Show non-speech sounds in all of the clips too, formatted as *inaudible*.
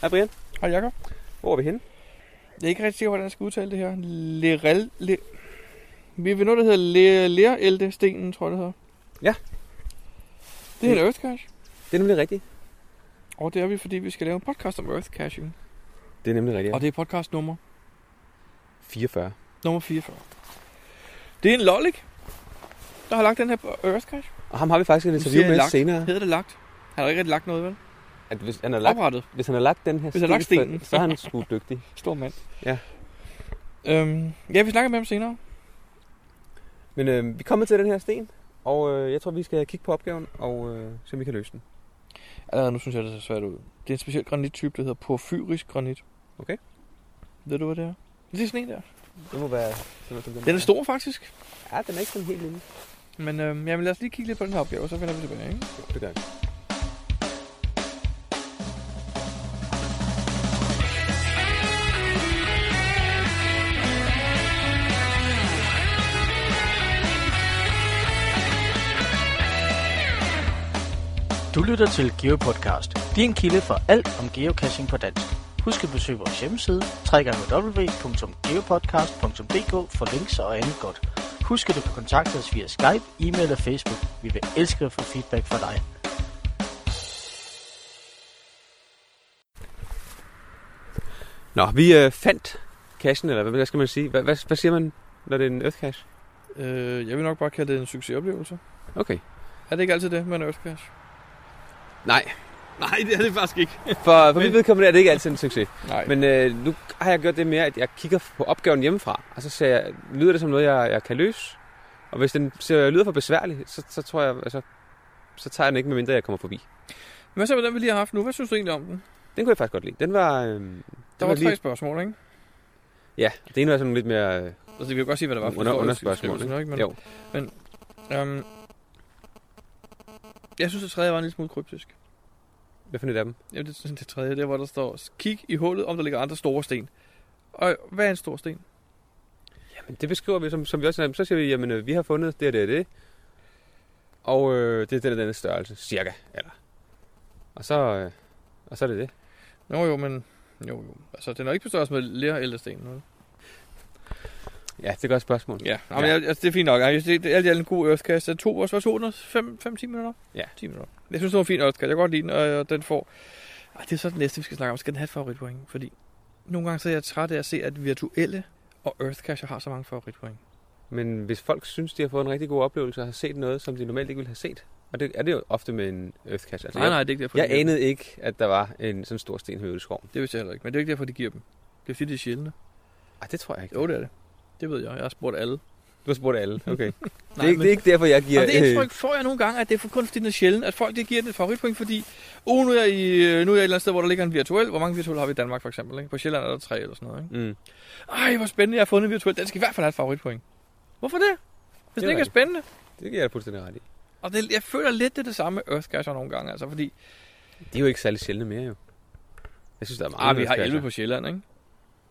Hej Brian, Hej Jacob. hvor er vi henne? Jeg er ikke rigtig sikker, hvordan jeg skal udtale det her. Lerel... Le... Vi er ved noget, der hedder Lereltestenen, tror jeg, det hedder. Ja. Det er en Earthcache. Det er nemlig rigtigt. Og det er vi, fordi vi skal lave en podcast om Earthcaching. Det er nemlig rigtigt. Ja. ja. Og det er podcast nummer, 44. nummer 44. Det er en lollik, der har lagt den her Earthcache. Og ham har vi faktisk et interview siger med lagt. senere. Hedder det lagt? Han har ikke rigtig lagt noget, vel? At hvis, han har lagt, Oprettet. hvis han har lagt den her Hvis han har lagt sten, stenen. så, så er han sgu dygtig. Stor mand. Ja. Øhm, ja, vi snakker med ham *laughs* senere. Men øh, vi kommer til den her sten, og øh, jeg tror, vi skal kigge på opgaven og øh, se, om vi kan løse den. Allerede nu synes jeg, det ser svært ud. Det er en speciel granittype, der hedder porfyrisk granit. Okay. Ved du, hvad det er? Det er sådan en der. Det må være... Sådan, som Den er stor faktisk. Ja, den er ikke sådan helt lille. Men øh, jamen, lad os lige kigge lidt på den her opgave, og så finder vi tilbage. Ikke? Jo, det gør den. Du lytter til GeoPodcast, din kilde for alt om geocaching på dansk. Husk at besøge vores hjemmeside, www.geopodcast.dk for links og andet godt. Husk at du kan kontakte os via Skype, e-mail og Facebook. Vi vil elske at få feedback fra dig. Nå, vi øh, fandt cashen, eller hvad, hvad skal man sige? Hvad, hvad, hvad siger man, når det er en earth cache? Øh, jeg vil nok bare kalde det en succesoplevelse. Okay. Er det ikke altid det med en Earthcash? Nej. Nej, det er det faktisk ikke. For, for mit vedkommende er det ikke altid en succes. Nej. Men, Men øh, nu har jeg gjort det mere, at jeg kigger på opgaven hjemmefra, og så ser jeg, lyder det som noget, jeg, jeg kan løse. Og hvis den ser, lyder for besværlig, så, så tror jeg, altså, så tager jeg den ikke, medmindre jeg kommer forbi. Hvad så med den, vi lige har haft nu? Hvad synes du egentlig om den? Den kunne jeg faktisk godt lide. Den var... Øh, den Der var tre lige, spørgsmål, ikke? Ja, det ene var sådan lidt mere... Øh, Altså, vi kan jo godt sige, hvad der var. for Under- for- underspørgsmål, skrivelsen, ikke? Men, jo. Øhm, jeg synes, det tredje var en lille smule kryptisk. Hvad for et af dem? Jamen, det, det tredje, det er, hvor der står, kig i hullet, om der ligger andre store sten. Og hvad er en stor sten? Jamen, det beskriver vi, som, som vi også... Så siger vi, jamen, øh, vi har fundet det og det og det. Og øh, det er den og den her størrelse, cirka. Eller. Og så, øh, og så er det det. Nå jo, men... Jo, jo. Altså, den er ikke på størrelse med lær eller sten. Vel? Ja, det er et godt spørgsmål. Ja, Jamen, Jeg, altså, det er fint nok. Jeg synes, det, det er alt i alt en god ørskast. Den tog os, hvad tog den? 5-10 minutter? Ja. 10 minutter. Jeg synes, det var en fin ørskast. Jeg kan godt lide den, og øh, den får... Ej, det er så den næste, vi skal snakke om. Skal den have et favoritpoint? Fordi nogle gange så er jeg træt af at se, at virtuelle og Earthcacher har så mange favoritpoint. Men hvis folk synes, de har fået en rigtig god oplevelse og har set noget, som de normalt ikke ville have set, og det er det jo ofte med en earthcache. Altså, Nej, jeg, nej, det er ikke derfor. jeg de giver anede ikke, at der var en sådan stor sten høvet i skoven. dem. Det vidste jeg heller ikke, men det er ikke derfor, de giver dem. Det er fordi, de er sjældne. Ej, det tror jeg ikke. Jo, det er det. Det ved jeg. Jeg har spurgt alle. Du har spurgt alle. *laughs* Okay. nej, det, er Nej, ikke, men- det er ikke derfor, jeg giver... Ja, det *laughs* øh, indtryk får jeg nogle gange, at det er for kun fordi den er sjældent, at folk de giver den et favoritpoint, fordi oh, nu, er jeg i, øh, nu er jeg et eller andet sted, hvor der ligger en virtuel. Hvor mange virtuelle har vi i Danmark for eksempel? Ikke? På Sjælland er der tre eller sådan noget. Ikke? Mm. Ej, hvor spændende, jeg har fundet en virtuel. Den skal i hvert fald have et favoritpoint. Hvorfor det? Hvis Det er det ikke er rigtigt. spændende. Det giver jeg dig fuldstændig ret i. Og det, jeg føler lidt, det er det samme med Earthcatcher nogle gange, altså, fordi Det er jo ikke særlig sjældne mere, jo. Jeg synes, der er meget ah, vi har 11 på Sjælland, ikke?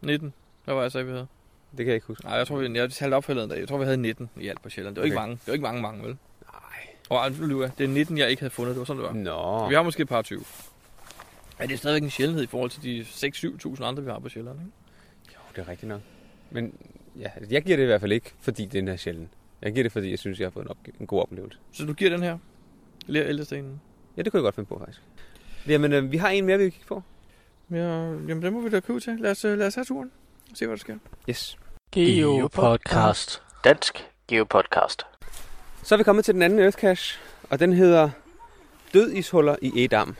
19. Hvad var jeg sagde, vi havde? Det kan jeg ikke huske. Nej, jeg tror, vi, jeg talte op forleden dag. Jeg tror, vi havde 19 i alt på Sjælland. Det var okay. ikke Okay. mange. Det var ikke mange, mange, vel? Nej. Og ah, nu lyver jeg. Det er 19, jeg ikke havde fundet. Det var sådan, det var. Nå. Vi har måske et par 20. Ja, det er stadigvæk en sjældenhed i forhold til de 6-7.000 andre, vi har på Sjælland. Ikke? Jo, det er rigtigt nok. Men ja, jeg giver det i hvert fald ikke, fordi den er sjældent. Jeg giver det, fordi jeg synes, jeg har fået en, opg- en god oplevelse. Så du giver den her? Lær ældestenen? Ja, det kunne jeg godt finde på, faktisk. Jamen, øh, vi har en mere, vi kan kigge på. Ja, jamen den må vi da købe til. Lad os, øh, lad os have turen. Se, hvad der sker. Yes. GeoPodcast. Dansk GeoPodcast. Så er vi kommet til den anden Earthcache, og den hedder Død ishuller i Edam,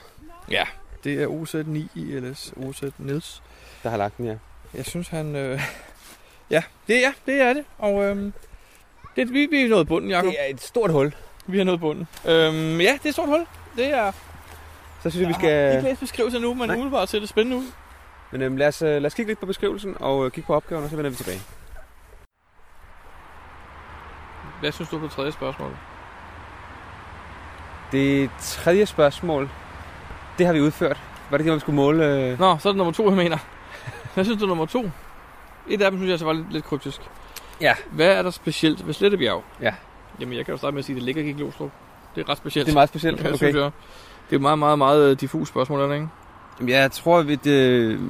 Det er OZ9 ILS, OZ Nils. der har lagt den her. Jeg synes, han... Øh... *laughs* Ja, det er, ja, det er det. Og øhm... det, vi, vi er nået bunden, Jacob. Det er et stort hul. Vi har nået bunden. Øhm, ja, det er et stort hul. Det er... Så synes jeg, vi Jeg har skal... ikke læst beskrivelsen nu, men Nej. umiddelbart ser det spændende ud. Men øhm, lad, os, øh, lad os kigge lidt på beskrivelsen og øh, kigge på opgaven, og så vender vi tilbage. Hvad synes du på tredje spørgsmål? Det tredje spørgsmål, det har vi udført. Var det ikke, noget, vi skulle måle... Øh... Nå, så er det nummer to, jeg mener. *laughs* Hvad synes du er nummer to? Et af dem synes jeg altså var lidt, lidt kryptisk. Ja. Hvad er der specielt ved Slettebjerg? Ja. Jamen, jeg kan jo starte med at sige, at det ligger ikke i Glostrup. Det er ret specielt. Det er meget specielt. *laughs* Ja, Okay. synes jeg. Det er et meget, meget, meget øh, diffus spørgsmål, er det ikke? Jamen, Jeg tror, at øh,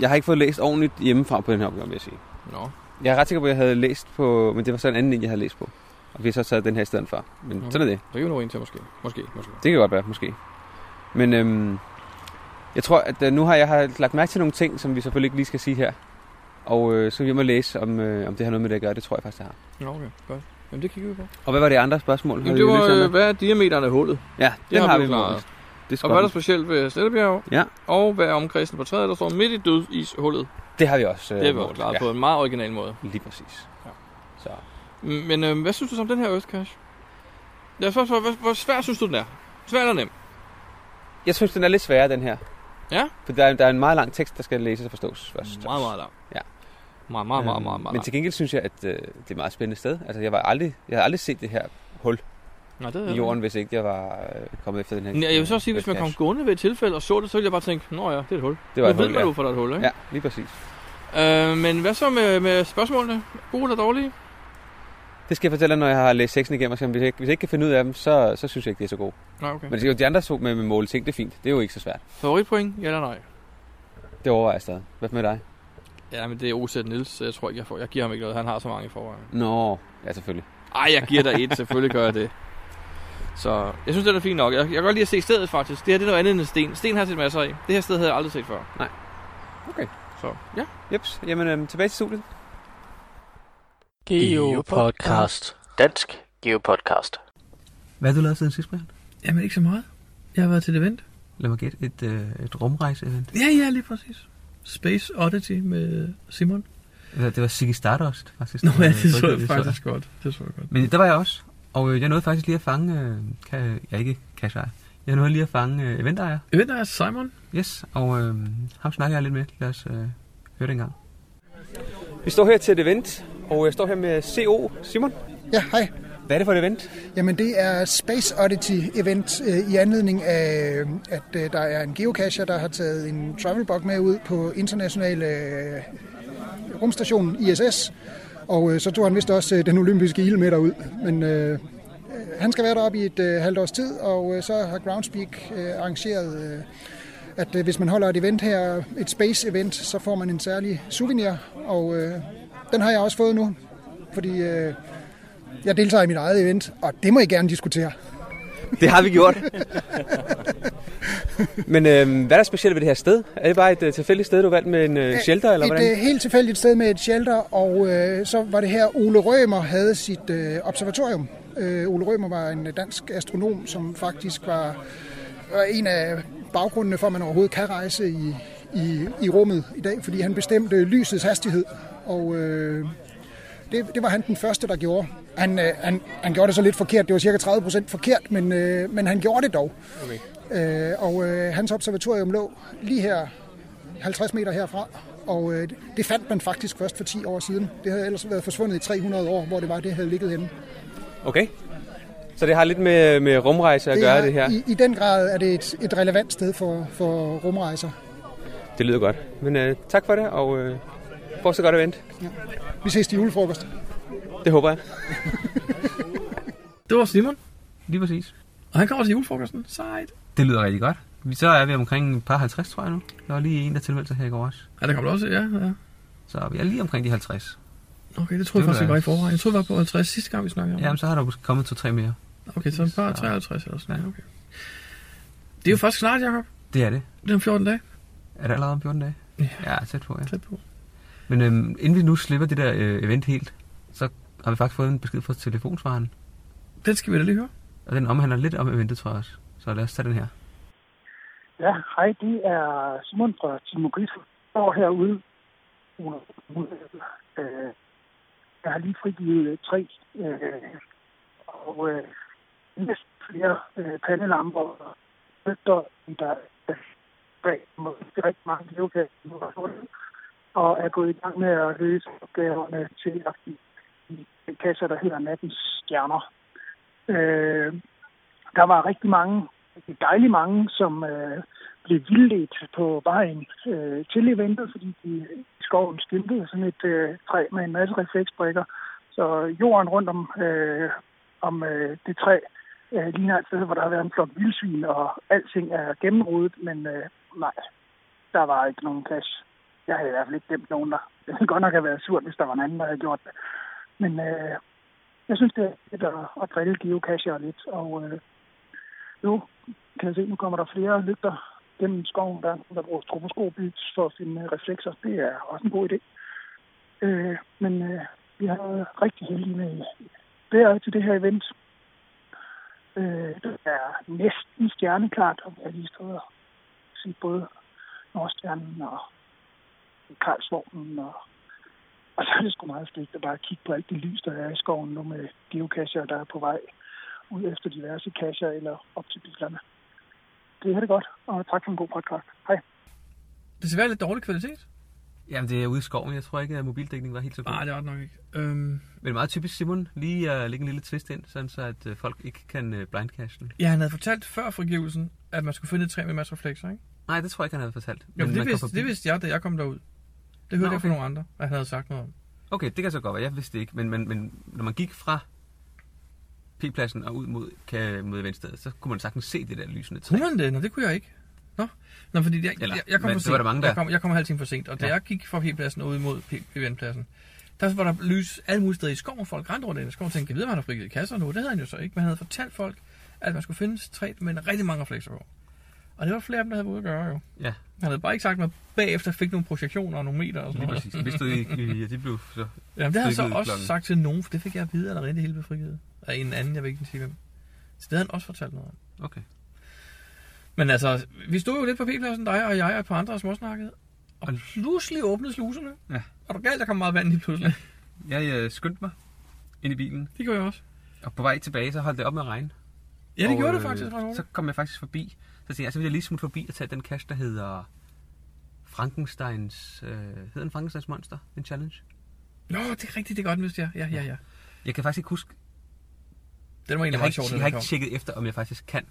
jeg har ikke fået læst ordentligt hjemmefra på den her opgave, vil jeg sige. Nå. Jeg er ret sikker på, at jeg havde læst på, men det var så en anden en, jeg havde læst på. Og vi har så taget den her i stedet for. Men Mhm. sådan er det. Der er jo nogen en til måske. Måske, måske. Det kan godt være, måske. Men øhm, jeg tror, at øh, nu har jeg har lagt mærke til nogle ting, som vi selvfølgelig ikke lige skal sige her. Og øh, så skal vi hjem og læse, om, øh, om det har noget med det at gøre. Det tror jeg faktisk, det har. Nå, okay. Godt. Jamen, det kigger vi på. Og hvad var det andre spørgsmål? Havde Jamen, det vi løst var, andre? øh, hvad er diameteren af hullet? ja, det den har har vi vi jo klaret. klaret. Det, Og hvad er der skal specielt ved Stellebjerg? Ja. Og hvad er omkredsen på træet, der står midt i dødishullet? det har vi også. Øh, Det har vi også målt. klaret på en meget original måde. Ja, lige præcis. Ja. Så. Mm, Men øh, hvad synes du så om den her Earthcash? Lad os først spørge, hvor, hvor svær synes du den er? Svær eller nem? Jeg synes, den er lidt sværere, den her. Ja? For der er, der er en meget lang tekst, der skal læses og forstås først. Meget, meget lang. Ja. Øhm, Meget, meget, meget, meget, meget Men til gengæld synes jeg, at øh, det er et meget spændende sted. Altså, jeg, var aldrig, jeg havde aldrig set det her lang. Nej, det er i jorden, hvis ikke jeg var øh, kommet efter den her. Nej, jeg vil så også sige, hvis man kom gående ved et tilfælde og så det, så ville jeg bare tænke, nå ja, det er et hul. Det var et nu ved hul, man ja. jo, for der er et hul, ikke? Ja, lige præcis. Øh, men hvad så med, med spørgsmålene? Gode eller dårlige? Det skal jeg fortælle dig, når jeg har læst teksten igennem, og se, om hvis jeg, ikke, hvis jeg ikke kan finde ud af dem, så, så synes jeg ikke, det er så godt. Nej, okay. Men det er jo de andre to med, med måle ting, det er fint. Det er jo ikke så svært. Favoritpoint? Ja eller nej? Det overvejer jeg stadig. Hvad med dig? Ja, men det er OZ Niels, så jeg tror ikke, jeg får. Jeg giver ham ikke noget. Han har så mange i forvejen. Nå, ja selvfølgelig. Ej, jeg giver dig et. Selvfølgelig gør jeg det. Så jeg synes, det er fint nok. Jeg, jeg kan godt lide at se stedet, faktisk. Det her det er noget andet end en sten. Sten har jeg set masser af. Det her sted havde jeg aldrig set før. Nej. Okay. Så, ja. Jeps, jamen øhm, tilbage til studiet. Geopodcast. Dansk Geopodcast. Hvad har du lavet siden sidst, Brian? Jamen, ikke så meget. Jeg har været til et event. Lad mig gætte et, øh, et rumrejse-event. Ja, ja, lige præcis. Space Oddity med Simon. Det var Ziggy Stardust, faktisk. Øh, Nå, ja, det så jeg faktisk godt. Det så jeg godt. Men der var jeg også. Og øh, jeg nåede faktisk lige at fange... Øh, kan, jeg ikke cash ejer. Jeg nåede lige at fange øh, eventejer. Eventer er Simon. Yes, og øh, ham snakker jeg lidt med. Lad os øh, høre det engang. Vi står her til et event, og jeg står her med CO Simon. Ja, hej. Hvad er det for et event? Jamen det er Space Oddity event øh, i anledning af, øh, at øh, der er en geocacher, der har taget en travelbug med ud på internationale øh, rumstation ISS. Og øh, så tog han vist også øh, den olympiske ild med derud. Men øh, øh, han skal være deroppe i et øh, halvt års tid, og øh, så har Groundspeak øh, arrangeret, øh, at øh, hvis man holder et event her, et space event, så får man en særlig souvenir. Og øh, den har jeg også fået nu, fordi... Øh, jeg deltager i mit eget event, og det må I gerne diskutere. Det har vi *laughs* gjort. Men øh, hvad er der specielt ved det her sted? Er det bare et øh, tilfældigt sted, du valgte med en øh, shelter, eller et hvordan? øh, helt tilfældigt sted med et shelter, og øh, så var det her, Ole Rømer havde sit øh, observatorium. Øh, Ole Rømer var en øh, dansk astronom, som faktisk var, var en af baggrundene for, at man overhovedet kan rejse i, i, i rummet i dag, fordi han bestemte lysets hastighed, og øh, det, det var han den første, der gjorde. Han, øh, han, han gjorde det så lidt forkert, det var cirka 30 procent forkert, men, øh, men han gjorde det dog. Øh, og øh, hans observatorium lå lige her, 50 meter herfra, og øh, det fandt man faktisk først for 10 år siden. Det havde ellers været forsvundet i 300 år, hvor det var, det havde ligget henne. Okay. Så det har lidt med, med rumrejse at gøre, er, det her? I, I den grad er det et, et relevant sted for, for rumrejser. Det lyder godt. Men øh, tak for det, og øh, fortsat godt event. Vi ses til julefrokost. Det håber jeg. Det var Simon. Lige præcis. Og han kommer til julefrokosten. Sejt. Det lyder rigtig godt. Vi- Så er vi omkring et par 50, tror jeg nu. Der var lige en, der tilmeldte sig her i går også. Ja, der kommer også, ja, ja. Så vi er lige omkring de 50. Okay, det Det troede jeg faktisk var- ikke var i forvejen. Jeg troede, vi var på 50 sidste gang, vi snakkede om Jamen, så har der måske kommet to-tre mere. det. Okay, så bare så- 53 eller sådan Ja. noget. Okay. Det Mm. er jo først snart, Jacob. Det er det. Det er om 14 dage. Er det allerede om 14 dage? Ja, tæt på, ja. Tæt på. Men øhm, inden vi nu slipper det der øh, event helt, så har vi faktisk fået en besked fra telefonsvaren. Den skal vi da lige høre. Og den omhandler lidt om eventet, tror jeg også. Så lad os tage den her. Ja, hej, det er Simon fra Team Mogris. Jeg står herude. Øh, Jeg har lige frigivet øh, tre, øh, og øh, næsten flere øh, pandelamper og lygter, end der er bag mod rigtig mange geokager, og er gået i gang med at løse opgaverne til at i, i kasser, der hedder Nattens Stjerner. Øh, der var rigtig mange, rigtig dejligt mange, som øh, blev vildledt på vejen øh, til eventet, fordi de i skoven skiltede sådan et øh, træ med en masse refleksbrikker. Så jorden rundt om, øh, om øh, det træ øh, ligner et sted, hvor der har været en flok vildsvin, og alting er gennemrodet, men øh, nej, Der var ikke nogen plads. Jeg havde i hvert fald ikke glemt nogen der. Det ville godt nok have været surt, hvis der var en anden, der havde gjort det. Men øh, jeg synes, det er fedt at, at drille geocacher lidt. Og øh, nu kan jeg se, nu kommer der flere lygter gennem skoven, der, der bruger stroboskoplys for at finde øh, reflekser. Det er også en god idé. Øh, men øh, vi har været rigtig heldige med vejret til det her event. Øh, det er næsten stjerneklart, og vi har lige stået og set både Nordstjernen og Karlsvognen. Og, og så er det sgu meget fedt at bare kigge på alt det lys, der er i skoven nu med geocacher, der er på vej ud efter diverse kasser eller op til bilerne. Det er det godt, og tak for en god podcast. Hej. Desværre lidt dårlig kvalitet. Jamen, det er ude i skoven. Jeg tror ikke, at mobildækningen var helt så god. Nej, det var det nok ikke. Øhm, Men meget typisk Simon, lige at lægge en lille twist ind, sådan så at øh, folk ikke kan øh, blindcache den. ja, han havde fortalt før frigivelsen, at man skulle finde et træ med masser af reflekser, ikke? Nej, det tror jeg ikke, han havde fortalt. Jo, men det, man kom vidste, forbi. det vidste jeg, da jeg kom derud. Det hørte Nå, Nå, jeg fra okay. nogle andre, at han havde sagt noget om. Okay, det kan så godt være. Jeg vidste det ikke. Men, men, men når man gik fra P-pladsen og ud mod, kan, mod eventstedet, så kunne man sagtens se det der lysende træ. Kunne man det? Nå, det kunne jeg ikke. Nå, Nå fordi jeg, Eller, jeg, jeg kom men for det sent. var der mange, der- Jeg kom, jeg kom halv time for sent, og da Ja. jeg gik fra P-pladsen og ud mod P- eventpladsen, der var der lys alle mulige steder i skoven. Folk rendte rundt ind i skoven og tænkte, kan jeg vide, om han har frigivet kasser nu? Det havde han jo så ikke, men han havde fortalt folk, at man skulle finde et træ med rigtig mange reflekser på. Og det var flere af dem, der havde været ude at gøre jo. Ja, Han havde bare ikke sagt noget. Bagefter fik nogle projektioner og nogle meter og sådan lige noget. præcis. Vi stod i, i, i de blev så... *laughs* Jamen, det har jeg så frigivet også klokken. sagt til nogen, for det fik jeg at vide allerede, det hele blev frigivet. Af en anden, jeg vil ikke sige hvem. Så det havde han også fortalt noget om. Okay. Men altså, vi stod jo lidt på p-pladsen, dig og jeg og et par andre og småsnakkede. Og Og- pludselig åbnede sluserne. Ja. Og du galt, der kom meget vand lige pludselig. Jeg øh, skyndte mig ind i bilen, Det gjorde jeg også. og på vej tilbage, så holdt det op med at regne. Ja, det og, gjorde det øh, faktisk ret Så hurtigt. kom jeg faktisk forbi. Så tænkte jeg, så vil jeg lige smutte forbi og tage den cash, der hedder Frankensteins... Øh, hedder den Frankensteins Monster? En challenge? Nå, det er rigtigt, det er godt, hvis jeg. Ja, ja, ja. Jeg kan faktisk ikke huske... Den var Jeg egentlig har ret ikke, sjov, den jeg har der ikke kom. tjekket efter, om jeg faktisk kan.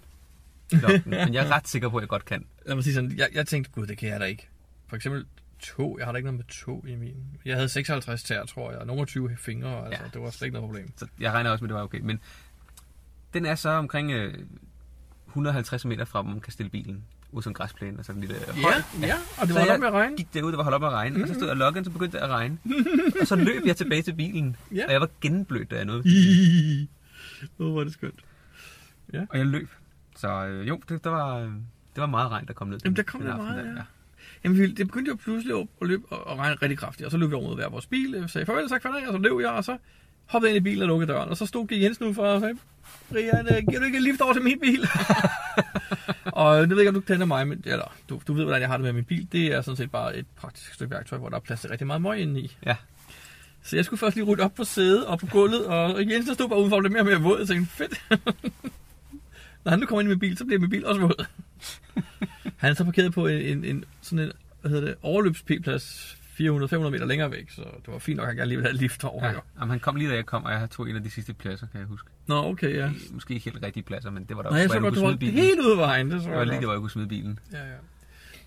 Lokken, *laughs* men jeg er ret sikker på, at jeg godt kan. Lad mig sige sådan, jeg, jeg tænkte, gud, det kan jeg da ikke. For eksempel to, jeg har da ikke noget med to i min. Jeg havde 56 tær, tror jeg, og nummer 20 fingre, altså, Ja. ja. det var slet ikke noget problem. Så jeg regner også med, at det var okay. Men den er så omkring øh, 150 meter fra, hvor man kan stille bilen ud som græsplæne og sådan en lille øh, høj. Ja, ja, og det Så var nok jeg med at regne. Mm. gik derud, der var holdt op med at regne, mm-hmm. og så stod jeg og loggede, så begyndte det at *laughs* regne. og så løb jeg tilbage til bilen, Ja. og jeg var gennemblødt, da jeg nåede. Åh, *laughs* hvor er det skønt. Og jeg løb. Så øh, jo, det, der var, øh, det var meget regn, der kom ned. den- Jamen, der kom den det aften meget, der, ja. Jamen, vi- det begyndte jo pludselig at- at løbe og, og regne rigtig kraftigt, og så løb vi over mod hver vores bil, og sagde farvel, tak for det, og så løb jeg, og så hoppede jeg ind i bilen og lukkede døren, og så stod G. Jensen ud for og sagde, Brian, øh, giver du ikke en lift over til min *laughs* bil? og det ved jeg ikke, om du kender mig, men eller, du, du ved, hvordan jeg har det med min bil. Det er sådan set bare et praktisk stykke værktøj, hvor der er plads til rigtig meget møg inde i. Ja. Så jeg skulle først lige rydde op på sædet og på gulvet, og Jensen der stod bare udenfor og blev mere og mere våd, og tænkte, fedt. *laughs* Når han nu kommer ind i min bil, så bliver min bil også *laughs* våd. Han er så parkeret på en, en, en sådan en, hvad hedder det, overløbs-P-plads 400-500 meter længere væk, så det var fint nok, at han alligevel havde lift over. Ja. Ja. Jamen, han kom lige da jeg kom, og jeg tog en af de sidste pladser, kan jeg huske. Nå, okay, ja. Måske ikke helt rigtige pladser, men det var der Nej, jeg også, så hvor godt, du kunne var smide bilen. helt ude af vejen. Det så Det var jeg lige det, godt. hvor jeg kunne smide bilen. Ja, ja.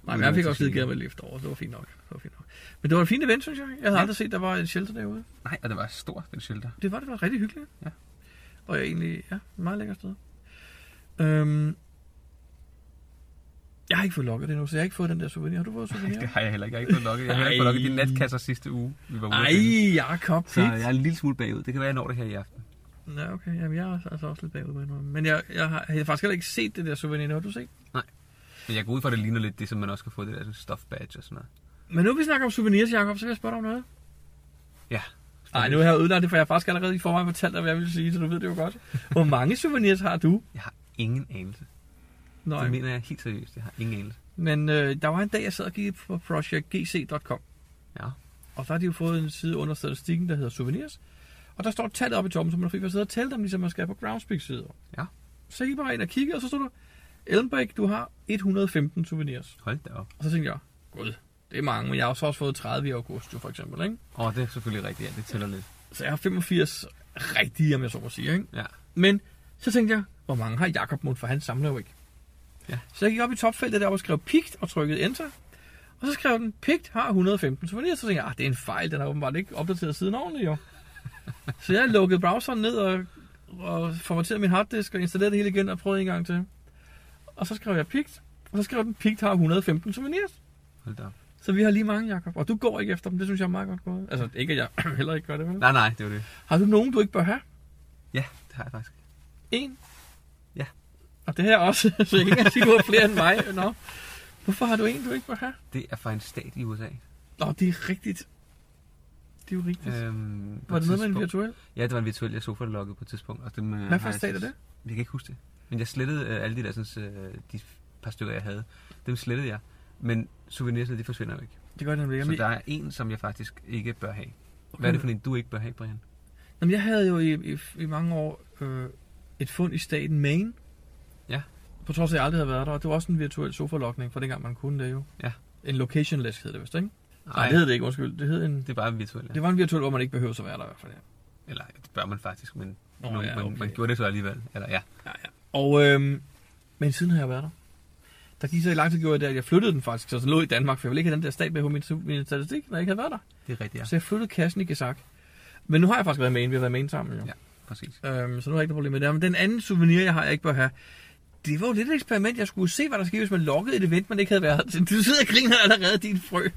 Nej, men jeg fik også Udenrigsministeriet. skidt med lift over, så det var fint nok. Det var fint nok. Men det var en fin event, synes jeg. Jeg havde Ja. ja. aldrig set, der var en shelter derude. Nej, og det var stor, den shelter. Det var det var rigtig hyggeligt. Ja. Og jeg egentlig, ja, et meget lækkert sted. Øhm, jeg har ikke fået lukket det nu, så jeg har ikke fået den der souvenir. Har du fået souvenir? *laughs* Det har jeg heller ikke. Jeg har ikke fået lukket. Jeg har heller ikke fået lukket de Ej. natkasser sidste uge, vi var ude at finde. Ej, Jacob, Så fedt. jeg er en lille smule bagud. Det kan være, jeg når det her i aften. Ja, okay. Jamen, jeg er også- altså også lidt bagud med noget. Men jeg, jeg, har, jeg har faktisk heller ikke set det der souvenir. Har du set? Men jeg går ud fra, at det ligner lidt det, som man også kan få, det der sådan stuff badge og sådan noget. Men nu vi snakker om souvenirs, Jacob, så vil jeg spørge dig om noget. Ja. Nej, nu har jeg ødelagt det, for jeg har faktisk allerede i forvejen fortalt dig, hvad jeg ville sige, så du ved det jo godt. Hvor mange souvenirs har du? Jeg har ingen anelse. Nej, Det mener jeg helt seriøst. Jeg har ingen anelse. men øh, der var en dag, jeg sad og kiggede på projectgc.com, Ja. og der har de jo fået en side under statistikken, der hedder souvenirs. Og der står et tal oppe i toppen, så man er fri for at sidde og tælle dem, ligesom man skal på Groundspeaks sider. Ja. Så gik jeg bare ind og kiggede, og så stod der, Elmbæk, du har 115 souvenirs. Hold da op. Og så tænkte jeg, gud, det er mange, men jeg har så også fået 30 i august jo for eksempel, ikke? Åh, oh, det er selvfølgelig rigtigt. Ja, det tæller lidt. Så jeg har 85 rigtige, om jeg så må sige, ikke? Ja. Men så tænkte jeg, hvor mange har Jakob mod, for han samler jo ikke. Ja. Så jeg gik op i topfeltet deroppe og skrev pigt og trykkede enter. Og så skrev den, pigt har 115 souvenirs. Så tænkte jeg, ah, det er en fejl, den har åbenbart ikke opdateret siden ordentligt jo. så jeg lukkede browseren ned og, og formaterede min harddisk og installerede det hele igen og prøvede en gang til. Og så skrev jeg pigt, og så skrev den, pigt har 115 souvenirs. Hold da op. Så vi har lige mange, Jacob. Og du går ikke efter dem, det synes jeg er meget godt gået. Altså, ikke at jeg *clears throat* heller ikke gør det, vel? Nej, nej, det var det. Har du nogen, du ikke bør have? Ja, det har jeg faktisk. En? Ja. Og det her også, *laughs* så jeg kan ikke engang sige, du har flere end mig. Nå. Hvorfor har du en, du ikke bør have? Det er fra en stat i USA. Nå, det er rigtigt. Det er jo rigtigt. Øh, Øhm, på var et det noget med en tidspunkt- virtuel? Ja, det var en virtuel, jeg så for logget på et tidspunkt. Og dem, øh, Hvad for har jeg- stat er det? Jeg kan ikke huske det. Men jeg slettede øh, alle de der sådan, øh, de par stykker, jeg havde. Dem slettede jeg. Men souvenirsene, de forsvinder jo ikke. Det gør det nemlig. Så Jamen, der er en, som jeg faktisk ikke bør have. Hvad er det for en, du ikke bør have, Brian? Jamen, jeg havde jo i, i, i mange år øh, et fund i staten Maine. Ja. På trods af, at jeg aldrig havde været der. Og det var også en virtuel sofa-lokning, for dengang man kunne det jo. Ja. En location list hed det vist, ikke? Nej, det hed det ikke, undskyld. Det hed en... det er bare virtuelt. Ja. Det var en virtuel, hvor man ikke behøver at være der i hvert fald. Ja. Eller det bør man faktisk, men Nå, oh, nogen, ja, ja, okay. okay. man, man gjorde det så alligevel. Eller ja, Og, øhm, men siden har jeg været der. Der gik så i lang tid, gjorde jeg det, at jeg flyttede den faktisk, så den lå i Danmark, for jeg ville ikke have den der stat med på min, min statistik, når jeg ikke havde været der. det er rigtigt. Ja. Ja. Så jeg flyttede kassen i Gesak. Men nu har jeg faktisk været med en, vi har været med en sammen jo. Ja. Præcis. Øhm, så nu har jeg ikke noget problem med det. Men den anden souvenir, jeg har, jeg ikke bør have, det var jo lidt et eksperiment. Jeg skulle se, hvad der skete, hvis man loggede et event, man ikke havde været til. Du sidder og griner allerede, din frø. *laughs*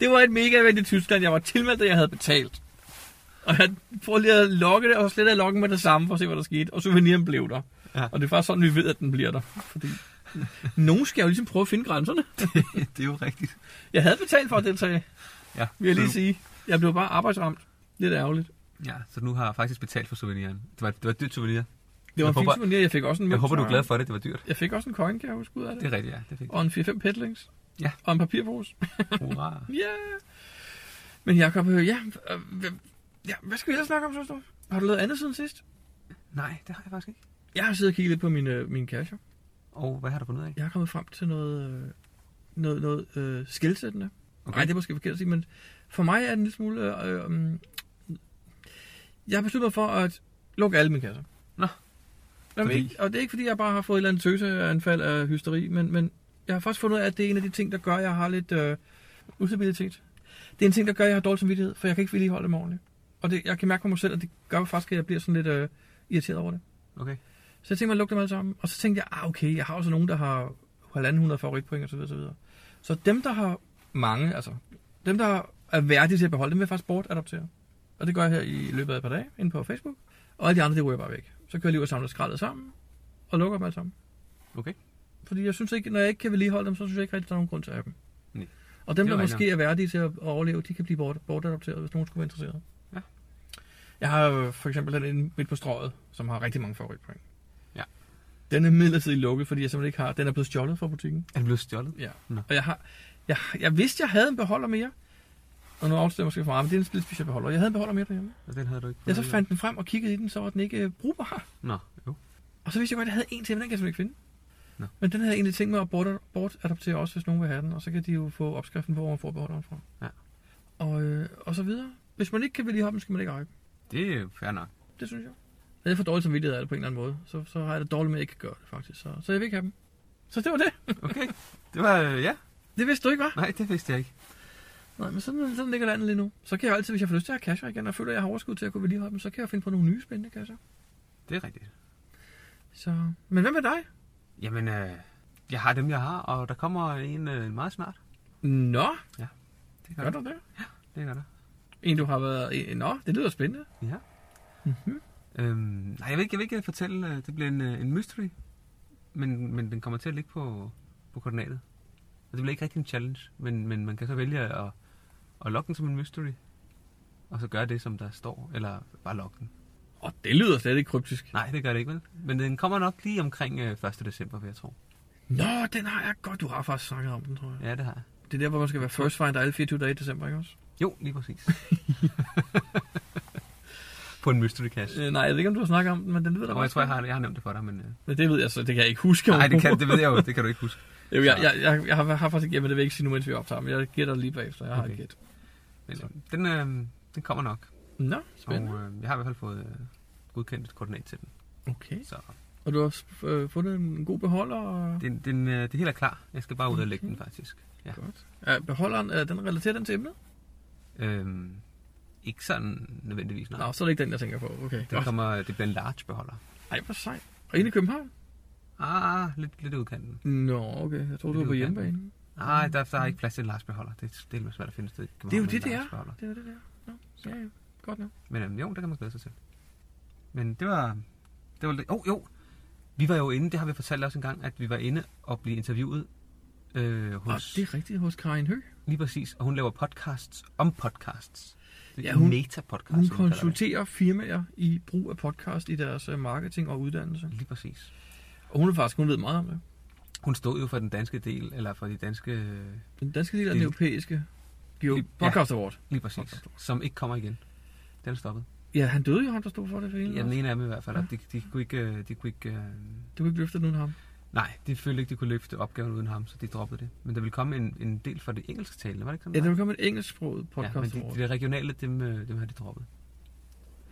det var et mega event i Tyskland. Jeg var tilmeldt, og jeg havde betalt. Og jeg prøvede lige at logge det, og så slettede jeg loggen med det samme, for at se, hvad der skete. Og souveniren blev der. Ja. Og det er faktisk sådan, vi ved, at den bliver der. Fordi nogen skal jo ligesom prøve at finde grænserne. *laughs* det er jo rigtigt. Jeg havde betalt for at deltage, Ja, vil jeg så lige nu- sige. Jeg blev bare arbejdsramt. Lidt ærgerligt. Ja, så nu har jeg faktisk betalt for souveniren. Det var, det var et dyrt souvenir. Det var Jeg en fin håber- souvenir, jeg fik også en Jeg mønt, håber, du er tror glad for det. Det var dyrt. Jeg fik også en coin, kan jeg huske ud af det. Det er rigtigt, ja. Det fik Og en 4-5 petlings. Ja. Og en papirpose. *laughs* Hurra. Ja. Yeah. Men Jacob, øh, ja, øh, hvem- ja, hvad skal vi ellers snakke om, synes du? Har du lavet andet siden sidst? Nej, det har jeg faktisk ikke. Jeg har siddet og kigget lidt på min, øh, min cash. Og hvad har du fundet ud af? Jeg er kommet frem til noget, øh, noget, noget øh, skilsættende. Okay. Okay. Nej, det er måske forkert at sige, men for mig er det en lille smule... Øh, øh, mm, jeg har besluttet mig for at lukke alle mine kasser. Nå. Jamen, Fordi? ikke, og det er ikke, fordi jeg bare har fået et eller andet tøseanfald af hysteri, men, men jeg har faktisk fundet ud af, at det er en af de ting, der gør, at jeg har lidt øh, ustabilitet. Det er en ting, der gør, at jeg har dårlig samvittighed, for jeg kan ikke vedligeholde dem ordentligt. Og det, jeg kan mærke på mig selv, at det gør faktisk, at jeg bliver sådan lidt øh, irriteret over det. Okay. Så jeg tænkte mig at lukke dem alle sammen. Og så tænkte jeg, ah, okay, jeg har også nogen, der har 1.500 favoritpoint osv. osv. Så dem, der har mange, altså dem, der er værdige til at beholde, dem vil jeg faktisk bortadoptere. Og det gør jeg her i løbet af et par dage inde på Facebook. Og alle de andre, det ryger jeg bare væk. Så kører jeg lige ud og samler skraldet sammen og lukker dem alle sammen. Okay. Fordi jeg synes ikke, når jeg ikke kan vedligeholde dem, så synes jeg ikke rigtig, der er nogen grund til at have dem. Nej. Og dem, Det er der rigtigt. måske er værdige til at at overleve, de kan blive bort, bortadopteret, hvis nogen skulle være interesseret. Ja. Jeg har jo for eksempel den inde midt på strøget, som har rigtig mange favoritpoint. Ja. Den er midlertidigt lukket, fordi jeg simpelthen ikke har... Den er blevet stjålet fra butikken. Er den blevet stjålet? Ja. Nå. Og jeg, har, jeg, jeg vidste, jeg havde en beholder mere. Og nu afslører jeg måske for meget, men det er en lidt speciel beholder. Jeg havde en beholder mere derhjemme. Og den havde du ikke Jeg så fandt den frem og kiggede i den, så var den ikke øh, brugbar. Nå, jo. Og så vidste jeg godt, at jeg havde en til, men den kan jeg simpelthen ikke finde. Nå. Men den havde jeg egentlig tænkt mig at bort- bortadoptere også, hvis nogen vil have den. Og så kan de jo få opskriften på, hvor man får beholderen fra. Ja. Og, øh, og så videre. Hvis man ikke kan vedligeholde dem, skal man ikke eje dem. Det er jo fair nok. Det synes jeg. Jeg er for dårligt samvittighed af det på en eller anden måde. Så, så har jeg det dårligt med, at jeg ikke kan gøre det faktisk. Så, så jeg vil ikke have dem. Så det var det. *laughs* Okay. Det var, øh, ja. Det vidste du ikke, var? Nej, det vidste jeg ikke. Nej, men sådan, sådan ligger landet lige nu. Så kan jeg altid, hvis jeg får lyst til at have casher igen, og føler, at jeg har overskud til at kunne vedligeholde dem, så kan jeg finde på nogle nye spændende kasser. Det er rigtigt. Så... Men hvad med dig? Jamen, øh, jeg har dem, jeg har, og der kommer en øh, meget snart. Nå, Det gør du det? Det gør der. En, du har været... Nå, det lyder spændende. Mhm. Ja. Mm-hmm. Øhm, nej, jeg vil, ikke, jeg vil ikke fortælle, øh, det bliver en, øh, en mystery, men, men den kommer til at ligge på, på koordinatet. Og det bliver ikke rigtig en challenge, men, men man kan så vælge at, at logge den som en mystery, og så gøre det, som der står, eller bare logge den. Og det lyder slet ikke kryptisk. Nej, det gør det ikke, vel? Men den kommer nok lige omkring øh, 1. december, vil jeg tro. Nå, den har jeg godt. Du har faktisk snakket om den, tror jeg. Ja, det har jeg. Det er der, hvor man skal være first finder alle 24 dage i december, ikke også? Jo, lige præcis. på en mystery cash. *laughs* Øh, nej, jeg ved ikke, om du har snakket om den, men den lyder da Nå, jeg meget tror, jeg spændende. har, jeg har nævnt det for dig, men... Øh, Men det ved jeg så, det kan jeg ikke huske. nej, det, kan, det ved jeg jo, det kan du ikke huske. *laughs* Jo, jeg, jeg, jeg, jeg, har, jeg har faktisk ikke... Jamen, det vil jeg ikke sige nu, mens vi optager, men jeg gætter lige bagefter. Jeg har okay. Okay. et gæt. Men øh, den, øh, den kommer nok. Nå, Og spændende. øh, jeg har i hvert fald fået øh, godkendt et koordinat til den. Okay. Så Og du har også øh, fundet en god beholder? Og... den, den, øh, det hele er klar. Jeg skal bare ud og lægge den faktisk. Ja. Godt. Er beholderen, er den relaterer den til emnet? Øhm, ikke sådan nødvendigvis, nej. Nå, så er det ikke den, jeg tænker på. Okay. Den kommer, det bliver en large beholder. Ej, hvor sejt. Og inde i København? Ah, lidt, lidt udkanten. Nå, okay. Jeg tror, du Det var på ved jeg. hjemmebane. Nej, der, der er ikke plads til en Lars-beholder. Det er det er svært at finde et sted. i København Det er jo med det, en det er. Lars-beholder. Det er jo det, det er. Nå, ja, ja. Godt nok. Men øhm, jo, det kan man glæde sig til. Men det var... Det var lidt... Oh, jo! Vi var jo inde, det har vi fortalt også en gang, at vi var inde og blive interviewet øh, Og Ah, hos... det er rigtigt hos Karin Høgh. Lige præcis. Og hun laver podcasts om podcasts. Det er Ja, hun- meta-podcast. Hun kalder det. konsulterer firmaer i brug af podcast i deres øh, marketing og uddannelse. Lige præcis. Og hun er faktisk, hun ved meget om det. Hun stod jo for den danske del, eller for de danske... øh, Den danske del af den Det- europæiske Geo Ja. Podcast Award. Lige præcis. Som ikke kommer igen. Den er stoppet. Ja, han døde jo, ham der stod for det for hele. Ja, den altså. ene af dem i hvert fald. Ja. og De, de kunne ikke... øh, De kunne ikke øh, Du kan ikke løfte nogen af ham. nej, de følte ikke, de kunne løfte opgaven uden ham, så de droppede det. Men der ville komme en, en del for det engelsktalende, var det ikke sådan? Ja, det der vil komme et engelsksproget podcast ja, men de, Award. de regionale, dem, øh, dem har de droppet.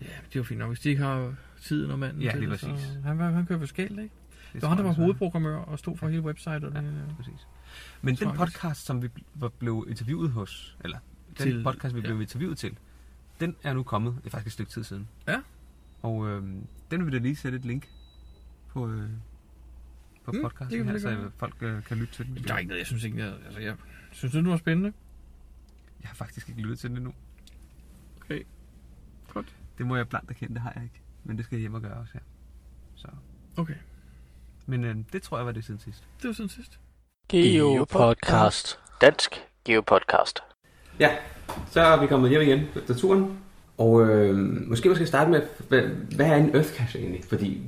Ja, det er jo fint nok, hvis de ikke har tiden og manden Ja, til lige det, så- præcis. Han, var- han kører for skæld, ikke? Det var tror han, der var jeg, så- hovedprogrammør og øh, stod for hele websitet. Ja, Ja. præcis. Men Tror den jeg vist. podcast, som vi bl- var blev interviewet hos, eller den Til- til, podcast, vi ja. blev interviewet til, den er nu kommet. Det er faktisk et stykke tid siden. Ja. Og øh, den vil vi da lige sætte et link på, øh, på Mm, mm, det kan podcasten vi her, da så gøre. folk øh, kan lytte til den. Der er ikke noget, jeg synes ikke, jeg, altså, jeg synes, det var spændende. Jeg har faktisk ikke lyttet til den endnu. Okay. Godt. Det må jeg blankt erkende, det har jeg ikke. Men det skal jeg hjem og gøre også her. Så. Okay, Men øh, det tror jeg var det siden sidst. det var sådan sidst. Geo Podcast. Dansk Geo Podcast. Ja, så er vi kommet hjem igen efter turen. Og øh, måske man skal starte med, hvad, hvad er en Earthcache egentlig? Fordi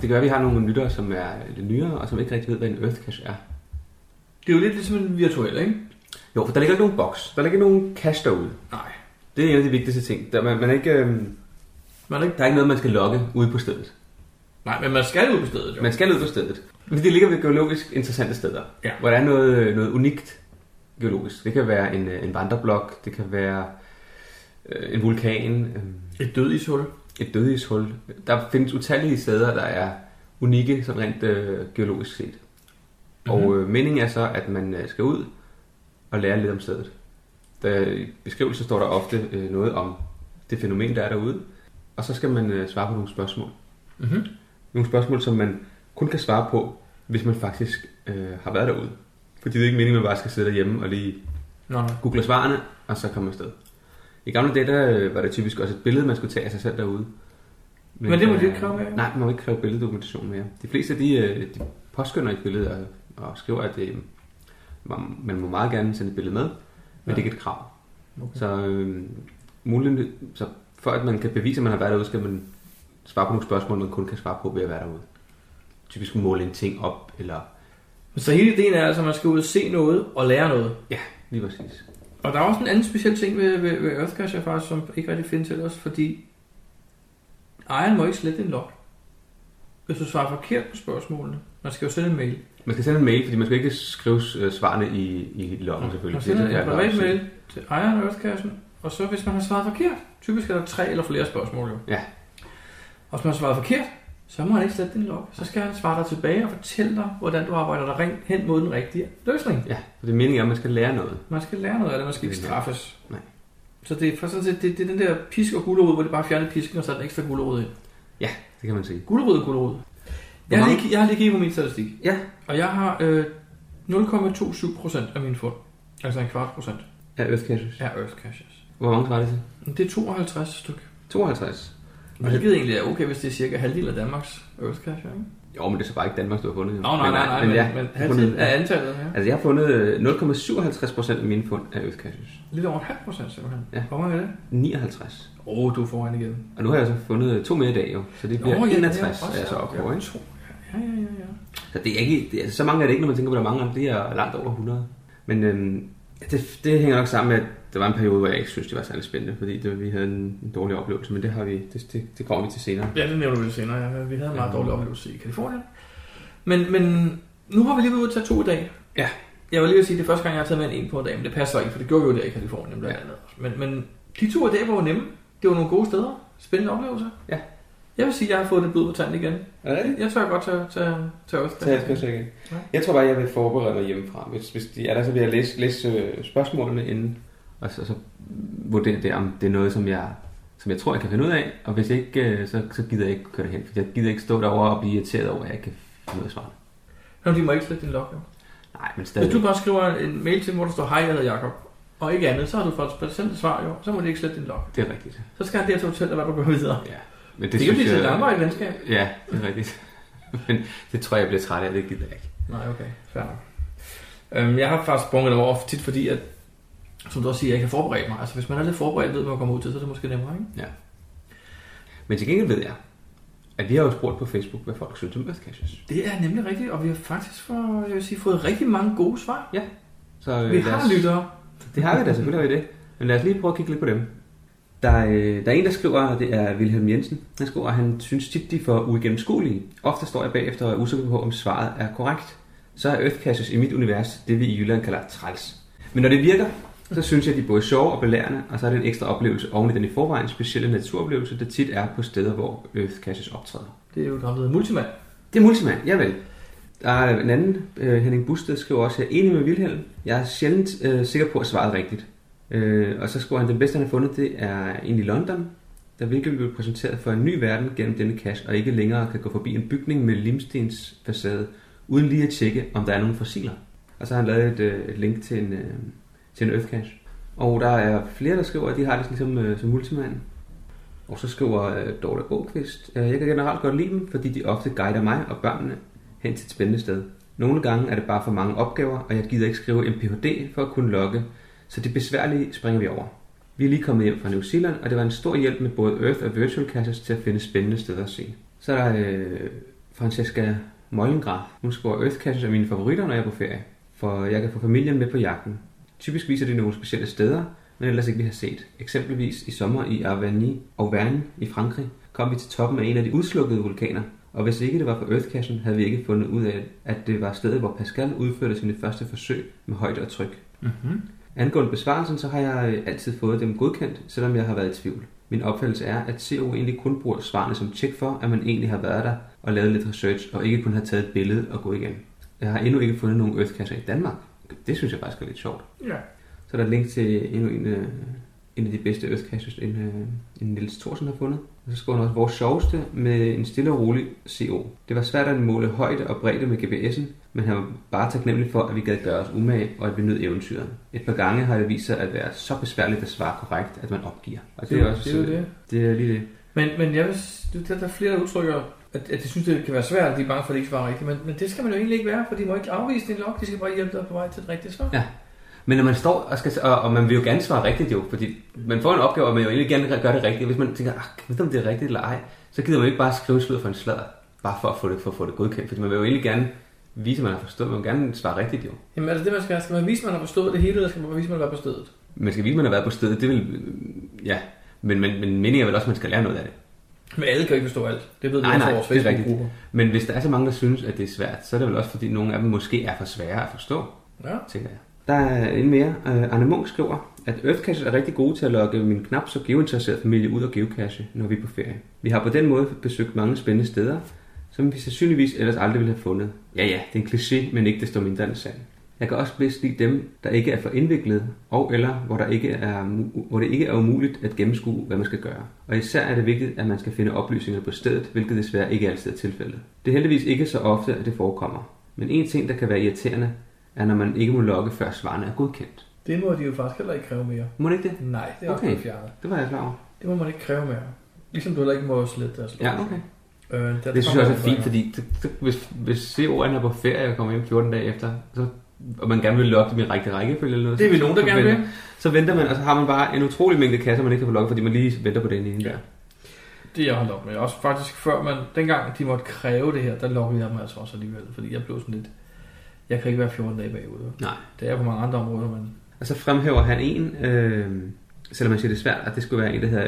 det gør, at vi har nogle lyttere, som er lidt nyere, og som ikke rigtig ved, hvad en Earthcache er. Det er jo lidt ligesom en virtuel, ikke? Jo, for der ligger ikke nogen boks. Der ligger ikke nogen cache derude. Nej. Det er en af de vigtigste ting. Der, man, man er ikke, øh, Man er ikke... der er ikke noget, man skal logge ude på stedet. Nej, men man skal ud på stedet, jo. Man skal ud på stedet. Fordi det ligger ved geologisk interessante steder, Ja. hvor der er noget, noget unikt geologisk. Det kan være en, øh, en vandreblok, det kan være øh, en vulkan, øh, Et død ishul. et dødishul. Der findes utallige steder, der er unikke, sådan rent øh, geologisk set. Mhm. Mm-hmm. Og øh, meningen er så, at man øh, skal ud og lære lidt om stedet. Der, I beskrivelsen står der ofte øh, noget om det fænomen, der er derude, og så skal man øh, svare på nogle spørgsmål. Mhm. Nogle spørgsmål, som man kun kan svare på, hvis man faktisk øh, har været derude. Fordi det er ikke meningen, at man bare skal sidde derhjemme og lige Nå, nej. googler svarene, og så kommer afsted. I gamle dage der, øh, var det typisk også et billede, man skulle tage af sig selv derude. Men det må øh, de ikke kræve mere. Nej, man må ikke kræve billeddokumentation mere. De fleste, de, øh, de påskynder et billede og, og skriver, at det, man- man må meget gerne sende et billede med, men ja. det er ikke et krav. Okay. Så, øh, muligheden, så for at man kan bevise, at man har været derude, skal man svare på nogle spørgsmål, man kun kan svare på ved at være derude. Typisk måle en ting op, eller... Så hele ideen er altså, at man skal ud og se noget og lære noget. Ja, lige præcis. Og der er også en anden speciel ting ved, ved, ved Earthcache, jeg faktisk, som ikke rigtig findes ellers, fordi ejeren må ikke slette en log. Hvis du svarer forkert på spørgsmålene, man skal jo sende en mail. Man skal sende en mail, fordi man skal ikke skrive øh, svarene i, i loggen selvfølgelig. Man sender Det er en der privat også- mail til ejeren af Earthcachen, og så hvis man har svaret forkert, typisk er der tre eller flere spørgsmål jo. Ja. Og hvis man har svaret forkert, så må han ikke slette din log. Så skal han svare dig tilbage og fortælle dig, hvordan du arbejder dig ren- hen mod den rigtige løsning. Ja, for det er meningen, at man skal lære noget. Man skal lære noget af det, man skal ikke Det er straffes. Nej. Så det er, for sådan set, det, det er den der pisk og gulerod, hvor det bare fjerner pisken og så er den ekstra gulerod i. Det kan man sige. Gulerod, gulerod. Jeg har, lige, jeg har lige kigget på min statistik. Ja. Og jeg har øh, 0,27 procent af mine fund. Altså en kvart procent Ja, Earth Caches. er Earth Caches. Hvor mange svarer det til? Men Det er 52 styk. 52. Hvilket egentlig er okay, hvis det er cirka halvdelen af Danmarks Earth Cache, ikke? Jo, men det er så bare ikke Danmark, du har fundet. jo. Nå, nej, nej, nej, men, men, ja, men jeg har halvdelen fundet, af antallet her. Altså, jeg har fundet øh, 0,57 procent af mine fund af Earth Caches. Lidt over en halv procent, simpelthen. Ja. Hvor mange er det? 59. Åh, oh, du er foran igen. Og nu har jeg så fundet øh, to mere i dag, jo. Så det bliver altså, Nå, ja, 61, det er også- er jeg så oppe på, ikke? To. Ja, ja, ja, ja. Så det er ikke, det, altså, så mange er det ikke, når man tænker på, at der er mange, af dem. det er langt over 100. Men øhm, det, det hænger nok sammen med, at der var en periode, hvor jeg ikke synes, det var særlig spændende, fordi det, vi havde en, en dårlig oplevelse, men det, har vi, det, det, det kommer vi til senere. Ja, det nævner vi lidt senere. Ja. Vi havde en meget dårlig oplevelse i Kalifornien. Men, men nu har vi lige været ude at tage to i dag. Ja. Jeg vil lige ved at sige, at det er første gang, jeg har taget med en en på en dag, men det passer ikke, for det gjorde vi jo der i Kalifornien blandt Ja. andet. Men, men de to i dag var jo nemme. Det var nogle gode steder. Spændende oplevelser. Ja. Jeg vil sige, at jeg har fået det blod på tanden igen. Er det Jeg tør godt tage, tage, tage også. Så jeg skal igen. Ja. Jeg tror bare, jeg vil forberede mig hjemmefra. Hvis, hvis de er der, så vil jeg læse, læse øh, spørgsmålene inden, og så, så vurdere det, om det er noget, som jeg, som jeg tror, jeg kan finde ud af. Og hvis ikke, øh, så, så gider jeg ikke køre det hen, for jeg gider ikke stå derovre og blive irriteret over, at jeg ikke kan finde ud af svarene. Nå, de må ikke slette din log, jo. Nej, men Hvis stadig. du bare skriver en mail til, hvor der står, hej, jeg hedder Jacob, og ikke andet, så har du fået sendt et svar, jo. Så må det ikke slette din log. Det er rigtigt. Så skal han dertil fortælle dig, hvad du gør videre. Ja. Men Det, det kan blive til et langvarigt venskab. Ja, det er rigtigt. *laughs* Men det tror jeg, jeg bliver træt af. Det gider jeg ikke. Nej, okay. Fair nok. Øhm, jeg har faktisk sprunget over tit, fordi at, som du også siger, jeg ikke har forberedt mig. Altså, hvis man er lidt forberedt, ved man kommer ud til, så er det måske nemmere, ikke? Men til gengæld ved jeg, at vi har jo spurgt på Facebook, hvad folk synes om Earth Caches. Det er nemlig rigtigt, og vi har faktisk for, jeg vil sige, fået rigtig mange gode svar. Så øh, Vi lad har os- lyttere. Det har vi da, selvfølgelig har vi det. Men lad os lige prøve at kigge lidt på dem. Der er, øh, der er en, der skriver, og det er Wilhelm Jensen. Han skriver, at han synes tit, de er for uigennemskuelige. Ofte står jeg bagefter og er usikker på, om svaret er korrekt. Så er Earthcaches i mit univers det, vi i Jylland kalder træls. Men når det virker, så synes jeg, de er både sjove og belærende, og så er det en ekstra oplevelse oven i den i forvejen specielle naturoplevelse, der tit er på steder, hvor Earthcaches optræder. Det er jo gravid multimand. Det er Multiman, javel. Der er en anden, øh, Henning Busted skriver også, jeg er enig med Vilhelm. Jeg er sjældent øh, sikker på at svaret rigtigt. Øh, og så skriver han, den bedste han har fundet, det er en i London, der virkelig blev præsenteret for en ny verden gennem denne cache, og ikke længere kan gå forbi en bygning med limstens facade, uden lige at tjekke, om der er nogle fossiler. Og så har han lavet et, øh, et link til en, øh, til en Earth cache. Og der er flere, der skriver, at de har det sådan ligesom øh, som Multiman. Og så skriver øh, Dorte Åqvist, øh, jeg kan generelt godt lide dem, fordi de ofte guider mig og børnene hen til et spændende sted. Nogle gange er det bare for mange opgaver, og jeg gider ikke skrive en Ph.D. for at kunne logge, så det besværlige springer vi over. Vi er lige kommet hjem fra New Zealand, og det var en stor hjælp med både Earth og Virtual Caches til at finde spændende steder at se. Så er der øh, Francesca Mollengraf. Hun skriver, Earth Caches er mine favoritter, når jeg er på ferie, for jeg kan få familien med på jagten. Typisk viser det nogle specielle steder, men ellers ikke vi har set. Eksempelvis i sommer i Auvergne, Auvergne i Frankrig kom vi til toppen af en af de udslukkede vulkaner, og hvis ikke det var for Earthcashen, havde vi ikke fundet ud af, at det var stedet, hvor Pascal udførte sine første forsøg med højde og tryk. Mm-hmm. Mhm. Angående besvarelsen, så har jeg øh, altid fået dem godkendt, selvom jeg har været i tvivl. Min opfattelse er, at CO egentlig kun bruger svarene som tjek for, at man egentlig har været der og lavet lidt research, og ikke kun har taget et billede og gået igen. Jeg har endnu ikke fundet nogen Earthcasher i Danmark. Det synes jeg faktisk er lidt sjovt. Ja. Så er der et link til endnu en, øh, en af de bedste Earthcaches, en, øh, en Niels Thorsen har fundet. Og så skriver han også, vores sjoveste med en stille og rolig CO. Det var svært at måle højde og bredde med GPS'en, men han var bare taknemmelig for, at vi gad gøre os umage og at vi nød eventyret. Et par gange har det vist sig at være så besværligt at svare korrekt, at man opgiver. Og det, er også øh, det, er jo det. det er lige det. Men, men jeg vil, s- det- der, der er flere, der udtrykker, at, at de synes, det kan være svært, at de er bange for, at de ikke svarer rigtigt. Men, men det skal man jo egentlig ikke være, for de må ikke afvise din log. De skal bare hjælpe dig på vej til det rigtige svar. Ja. Men når man står og skal, og, og man vil jo gerne svare rigtigt jo, fordi man får en opgave, og man vil jo egentlig gerne gøre det rigtigt. Hvis man tænker, ah, jeg ved om det er rigtigt eller ej, så gider man jo ikke bare skrive sludder for en sladder, bare for at få det, for at få det godkendt, fordi man vil jo egentlig gerne vise, at man har forstået, man vil gerne svare rigtigt jo. Jamen er det det, man skal have? Skal man vise, at man har forstået det hele, eller skal man vise, at man har været på stedet? Man skal vise, at man har været på stedet, det vil, øh, ja, men, men, men meningen er vel også, at man skal lære noget af det. Men alle kan jo ikke forstå alt. Det ved vi Nej, også fra nej, vores det er rigtigt. Facebook-grupper. Men hvis der er så mange, der synes, at det er svært, så er det vel også, fordi nogle af dem måske er for svære at forstå. Ja. tænker jeg. Der er en mere. Uh, Arne Munk skriver, at Earthcaches er rigtig gode til at lokke min knap så geointeresserede familie ud og geocache, når vi er på ferie. Vi har på den måde besøgt mange spændende steder, som vi sandsynligvis ellers aldrig ville have fundet. Ja ja, det er en kliché, men ikke desto mindre en sand. Jeg kan også bedst lide dem, der ikke er for indviklet, og eller hvor, der ikke er, mu- hvor det ikke er umuligt at gennemskue, hvad man skal gøre. Og især er det vigtigt, at man skal finde oplysninger på stedet, hvilket desværre ikke altid er tilfældet. Det er heldigvis ikke så ofte, at det forekommer. Men en ting, der kan være irriterende, er, når man ikke må logge, før svarene er godkendt. Det må de jo faktisk heller ikke kræve mere. Må det ikke det? Nej, det er okay. Okay. også fjernet. Det var jeg klar over. Det må man ikke kræve mere. Ligesom du heller ikke må slette deres log. Ja, okay. Øh, der Det synes jeg også er kommer- fint, fordi det, det, hvis, hvis CO'erne er på ferie og kommer hjem 14 dage efter, så, og man gerne vil logge dem i rigtig rækkefølge eller noget, Det er vi så- nogen, der så gerne vil. venter- Så venter man, og så har man bare en utrolig mængde kasser, man ikke kan få logget, fordi man lige venter på den ene. Ja. Ja. Det er jeg holdt op med. Også faktisk før man, dengang de måtte kræve det her, der lukkede jeg mig altså også alligevel. Fordi jeg blev sådan lidt, jeg kan ikke være 14 dage bagud. Nej. Det er jeg på mange andre områder, men Og så fremhæver han en, øh, selvom man siger det er svært, at det skulle være en, der hedder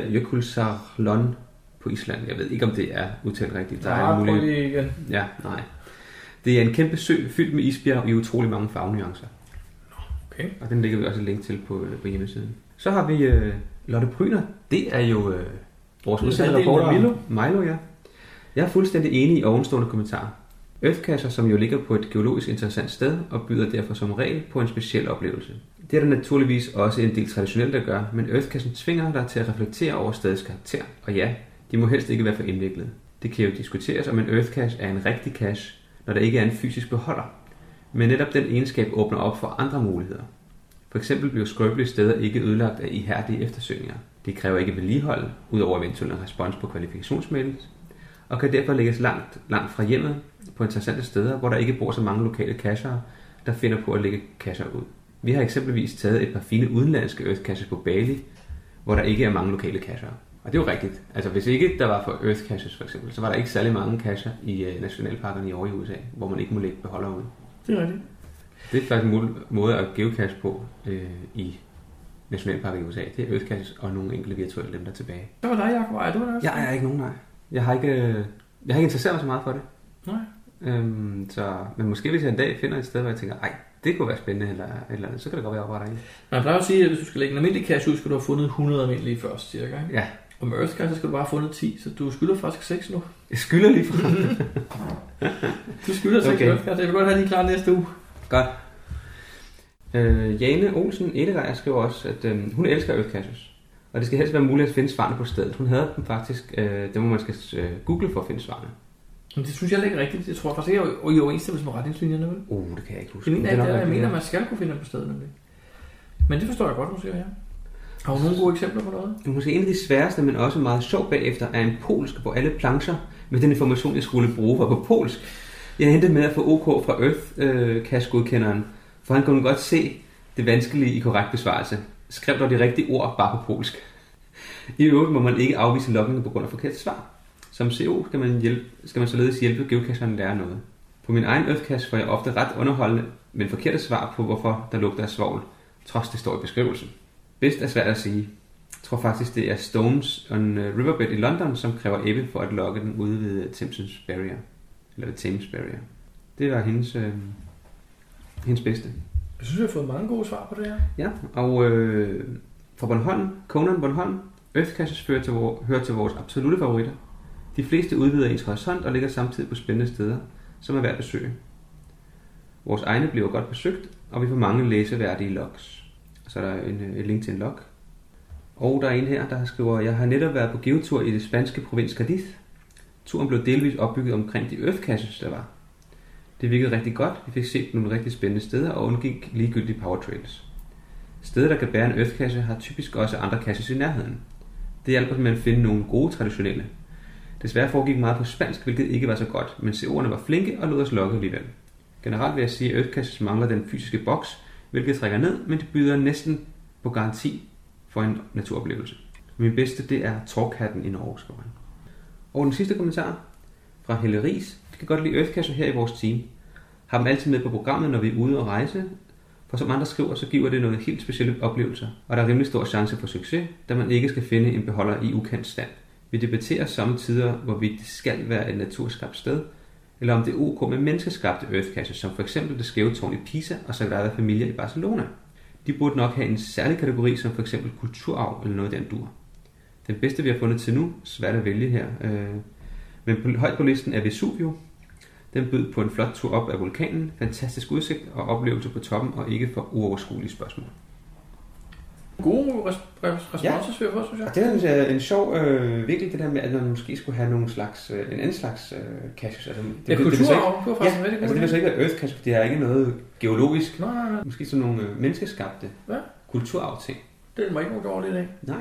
Jökulsárlón på Island. Jeg ved ikke, om det er udtalt rigtigt. Der er en mulig... Ah, prøv lige igen. Ja, nej. Det er en kæmpe sø fyldt med isbjerg i utrolig mange farvenuancer. Okay. Og den lægger vi også et link til på, øh, på hjemmesiden. Så har vi øh, Lotte Pryner. Det er jo øh, vores Det er udsendte halvdelen af reporter. Milo. Milo, ja. Jeg er fuldstændig enig i ovenstående kommentarer. Earthcasher, som jo ligger på et geologisk interessant sted, og byder derfor som regel på en speciel oplevelse. Det er der naturligvis også en del traditionelt, der gør, men Earthcachen tvinger dig til at reflektere over stedets karakter, og ja, de må helst ikke være for indviklede. Det kan jo diskuteres, om en Earthcache er en rigtig cache, når der ikke er en fysisk beholder. Men netop den egenskab åbner op for andre muligheder. For eksempel bliver skrøbelige steder ikke ødelagt af ihærdige eftersøgninger. De kræver ikke vedligehold, udover eventuel respons på kvalifikationsmails, og kan derfor lægges langt, langt fra hjemmet på interessante steder, hvor der ikke bor så mange lokale cashere, der finder på at lægge kasser ud. Vi har eksempelvis taget et par fine udenlandske earth caches på Bali, hvor der ikke er mange lokale kasser. Og det er jo rigtigt. Altså hvis ikke der var for earth caches for eksempel, så var der ikke særlig mange kasser i øh, nationalparkerne i år i USA, hvor man ikke må lægge beholder ud. Det er rigtigt. Det er faktisk en mul- måde at geocache på øh, i nationalparker i USA. Det er earth caches og nogle enkelte virtuelle dem der er tilbage. Så var dig, Jacob. Ej, du var der også. Jeg er ikke nogen, nej. Jeg har ikke, øh, jeg har ikke interesseret mig så meget for det. Nej. Øhm, så, men måske hvis jeg en dag finder et sted, hvor jeg tænker, ej, det kunne være spændende, eller, et eller andet, så kan det godt være, at jeg opretter en. Man plejer at sige, at hvis du skal lægge en almindelig cash ud, skal du have fundet 100 almindelige først, cirka. Ikke? Ja. Og med Earth Cash, så skal du bare have fundet 10, så du skylder faktisk 6 nu. Jeg skylder lige fra. *laughs* Du skylder 6 okay. Okay. Earth Cash. Jeg vil godt have de klar næste uge. Godt. Øh, Jane Olsen Edegaard skriver også, at øh, hun elsker Earthcaches. Og det skal helst være muligt at finde svarene på stedet. Hun havde dem faktisk, øh, dem hvor man skal øh, google for at finde svarene. Men det synes jeg heller ikke er rigtigt. Jeg tror faktisk ikke, jeg er i overensstemmelse med retningslinjerne. Vel? Uh, det kan jeg ikke huske. Det mener jeg, det Men er nok er, jeg rigtigt, mener, ja. man skal kunne finde dem på stedet. Nemlig. Men det forstår jeg godt, hun siger her. Har hun nogle gode eksempler på noget? Det er Måske en af de sværeste, men også meget sjov bagefter, er en polsk, hvor alle plancher med den information, jeg skulle bruge, var på polsk. Jeg endte med at få OK fra Earth øh, Cash godkenderen, for han kunne godt se det vanskelige i korrekt besvarelse. Skrev dog de rigtige ord bare på polsk. I øvrigt må man ikke afvise logninger på grund af forkert svar. Som CO skal man, hjælpe, skal man således hjælpe geocacheren at lære noget. På min egen Earthcache får jeg ofte ret underholdende, men forkerte svar på, hvorfor der lugter af svovl, trods det står i beskrivelsen. Bedst er svært at sige. Jeg tror faktisk, det er Stones on øh, Riverbed i London, som kræver Ebbe for at lokke den ude ved Thames's Barrier. Eller ved Thames Barrier. Det var hendes, øh, hendes bedste. Jeg synes, jeg har fået mange gode svar på det her. Ja, og øh, fra Bornholm, Conan Bornholm, Earthcaches hører til, vor, hører til vores absolute favoritter. De fleste udvider ens horisont og ligger samtidig på spændende steder, som er værd at besøge. Vores egne bliver godt besøgt, og vi får mange læseværdige logs. Så er der en, øh, et link til en log. Og der er en her, der skriver, jeg har netop været på geotur i det spanske provins Cadiz. Turen blev delvis opbygget omkring de earthcaches, der var. Det virkede rigtig godt, vi fik set nogle rigtig spændende steder og undgik ligegyldige powertrails. Steder, der kan bære en øfkasse, har typisk også andre kasses i nærheden. Det hjælper med at finde nogle gode traditionelle. Desværre foregik meget på spansk, hvilket ikke var så godt, men CO'erne var flinke og lod os lokke alligevel. Generelt vil jeg sige, at øfkasses mangler den fysiske boks, hvilket trækker ned, men det byder næsten på garanti for en naturoplevelse. Min bedste, det er Torkhatten i Norge, skriver han. Og den sidste kommentar fra Helle Ries. Vi kan godt lide øfkasser her i vores team. Har dem altid med på programmet, når vi er ude og rejse, for som andre skriver, så giver det noget helt specielle oplevelser, og der er rimelig stor chance for succes, da man ikke skal finde en beholder i ukendt stand. Vi debatterer samtidig, hvorvidt det skal være et naturskabt sted, eller om det er ok med menneskeskabte earthcaches, som for eksempel det skæve tårn i Pisa og Sagrada Familia i Barcelona. De burde nok have en særlig kategori, som for eksempel kulturarv eller noget af den dur. Den bedste, vi har fundet til nu, svært at vælge her, øh, men på, højt på listen er Vesuvio, den bød på en flot tur op af vulkanen, fantastisk udsigt og oplevelse på toppen, og ikke for uoverskuelige spørgsmål. Gode res- res- responser, ja. vi har fået, synes jeg. Og det er synes jeg, er en sjov øh, vinkel, det der med, at man måske skulle have nogle slags, øh, en anden slags øh, caches. Altså, det, Ja, det, det, vil så ikke, kulturarv, det var faktisk ja, en rigtig altså, god det vil så idé. ikke være earth cache, for det er ikke noget geologisk. Nej, nej, nej. Måske sådan nogle øh, menneskeskabte Ja. kulturarvting. Det var ikke nogen dårlig idé. Nej.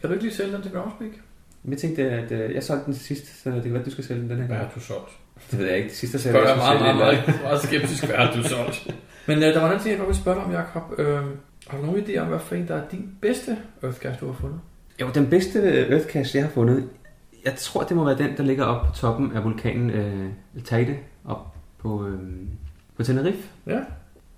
Kan du ikke lige sælge den til Gravsbæk? Men jeg tænkte, at øh, jeg solgte den til sidst, så det kan være, at du skal sælge den den her gang. du solgt. Det ved jeg ikke. Det sidste Det sælger er jeg, så meget, sælger meget, jeg den. meget, meget skeptisk værd, du solgt. *laughs* Men øh, der var en anden ting, jeg godt ville spørge dig om, Jacob. Øh, har du nogen idé om, hvad for en, der er din bedste Earthcast, du har fundet? Jo, den bedste øh, Earth Cache, jeg har fundet, jeg tror, det må være den, der ligger oppe på toppen af vulkanen øh, El Teide, op på, øh, på Tenerife. Ja.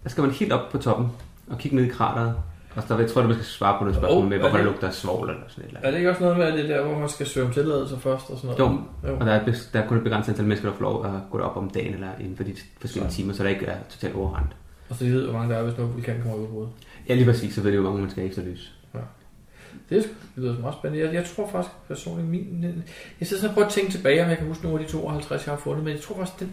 Der skal man helt op på toppen og kigge ned i krateret. Og så jeg tror, du man skal svare på noget spørgsmål Åh, oh, med, er hvorfor det- der lugter af svovl eller sådan et eller Er det ikke også noget med, at det er der, hvor man skal søge om tilladelse først og sådan noget? andet. Jo, og der er, bes- der er kun et begrænset antal mennesker, der får lov at gå derop om dagen eller inden for de forskellige Så. timer, så der ikke er totalt overrendt. Og så de ved, hvor mange der er, hvis noget vulkan kommer i udbrud. Ja, lige præcis, så ved de, hvor mange man skal efterlyse. Det er sgu- det lyder meget spændende. Jeg, jeg tror faktisk personligt, min... Jeg sidder sådan og prøver at tænke tilbage, om jeg kan huske nogle af de 52, jeg har fundet, men jeg tror faktisk, den,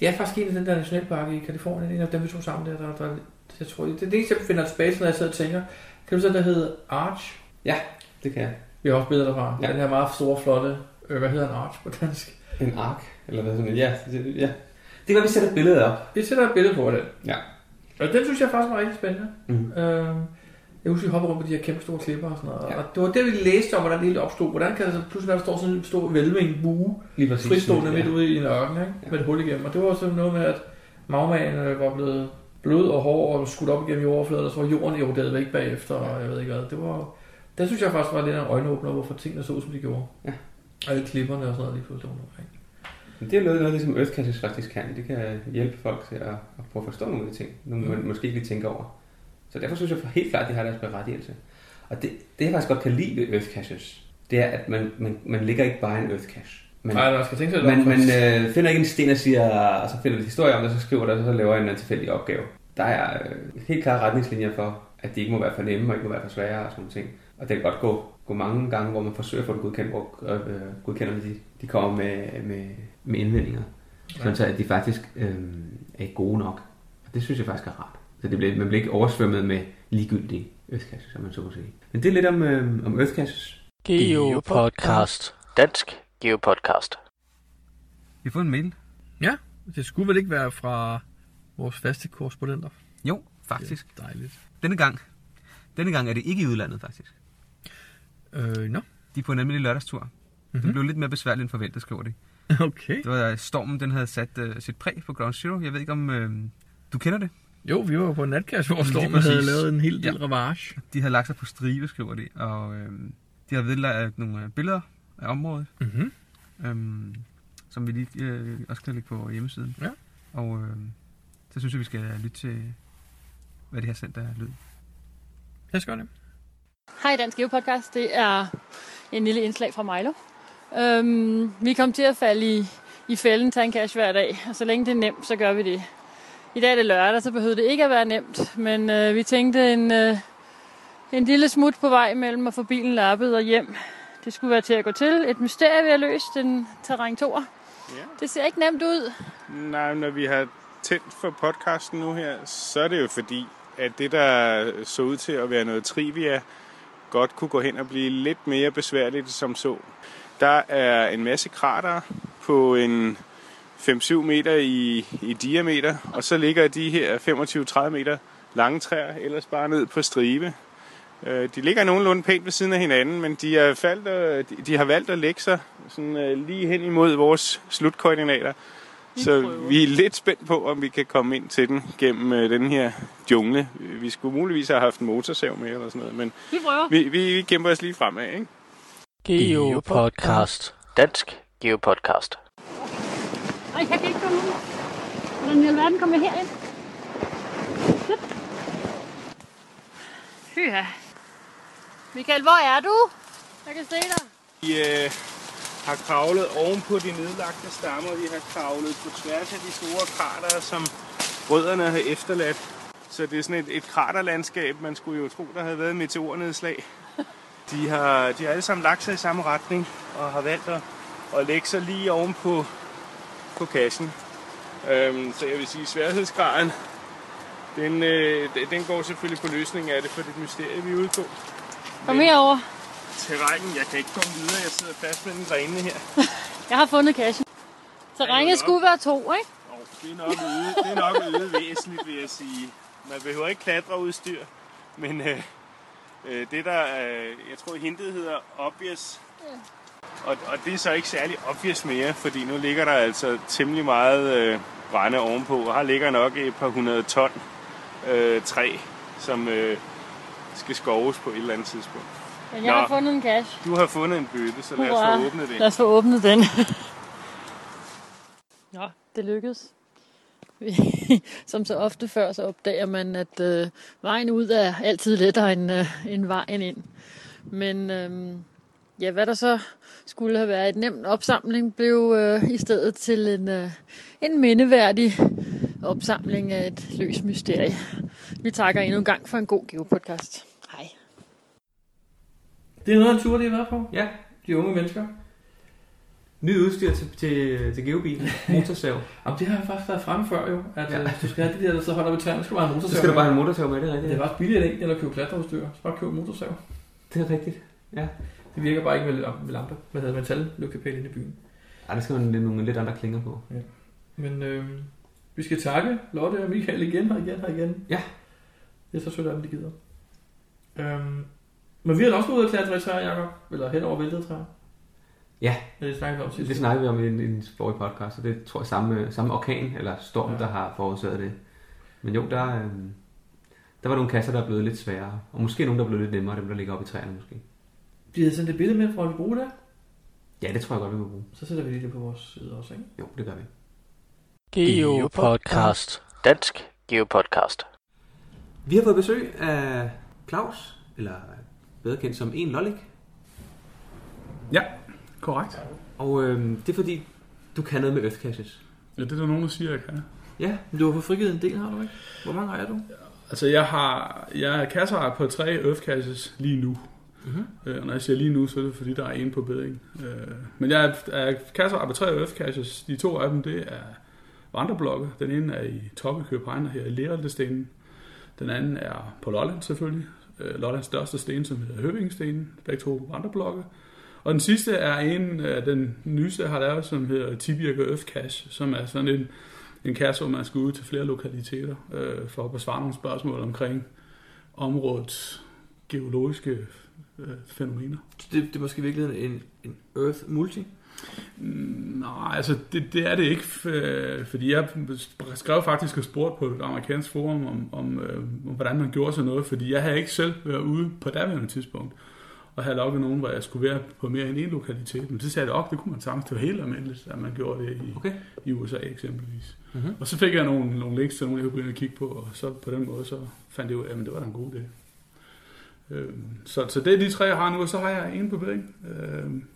det er faktisk en af den der nationalpark i Kalifornien, en af dem, vi tog sammen der, der, der jeg tror, det, det er det eneste, jeg finder tilbage til, når jeg sidder og tænker. Kan du så, der hedder Arch? Det kan jeg. Vi har også billeder derfra. Ja. Ja. Den her meget store, flotte, øh, hvad hedder en Arch på dansk? En ark, eller hvad sådan noget. Ja, det, ja. Det kan vi sætte et billede op. Vi sætter et billede på af den. Ja. Og den synes jeg faktisk var rigtig spændende. Mhm. Øh, jeg husker, vi hoppede rundt på de her kæmpe store klipper og sådan noget. Ja. Ja. Og det var det, vi læste om, hvordan det hele opstod. Hvordan kan der så pludselig være, der står sådan en stor vælve i en bue, Lige præcis. fristående Ja. midt ude i en ørken, ikke? Ja. med et hul igennem. Og det var sådan noget med, at magmaen øh, var blevet blød og hård og skudt op igennem jordfladen, og så var jorden eroderet væk bagefter, og jeg ved ikke hvad. Det var, der synes jeg faktisk var lidt af en øjenåbner, hvorfor tingene så ud, som de gjorde. Ja. Og alle klipperne og sådan noget lige pludselig rundt omkring. Men det er noget, noget ligesom Earthcatchers faktisk kan. Det kan hjælpe folk til at, at prøve at forstå nogle af de ting, nogle Mm. man måske ikke lige tænker over. Så derfor synes jeg for helt klart, at de har deres berettigelse. Og det, det jeg faktisk godt kan lide ved Earthcatchers, det er, at man, man, man ligger ikke bare i en Earthcache. Man, Nej, man skal tænke sig lidt om man, man først. øh, finder ikke en sten og siger, og så finder vi en historie om det, så skriver det, og så laver jeg en tilfældig opgave. Der er øh, helt klare retningslinjer for, at de ikke må være for nemme og ikke må være for svære og sådan nogle ting. Og det kan godt gå, gå mange gange, hvor man forsøger at få det godkendt, hvor øh, godkenderne de, de kommer med, med, med indvendinger. Sådan så at de faktisk øh, er gode nok. Og det synes jeg faktisk er rart. Så det bliver, man bliver ikke oversvømmet med ligegyldige østkasser, som man så må sige. Men det er lidt om, øh, om østkasser. Geo Podcast. Dansk Geo Podcast. Vi har fået en mail. Ja, det skulle vel ikke være fra vores faste korrespondenter. Jo, faktisk. Det er dejligt. Denne gang. Denne gang er det ikke i udlandet, faktisk. Øh, nå. Mhm. De er på en almindelig lørdagstur. Mm-hmm. Den blev lidt mere besværlig end forventet, skriver de. *laughs* Okay. Det var øh, stormen, den havde sat øh, sit præg på Ground Zero. Jeg ved ikke om... Øh, du kender det? Jo, vi var jo på en natkasse, hvor Lige Stormen havde præcis. lavet en hel del Ja. ja. ravage. De havde lagt sig på stribe, skriver de. Og øh, de havde vedlagt nogle øh, billeder af området, Mm-hmm. øh, som vi lige øh, også kan lægge på hjemmesiden. Ja. Og øh, så synes jeg, vi skal lytte til, hvad det her center lød. Jeg skal det. Hej Dansk Geopodcast, det er en lille indslag fra Milo. Øhm, vi kom til at falde i, i fælden, tage en cash hver dag, og så længe det er nemt, så gør vi det. I dag er det lørdag, så behøvede det ikke at være nemt, men øh, vi tænkte en, øh, en lille smut på vej mellem at få bilen lappet og hjem. Det skulle være til at gå til. Et mysterie, vi har løst, en terræn 2. Yeah. Det ser ikke nemt ud. *laughs* Nej, når vi har tændt for podcasten nu her, så er det jo fordi, at det, der så ud til at være noget trivia, godt kunne gå hen og blive lidt mere besværligt som så. Der er en masse krater på en 5-7 meter i, i diameter, og så ligger de her 25-30 meter lange træer ellers bare ned på stribe. Øh, De ligger nogenlunde pænt ved siden af hinanden, men de, er faldt, og- de- de har valgt at lægge sig sådan øh, lige hen imod vores slutkoordinater. Så prøver. vi er lidt spændt på, om vi kan komme ind til den gennem øh, den her jungle. Vi skulle muligvis have haft en motorsav med eller sådan noget, men Vi prøver. vi, vi, vi kæmper os lige fremad, ikke? Geo Podcast. Dansk Geo Podcast. Ej, jeg kan ikke komme ud. Hvordan i alverden kommer jeg herind? Hyha. Michael, hvor er du? Jeg kan se dig. Vi øh, har kravlet oven på de nedlagte stammer. Vi har kravlet på tværs af de store krater, som rødderne har efterladt. Så det er sådan et, et kraterlandskab, man skulle jo tro, der havde været meteornedslag. De har, de har alle sammen lagt sig i samme retning og har valgt at, at lægge sig lige oven på, på kassen. Øhm, så jeg vil sige, sværhedsgraden, den, øh, den går selvfølgelig på løsningen af det, for det er et mysterie, vi er ude på Kom herover. terrænen. Jeg kan ikke komme videre. Jeg sidder fast mellem grenene her. Jeg har fundet kassen. Terrænet skulle være to, ikke? Og det er nok øde, det er nok øde væsentligt, vil jeg sige. Man behøver ikke klatreudstyr, men øh, øh, det der, øh, jeg tror hintet hedder obvious. Og, og det er så ikke særlig obvious mere, fordi nu ligger der altså temmelig meget øh, brænde ovenpå, og her ligger nok et par hundrede ton øh, træ, som øh, skal skoves på et eller andet tidspunkt. Men jeg har Nå. fundet en kasse. Du har fundet en bøtte, så lad os Hurra. få åbnet den. Lad os få åbnet den. *laughs* Nå, det lykkedes. Vi- *laughs* Som så ofte før, så opdager man, at øh, vejen ud er altid lettere end, øh, end vejen ind. Men øh, ja, hvad der så skulle have været et nemt opsamling, blev øh, i stedet til en, øh, en mindeværdig opsamling af et løs mysterie. Vi takker endnu en gang for en god geopodcast. Hej. Det er noget af en tur, de har været på. Ja, De unge mennesker. Nyt udstyr til, til, til geobilen. *laughs* Motorsav. Jamen, det har jeg faktisk været fremme før jo, at Ja. ja. hvis du skal have det der, der sidder højt oppe i træerne, så skal du bare have en Så motorsav. skal du bare have en motorsav med, det er rigtigt. Det er faktisk billigere egentlig, end at købe klatreudstyr. Så bare købe en motorsav. det er rigtigt. Det virker bare ikke med, lam- med lampe. Hvad hedder metal lygtepæl inde i byen. Ej, der skal man lidt, nogle lidt andre klinger på. Men øhm, Vi skal takke Lotte og Michael igen og igen og igen. Ja. Det er så sødt, at de gider. Øhm, men vi har da også været ude og klatre i træer, Jacob. Eller hen over væltede træer. Ja. Det er det snakkede vi om sidst. Det snakkede vi om i en, en forrige podcast, og det tror jeg samme, samme orkan eller storm, Ja. ja. der har forårsaget det. Men jo, der, øh, der var nogle kasser, der er blevet lidt sværere. Og måske nogle, der er blevet lidt nemmere, dem der ligger oppe i træerne måske. De havde sendt et billede med fra Holstebro der. Ja, det tror jeg godt, vi må bruge. Så sætter vi lige det på vores side også, ikke? Jo, det gør vi. Geopodcast. Dansk Geopodcast. Vi har fået besøg af Claus, eller bedre kendt som En Lollik. Ja, korrekt. Og øh, det er fordi, du kan noget med Earth Caches. Ja, det er der nogen, der siger, jeg kan. Ja, Men du har fået frigivet en del, har du ikke? Hvor mange ejer du? Altså, jeg, har, jeg er kasseejer på tre Earth Caches lige nu. Mhm. Øh, og når jeg siger lige nu, så er det fordi, der er en på bedring. Øh, men jeg er, er kasseejer på tre Earth Caches. De to af dem, det er vandreblokke. Den ene er i Toppe København her i Leraldestenen. Den anden er på Lolland selvfølgelig. Øh, Lollands største sten, som hedder Høvingstenen. Begge to vandreblokke. Og den sidste er en af den nyeste, jeg har lavet, som hedder Tibirke Earth Cache, som er sådan en en kasse, hvor man skal ud til flere lokaliteter øh, for at besvare nogle spørgsmål omkring områdets geologiske øh, fænomener. Så Det, det er måske i virkeligheden en, en Earth Multi. Mm, Nej, altså det, det er det ikke, øh, fordi jeg skrev faktisk og spurgte på et amerikansk forum om, om, øh, om, hvordan man gjorde sådan noget, fordi jeg havde ikke selv været ude på daværende tidspunkt og havde lukket nogen, hvor jeg skulle være på mere end en lokalitet, men det sagde jeg op, det kunne man sagtens, det var helt almindeligt, at man gjorde det i, Okay. i USA eksempelvis. Mhm. Og så fik jeg nogle, nogle links til nogle, jeg kunne gå ind og kigge på, og så på den måde, så fandt jeg ud af, at det var da en god idé. Øhm, så, så det er de tre, jeg har nu, og så har jeg en på bedring. Øhm,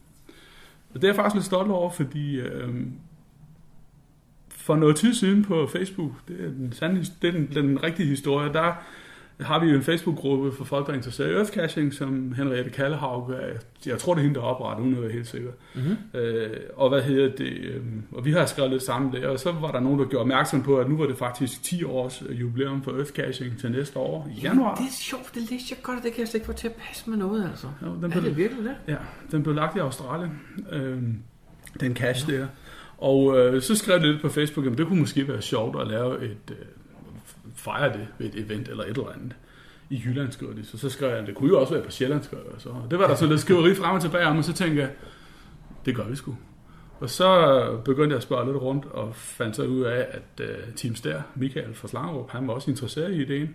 og det er jeg faktisk lidt stolt over, fordi øhm, for noget tid siden på Facebook, det er den, sande, his- det er den, den rigtige historie, der har vi jo en Facebook-gruppe for folk, der er interesseret i earthcaching, som Henriette Kallehaug, er- jeg tror det er hende, der har oprettet, uden at være helt sikker. Øh, og hvad hedder det? Øh, og vi har skrevet lidt sammen der, og så var der nogen, der gjorde opmærksom på, at nu var det faktisk 10 års øh, jubilæum for Earthcaching til næste år i januar. Det er sjovt, det læste jeg godt, og det kan jeg slet ikke få til at passe med noget, altså. Jo, den Er det virkelig det? Ja, den blev lagt i Australien, øh, den cache der. Og øh, så skrev jeg lidt på Facebook, at det kunne måske være sjovt at lave et, øh, fejre det ved et event eller et eller andet. I Jylland skrev de, så, så skrev jeg, at det kunne jo også være på Sjælland, skrev jeg så. Og det var der så lidt skriveri frem og tilbage om, og så tænkte jeg, det gør vi sgu. Og så begyndte jeg at spørge lidt rundt, og fandt så ud af, at øh, Team Stær, Michael fra Slangerup, han var også interesseret i ideen.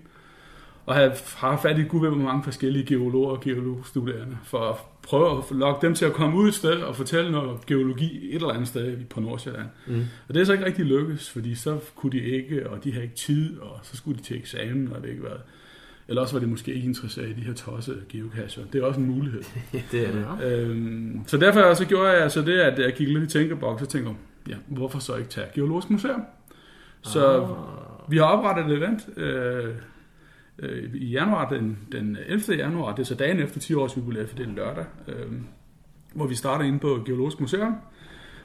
Og havde, har fat i gud ved, hvor mange forskellige geologer og geologstuderende, for at prøve at lokke dem til at komme ud et sted og fortælle noget geologi et eller andet sted på Nordsjælland. Mm. Og det er så ikke rigtig lykkedes, fordi så kunne de ikke, og de havde ikke tid, og så skulle de til eksamen, og det ikke været. Eller også var de måske ikke interesseret i de her tossede geocacher. Det er også en mulighed. *laughs* ja, det er det. Øhm, så derfor så gjorde jeg så det, at jeg gik lidt i tænkeboks og tænkte, ja, hvorfor så ikke tage Geologisk Museum? Så Ah. vi har oprettet et event øh, øh, i januar, den, den 11. januar, det er så dagen efter 10 års jubilæet, for det er en lørdag, øh, hvor vi starter inde på Geologisk Museum.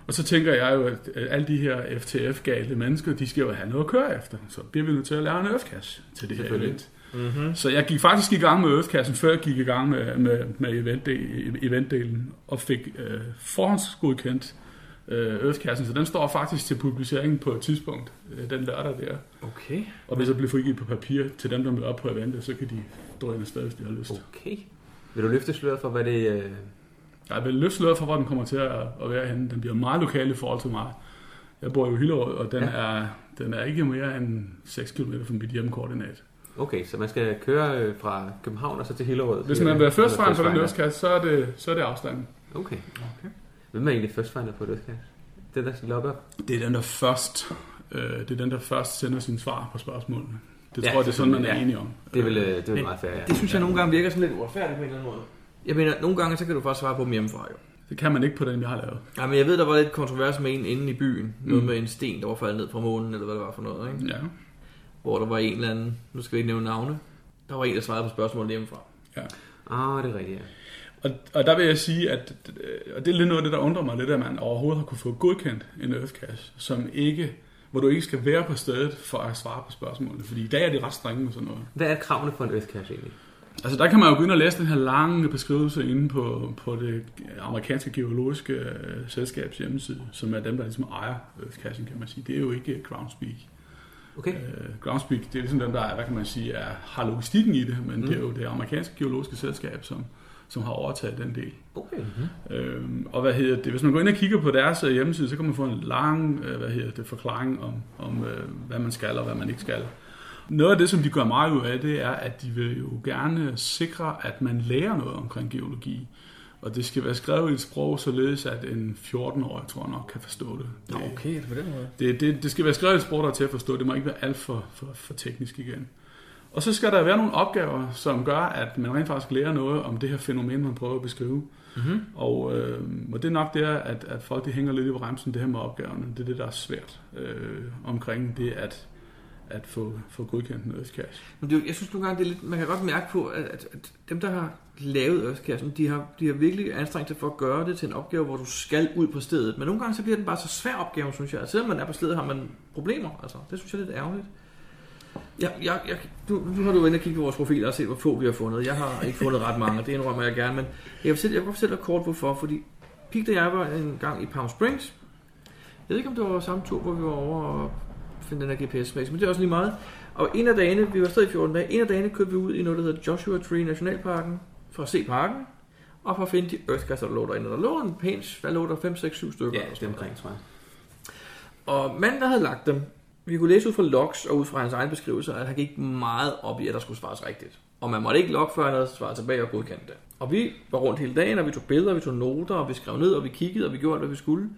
Og så tænker jeg jo, at øh, alle de her FTF-gale mennesker, de skal jo have noget at køre efter. Så bliver vi nødt til at lave en øftkasse til det her Selvfølgelig. event. Mm-hmm. Så jeg gik faktisk i gang med øftkassen, før jeg gik i gang med, med, med eventdel- eventdelen, og fik øh, forhåndsgodkendt øh, øftkassen. Så den står faktisk til publicering på et tidspunkt, øh, den lørdag der. Okay. Og hvis jeg bliver frigivet på papir til dem, der møder op på eventet, så kan de drøne afsted, hvis de har lyst. Oh. Okay. Vil du løfte sløret for, hvad det... Øh... Jeg vil løfte sløret for, hvor den kommer til at, at være henne. Den bliver meget lokal i forhold til mig. Jeg bor jo i Hillerød, og den, ja. Ja. er, den er ikke mere end 6 km fra mit hjemkoordinat. Okay, så man skal køre øh, fra København og så til Hillerød. Hvis Eller- man vil være eller først for den firstfinder. løskasse, så er det, så er det afstanden. Okay. okay. Hvem er egentlig first finder på et Earth Cache? Den, der logger. Det er den, der først, øh, det er den, der først sender sine svar på spørgsmålene. Det Ja, tror jeg, det er sådan, man er ja. enig om. Det er vel, øh, det er vel Men- meget fair, ja. Det synes jeg nogle gange virker sådan lidt uretfærdigt på en eller anden måde. Jeg mener, nogle gange så kan du faktisk svare på dem hjemmefra, jo. Det kan man ikke på den, jeg har lavet. Ja, men jeg ved, der var lidt kontrovers med en inde i byen. Noget Mm. med en sten, der var faldet ned fra månen, eller hvad det var for noget, ikke? Ja. Hvor der var en eller anden, nu skal vi ikke nævne navne, der var en, der svarede på spørgsmålet hjemmefra. Ah, det er rigtigt, ja. Og, og der vil jeg sige, at øh, og det er lidt noget af det, der undrer mig lidt, at man overhovedet har kunne få godkendt en earthcache, som ikke, hvor du ikke skal være på stedet for at svare på spørgsmålene. Fordi i dag er de ret strenge med sådan noget. Hvad er kravene for en Earth Cache egentlig? Altså der kan man jo gå ind og læse den her lange beskrivelse inde på, på det amerikanske geologiske øh, selskabs hjemmeside, som er dem, der ligesom ejer earthcachen, kan man sige. Det er jo ikke Groundspeak. Okay. Øh, Groundspeak, det er ligesom den, der er, hvad kan man sige, er, har logistikken i det, men mm. det er jo det amerikanske geologiske selskab, som, som har overtaget den del. Okay. Mm-hmm. Øhm, og hvad hedder det? Hvis man går ind og kigger på deres øh, hjemmeside, så kan man få en lang øh, hvad hedder det, forklaring om, om øh, hvad man skal og hvad man ikke skal. Noget af det, som de gør meget ud af, det er, at de vil jo gerne sikre, at man lærer noget omkring geologi. Og det skal være skrevet i et sprog, således at en 14-årig, tror jeg nok, kan forstå det. Det, Okay, det er på den måde. det, det, det skal være skrevet i et sprog, der er til at forstå. Det må ikke være alt for, for, for teknisk igen. Og så skal der være nogle opgaver, som gør, at man rent faktisk lærer noget om det her fænomen, man prøver at beskrive. Mhm. Mm-hmm. Og, øh, og det er nok der, at, at folk de hænger lidt i bremsen, det her med opgaverne. Det er det, der er svært øh, omkring det at, at få, få godkendt en Earthcash. Men det, er jo- jeg synes nogle gange, det er lidt, man kan godt mærke på, at, at, at dem, der har lavet Earthkassen, de har, de har virkelig anstrengt sig for at gøre det til en opgave, hvor du skal ud på stedet. Men nogle gange, så bliver den bare så svær opgave, synes jeg. Altså, selvom man er på stedet, har man problemer. Altså, det synes jeg er lidt ærgerligt. Ja, jeg, jeg, du, nu har du været kigge på vores profiler og se, hvor få vi har fundet. Jeg har ikke fundet ret mange, det indrømmer jeg gerne. Men jeg kan fortælle, jeg kan godt fortælle dig kort, hvorfor. Fordi Pig, da jeg var en gang i Palm Springs, jeg ved ikke, om det var samme tur, hvor vi var over og finde den her GPS-max, men det er også lige meget. Og en af dagene, vi var stadig 14 dage, en af dagene kørte vi ud i noget, der hedder Joshua Tree Nationalparken, for at se parken, og for at finde de earthcaster, der lå derinde. Og Der lå en pænt, hvad lå der, 5, 6, 7 stykker. Ja, det er omkring, tror jeg. Og manden, der havde lagt dem, vi kunne læse ud fra logs og ud fra hans egen beskrivelse, at han gik meget op i, at der skulle svares rigtigt. Og man måtte ikke logge, før han havde svaret tilbage og godkendt det. Og vi var rundt hele dagen, og vi tog billeder, og vi tog noter, og vi skrev ned, og vi kiggede, og vi gjorde alt, hvad vi skulle.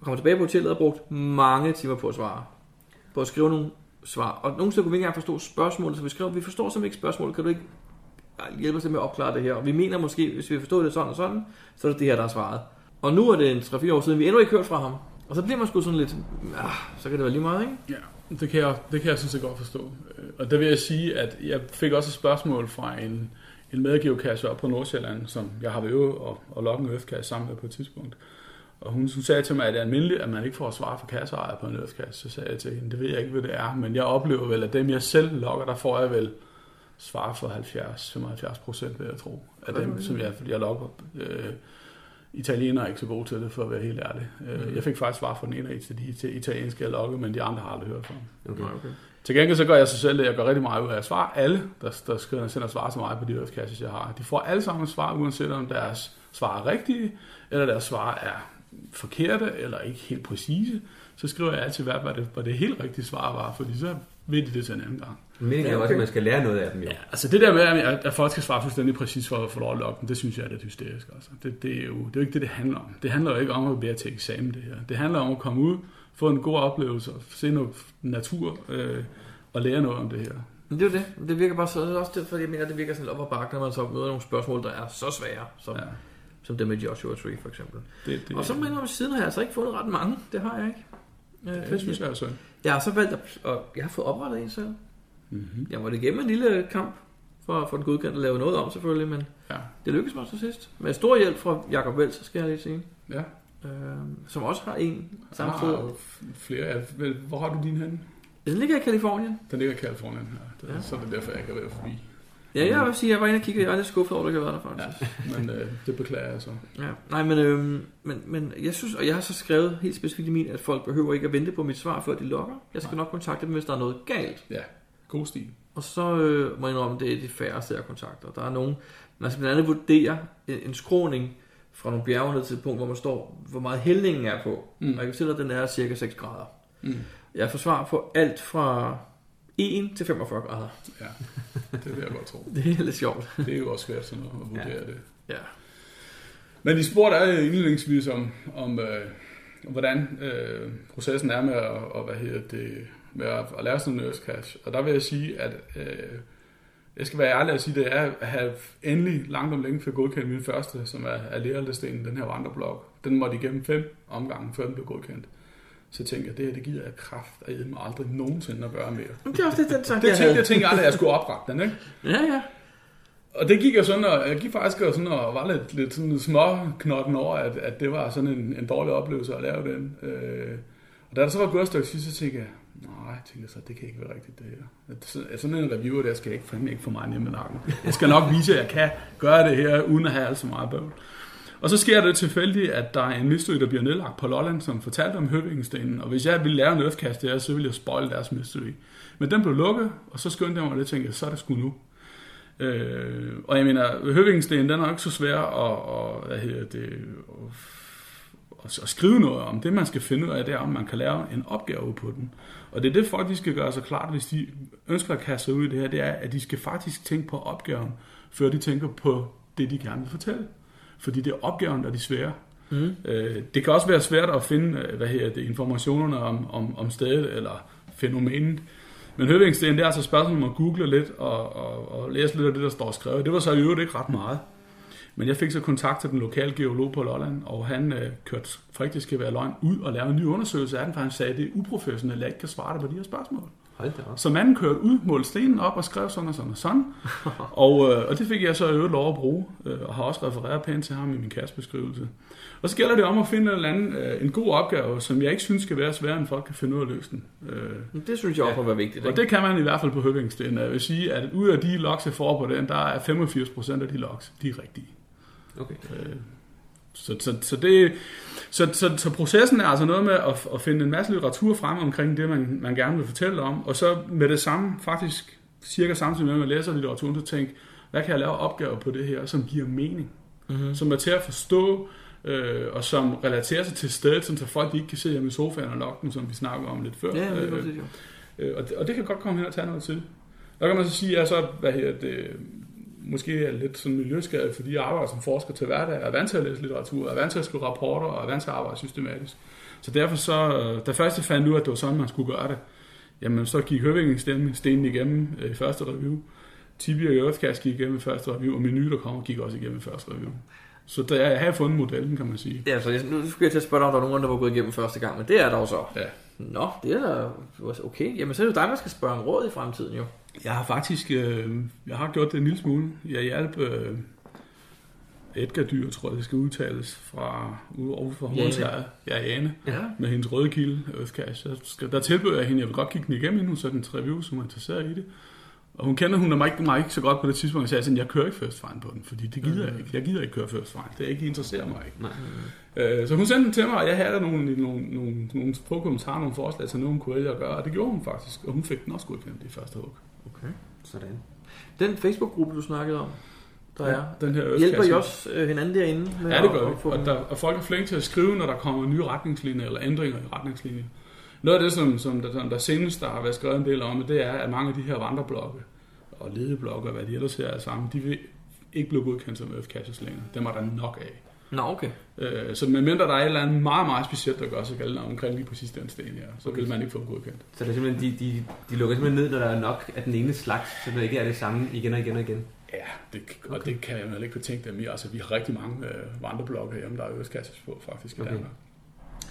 Og kom tilbage på hotellet og brugt mange timer på at svare. På at skrive nogle svar. Og nogle steder kunne vi ikke engang forstå spørgsmålet, så vi skrev, vi forstår simpelthen ikke spørgsmålet, kan du ikke hjælpe os lidt med at opklare det her? Og vi mener måske, hvis vi forstod det sådan og sådan, så er det det her, der er svaret. Og nu er det en 3-4 år siden, vi endnu ikke hørt fra ham. Og så bliver man sgu sådan lidt, ah, så kan det være lige meget, ikke? Ja, det kan jeg, det kan jeg sådan set godt forstå. Øh, Og der vil jeg sige, at jeg fik også et spørgsmål fra en, en medgeocacher op på Nordsjælland, som jeg har ved og, og logge en Earthcash sammen med på et tidspunkt. Og hun, hun sagde til mig, at det er almindeligt, at man ikke får svar fra kasseejer på en Earthcash. Så sagde jeg til hende, det ved jeg ikke, hvad det er, men jeg oplever vel, at dem jeg selv logger, der får jeg vel svar for 70-75 procent, vil jeg tro, af dem, som jeg, jeg logger. Øh, Italiener er ikke så gode til det, for at være helt ærlig. Mm. Jeg fik faktisk svar fra den ene af de ita- italienske, jeg lokkede, men de andre har aldrig hørt fra. Okay. okay. Til gengæld så gør jeg så selv, at jeg gør rigtig meget ud af at svare alle, der, der skriver, sender svar til mig på de earthcaches, jeg har. De får alle sammen svar, uanset om deres svar er rigtige, eller deres svar er forkerte, eller ikke helt præcise. Så skriver jeg altid, hvad, hvad, det, hvad det helt rigtige svar var, fordi så ved de det til en anden gang. Meningen er jo også, at man skal lære noget af dem jo. Ja, altså det der med, at, at folk skal svare fuldstændig præcis for at få lov at lokke dem, det synes jeg er lidt hysterisk. Altså. Det, det, er jo, det er jo ikke det, det handler om. Det handler jo ikke om at være til eksamen, det her. Det handler om at komme ud, få en god oplevelse, og se noget natur øh, og lære noget om det her. Men det er jo det. Men Det virker bare så, det er også derfor, jeg mener, det virker sådan lidt op ad bakke, når man så møder nogle spørgsmål, der er så svære, som, ja. Ja, som det med Joshua Tree, for eksempel. det, det, Og så mener jeg, at siden har jeg altså ikke fundet ret mange. Det har jeg ikke. Øh, det, Facebook. det synes jeg er synd. Jeg har så valgt at, og jeg har fået oprettet en selv. Mm-hmm. Jeg måtte igennem en lille kamp for at få den godkendt og lave noget om, selvfølgelig, men Ja. det lykkedes mig til sidst. Med stor hjælp fra Jacob Vels, skal jeg lige sige. Ja. Øh, som også har en Jeg samme har sted. jo f- flere. af- vel, Hvor har du din henne? Den ligger i Kalifornien. Den ligger i Kalifornien. Ja, det, Ja. ja. Så er det derfor, jeg kan være forbi. Ja, jeg vil sige, jeg var inde og kigge, og jeg var lidt skuffet over, at du ikke havde været der faktisk. Men øh, det beklager jeg så. Ja. Nej, men, øhm, men, men jeg synes, og jeg har så skrevet helt specifikt i min, at folk behøver ikke at vente på mit svar, før de logger. Jeg skal nok kontakte dem, hvis der er noget galt. God stil. Og så øh, må jeg indrømme, det er de færreste, jeg kontakter. Der er nogen, man skal blandt andet vurdere en, en skråning fra nogle bjerge ned til et punkt, hvor man står, hvor meget hældningen er på. Mm. Mm. Og jeg kan fortælle dig, at den er cirka 6 grader. Mm. Jeg får svar på alt fra 1 til 45 grader. Ja, det vil jeg godt tro. *laughs* Det er lidt sjovt. Det er jo også svært sådan noget at vurdere ja. det. Ja. Men de spurgte alle indledningsvis om, om øh, om hvordan øh, processen er med at, og hvad hedder det, med at, at lære sådan en nurse cash. Og der vil jeg sige, at øh, jeg skal være ærlig og sige, det er at have endelig langt om længe fået godkendt min første, som er, er lærerlisten, den her vandreblok. Den måtte igennem fem omgange, før den blev godkendt. Så tænkte jeg, det her, det gider jeg kraft og mig aldrig nogensinde at gøre mere. Men det er også lidt den tanke, Det jeg tænkte havde. jeg tænkte aldrig, at jeg skulle oprette den, ikke? Ja, ja. Og det gik jeg sådan, og jeg gik faktisk og sådan, og var lidt, lidt sådan små knotten over, at, at det var sådan en, en dårlig oplevelse at lave den. Øh, og da der så var gået et stykke tid, så tænkte jeg, nej, jeg tænkte så, det kan ikke være rigtigt det her. At sådan- At sådan en reviewer der skal jeg ikke fandme ikke få mig nemme nakken. Jeg skal nok vise, at jeg kan gøre det her, uden at have alt så meget bøvl. Og så sker det tilfældigt, at der er en mystery, der bliver nedlagt på Lolland, som fortalte om høvdingestenen. Og hvis jeg ville lave en Earthcast der, så ville jeg spoil deres mystery. Men den blev lukket, og så skyndte jeg mig, og det tænkte jeg, så er det sgu nu. Øh, og jeg mener, høvdingestenen, den er jo ikke så svær at, at, hvad hedder det, at, at skrive noget om. Det, man skal finde ud af, det er, om man kan lave en opgave på den. Og det er det, folk de skal gøre sig klart, hvis de ønsker at kaste sig ud i det her, det er, at de skal faktisk tænke på opgaven, før de tænker på det, de gerne vil fortælle. Fordi det er opgaven, der er de svære. Mm. Øh, det kan også være svært at finde øh, hvad her, det, informationerne om, om, om stedet eller fænomenet. Men høvdingsten, det er altså et spørgsmål om at google lidt og, og, og læse lidt af det, der står skrevet. Det var så i øvrigt ikke ret meget. Men jeg fik så kontakt til den lokale geolog på Lolland, og han øh, kørte faktisk skal være løgn ud og lavede en ny undersøgelse af den, for han sagde, at det er uprofessionelt, at jeg ikke kan svare dig på de her spørgsmål. Hold da op. Så manden kørte ud, målte stenen op og skrev sådan og sådan og sådan. *laughs* og, øh, og det fik jeg så i øvrigt lov at bruge, øh, og har også refereret pænt til ham i min kærestebeskrivelse. Og så gælder det om at finde en, eller anden, øh, en god opgave, som jeg ikke synes skal være sværere, end folk kan finde ud af at løse den. Øh, Men Det synes jeg også ja. var vigtigt. og Ikke? det kan man i hvert fald på Høvingsten. Jeg vil sige, at ud af de logs, jeg får på den, der er 85% af de logs, de er rigtige. Øh, Okay. Så, så, så, det, så, så, så processen er altså noget med at, at finde en masse litteratur frem omkring det, man, man gerne vil fortælle om, og så med det samme, faktisk cirka samtidig med, at man læser litteraturen, så tænke, hvad kan jeg lave opgaver på det her, som giver mening, mm-hmm. som er til at forstå, øh, og som relaterer sig til stedet, sådan så folk de ikke kan sidde hjemme i sofaen og lokke den, som vi snakkede om lidt før. Ja, men det er godt, Øh, det er jo. Øh, og, det, og det kan godt komme hen og tage noget tid. Der kan man så sige, at jeg så, hvad her, det, måske er lidt sådan miljøskadet, fordi jeg arbejder som forsker til hverdag, er vant til at læse litteratur, er vant til at skrive rapporter, og er vant til at arbejde systematisk. Så derfor så, øh, da først jeg fandt ud af, at det var sådan, man skulle gøre det, jamen så gik Høvingen stenen igennem øh, i første review, Tibi og Jørgenskast gik igennem i første review, og menu, der kommer, gik også igennem i første review. Så der, jeg har fundet modellen, kan man sige. Ja, så jeg, nu skulle jeg til at spørge dig, om der var nogen, der var gået igennem første gang, men det er der jo så. Ja. Nå, det er da okay. Jamen, så er det jo dig, man skal spørge om råd i fremtiden, jo. Jeg har faktisk øh, jeg har gjort det en lille smule. Jeg hjalp øh, Edgar Dyr, tror jeg, det skal udtales, fra ude over for Jane. Hornsherre. Ja, Jane. Ja. Med hendes røde kilde, Earthcash. Jeg skal, der tilbød jeg hende, jeg vil godt kigge den igennem inden hun satte en review, som var interesseret i det. Og hun kender hun mig ikke, mig ikke så godt på det tidspunkt, og sagde sådan, jeg kører ikke first fine på den, fordi det gider jeg ikke. Jeg gider ikke køre first fine. Det er ikke, det interesserer mig ikke. Øh, så hun sendte den til mig, og jeg havde der nogle, nogle, nogle, nogle få kommentarer, nogle forslag til noget, hun kunne vælge at gøre, og det gjorde hun faktisk. Og hun fik den også godkendt i første hug. Okay. Sådan. Den Facebook-gruppe, du snakkede om, der Ja, er, den her hjælper I ølkasse. også øh, hinanden derinde? Med Ja, det at- gør at vi. få Og, dem- der, og folk er flinke til at skrive, når der kommer nye retningslinjer eller ændringer i retningslinjer. Noget af det, som, som der, som der senest der har været skrevet en del om, det er, at mange af de her vandreblokke og ledeblokke og hvad de ellers her er sammen, de vil ikke blive godkendt som Earthcaches længere. Dem er der nok af. Nå, okay. Øh, så medmindre der er et eller andet meget, meget specielt, der gør sig gældende omkring lige præcis den sten her, så vil man ikke få dem godkendt. Så det er simpelthen, de, de, de lukker simpelthen ned, når der er nok af den ene slags, så det ikke er det samme igen og igen og igen. Ja, det, og det kan jeg heller ikke betænke dem i. Altså, vi har rigtig mange øh, vandreblokke hjemme, der er Earthcaches på, faktisk, i Okay. Danmark.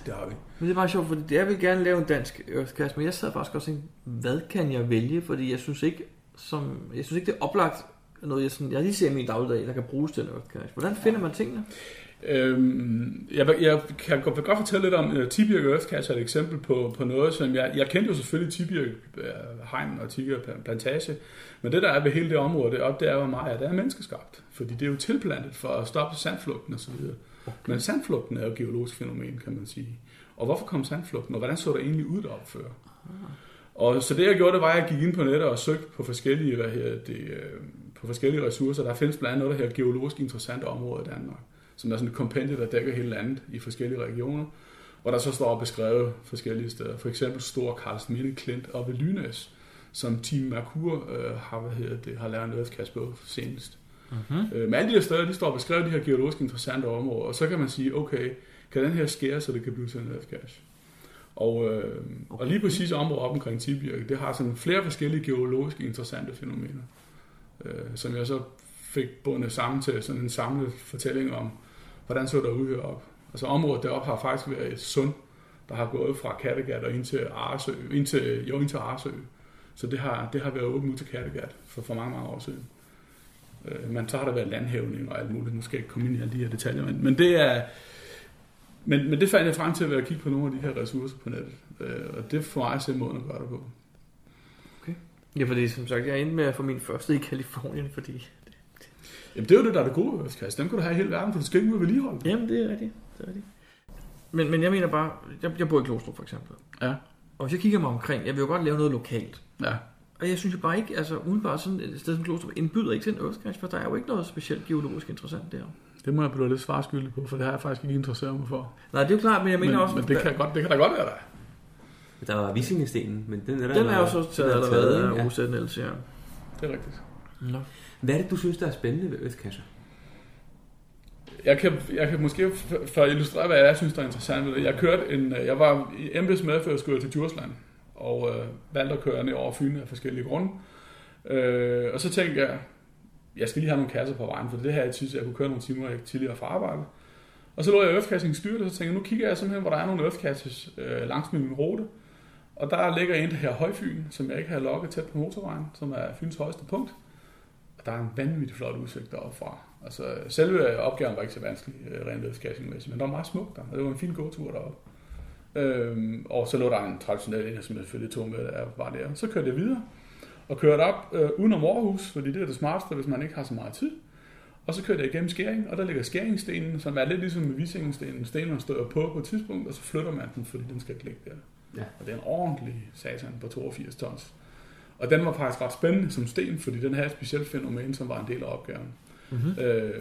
Det har vi. Men det er bare sjovt, fordi jeg vil gerne lave en dansk Earthcast, men jeg sad faktisk også og tænkte, hvad kan jeg vælge? Fordi jeg synes ikke, som, jeg synes ikke det er oplagt noget, jeg, sådan, jeg lige ser i min dagligdag, der kan bruges til en Earthcast. Hvordan finder man tingene? Øhm, jeg, vil- jeg kan godt, vil godt fortælle lidt om uh, Tibirk Earthcast er et eksempel på, på noget, som jeg, jeg kendte jo selvfølgelig Tibirk uh, Hegn og Tibirk Pla- Plantage, men det der er ved hele det område deroppe, det er jo meget, at det er menneskeskabt, fordi det er jo tilplantet for at stoppe sandflugten osv. Okay. Men sandflugten er jo et geologisk fænomen, kan man sige. Og hvorfor kom sandflugten, og hvordan så der egentlig ud deroppe før? Og så det jeg gjorde, det var, at jeg gik ind på nettet og søgte på forskellige, hvad her, det, øh, på forskellige ressourcer. Der findes blandt andet noget, der hedder geologisk interessante områder i Danmark, som er sådan et kompendie, der dækker hele landet i forskellige regioner, hvor der så står beskrevet forskellige steder. For eksempel Stor Karlsminde Klint og ved Lynæs, som Team Merkur øh, har, hvad hedder det, har lavet en earthcast på senest. Mm-hmm. Øh, men alle de her steder, de står beskrevet de her geologisk interessante områder, og så kan man sige, okay, kan den her skære, så det kan blive til en earthcast? Og, øh, okay. og lige præcis området op omkring Tibirke, det har sådan flere forskellige geologisk interessante fænomener, øh, som jeg så fik bundet sammen til sådan en samlet fortælling om, hvordan så der ud heroppe. Altså området deroppe har faktisk været et sund, der har gået fra Kattegat og ind til Arsø, ind til, jo, ind til Arsø. Så det har, det har været åbent ud til Kattegat for, for mange, mange år siden. Øh, men så har der været landhævning og alt muligt. Nu skal jeg ikke komme ind i alle de her detaljer, men, men det er, men, men det fandt jeg frem til ved at kigge på nogle af de her ressourcer på nettet. Øh, og det er for mig at se måden at gøre det på. Ja, fordi som sagt, jeg er inde med at få min første i Kalifornien, fordi Jamen, det er jo det, der er det gode, Ørstkast. Dem kan du have i hele verden, for du skal ikke ud og vedligeholde. dem. Jamen, det er rigtigt. Det er rigtigt. Men, men jeg mener bare, jeg, jeg bor i Klostrup for eksempel. Ja. Og hvis jeg kigger mig omkring, jeg vil jo godt lave noget lokalt. Ja. Og jeg synes jo bare ikke, altså udenbart sådan et sted som Klostrup indbyder ikke til en østkreds, for der er jo ikke noget specielt geologisk interessant der. Det må jeg blive lidt svarskyldig på, for det har jeg faktisk ikke interesseret mig for. Nej, det er jo klart, men jeg mener Men, også... men det, kan godt, det kan da godt være der. Der var Visingestenen, men den er der Den er jo så taget den er allerede ikke? af Ja. OZ Niels, ja. Det er rigtigt. Nå. Hvad er det, du synes, der er spændende ved østkasser? Jeg kan, jeg kan måske, f- for at illustrere, hvad jeg synes, der er interessant ved det. Jeg, kørte en, øh, jeg var i embeds medfører, skulle jeg til Djursland, og øh, valgte at køre ned over Fyn af forskellige grunde. Øh, og så tænkte jeg, jeg skal lige have nogle kasser på vejen, for det her jeg synes, jeg kunne køre nogle timer jeg tidligere fra arbejde. Og så lå jeg i øftkassen styrt, og så tænkte jeg, nu kigger jeg simpelthen, hvor der er nogle øftkasses øh, langs med min rute. Og der ligger en, der her Højfyn, som jeg ikke har lukket tæt på motorvejen, som er Fyns højeste punkt. Og der er en vanvittig flot udsigt deroppe fra. Altså, selve opgaven var ikke så vanskelig, øh, rent vedskabsmæssigt, men der var meget smukt der. og Det var en fin gåtur deroppe. Øhm, og så lå der en traditionel en, som jeg selvfølgelig tog med, der var der. Så kørte jeg videre og kørte op øh, udenom Aarhus, fordi det er det smarteste, hvis man ikke har så meget tid. Og så kørte jeg igennem Skæring, og der ligger Skæringstenen, som er lidt ligesom med Visingestenen. Stenen støder på på et tidspunkt, og så flytter man den, fordi den skal ikke ligge der. Ja. Og det er en ordentlig satan på 82 tons. Og den var faktisk ret spændende som sten, fordi den havde et specielt fænomen, som var en del af opgaven. Mm-hmm. Øh,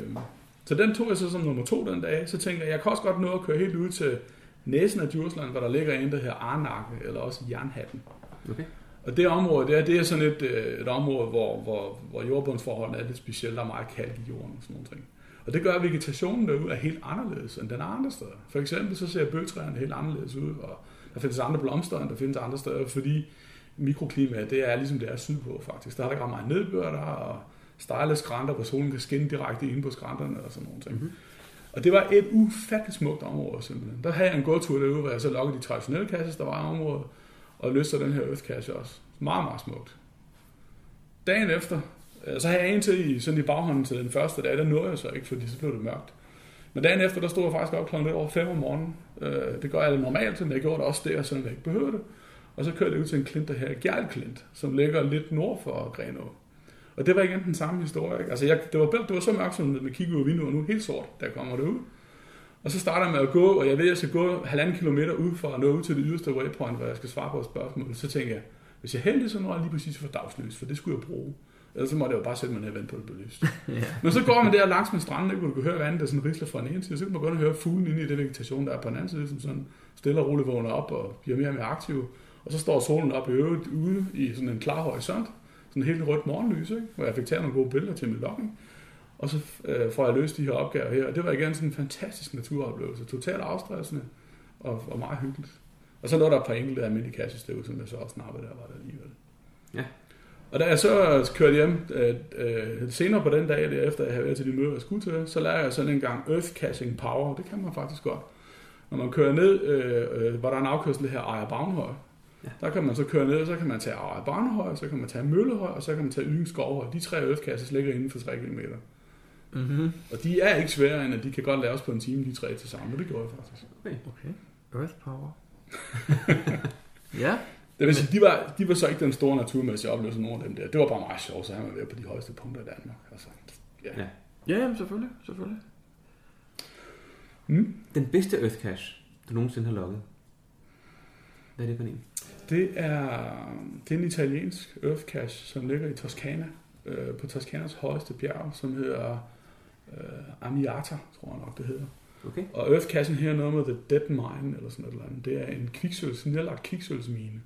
så den tog jeg så som nummer to den dag. Så tænkte jeg, jeg kan også godt nå at køre helt ud til næsen af Djursland, hvor der ligger en, der hedder Arnakke, eller også Jernhatten. Okay. Og det område der, det er sådan et, øh, et område, hvor, hvor, hvor jordbundsforholdene er lidt specielle. Der er meget kalk i jorden og sådan nogle ting. Og det gør, at vegetationen derude er helt anderledes, end den er andre steder. For eksempel så ser bøgetræerne helt anderledes ud, og der findes andre blomster, end der findes andre steder, fordi mikroklimaet, det er ligesom det er sydpå faktisk. Der er der ikke ret meget nedbør, der er og stejle skrænter, hvor solen kan skinne direkte ind på skrænterne og sådan nogle ting. Mm-hmm. Og det var et ufatteligt smukt område simpelthen. Der havde jeg en gåtur derude, hvor jeg så lukkede de traditionelle kasser, der var i området, og løste den her østkasse også. Meget, meget smukt. Dagen efter, øh, så havde jeg en til i, sådan i baghånden til den første dag, der nåede jeg så ikke, fordi så blev det mørkt. Men dagen efter, der stod jeg faktisk op klokken lidt over 5 om morgenen. Øh, Det gør jeg normalt, men jeg gjorde det også der, selvom jeg ikke behøvede det. Og så kørte jeg ud til en klint, der hedder Gjærl Klint, som ligger lidt nord for Grenå. Og det var igen den samme historie. Ikke? Altså, jeg, det, var, det var så mørkt, som man kigger ud af vinduet nu, helt sort, der kommer det ud. Og så starter jeg med at gå, og jeg ved, at jeg skal gå halvanden kilometer ud for at nå ud til det yderste waypoint, hvor jeg skal svare på et spørgsmål. Så tænker jeg, hvis jeg er heldig, så når jeg lige præcis for dagslys, for det skulle jeg bruge. Ellers så måtte jeg jo bare sætte mig ned og vente på at det blev lyst. Men så går man der langs med stranden, ikke, hvor du kan høre vandet, der sådan risler fra den ene side, så kan man godt høre fuglen inde i det vegetation, der er på den anden side, som sådan stille og roligt vågner op og bliver mere og mere aktiv. Og så står solen op i øvrigt ude i sådan en klar horisont, sådan helt rødt morgenlys, ikke? hvor jeg fik taget nogle gode billeder til min logging. Og så øh, får jeg løst de her opgaver her, og det var igen sådan en fantastisk naturoplevelse, totalt afstressende og, og meget hyggeligt. Og så lå der et par enkelte almindelige kassestøv, som jeg så også snappede der, var der alligevel. Ja. Og da jeg så kørte hjem øh, øh, senere på den dag, eller efter jeg havde været til de møder, jeg skulle til, så lærer jeg sådan en gang Earth Catching Power. Det kan man faktisk godt. Når man kører ned, øh, øh, hvor der er en afkørsel her, Ejer Bagnhøj. Ja. Der kan man så køre ned, og så kan man tage Ejer Bagnhøj, så kan man tage Møllehøj, og så kan man tage Yden Skovhøj. De tre Earth Catches ligger inden for 3 km. Mm-hmm. Og de er ikke sværere, end at de kan godt laves på en time, de tre til sammen. Og det gjorde jeg faktisk. Okay. Earth power. ja. Det vil sige, de var, de var så ikke den store naturmæssige oplevelse, nogen af dem der. Det var bare meget sjovt, så han var ved på de højeste punkter i Danmark. Altså, Ja, jamen, selvfølgelig, selvfølgelig. Den bedste østkasse, du nogensinde har lukket. Hvad er det for en? Det er, det er en italiensk earth cache, som ligger i Toscana, øh, på Toscanas højeste bjerg, som hedder øh, Amiata, tror jeg nok, det hedder. Okay. Og earth cachen her er noget med The Dead Mine, eller sådan et eller andet. Det er en kviksøls, en nedlagt kviksølsmine.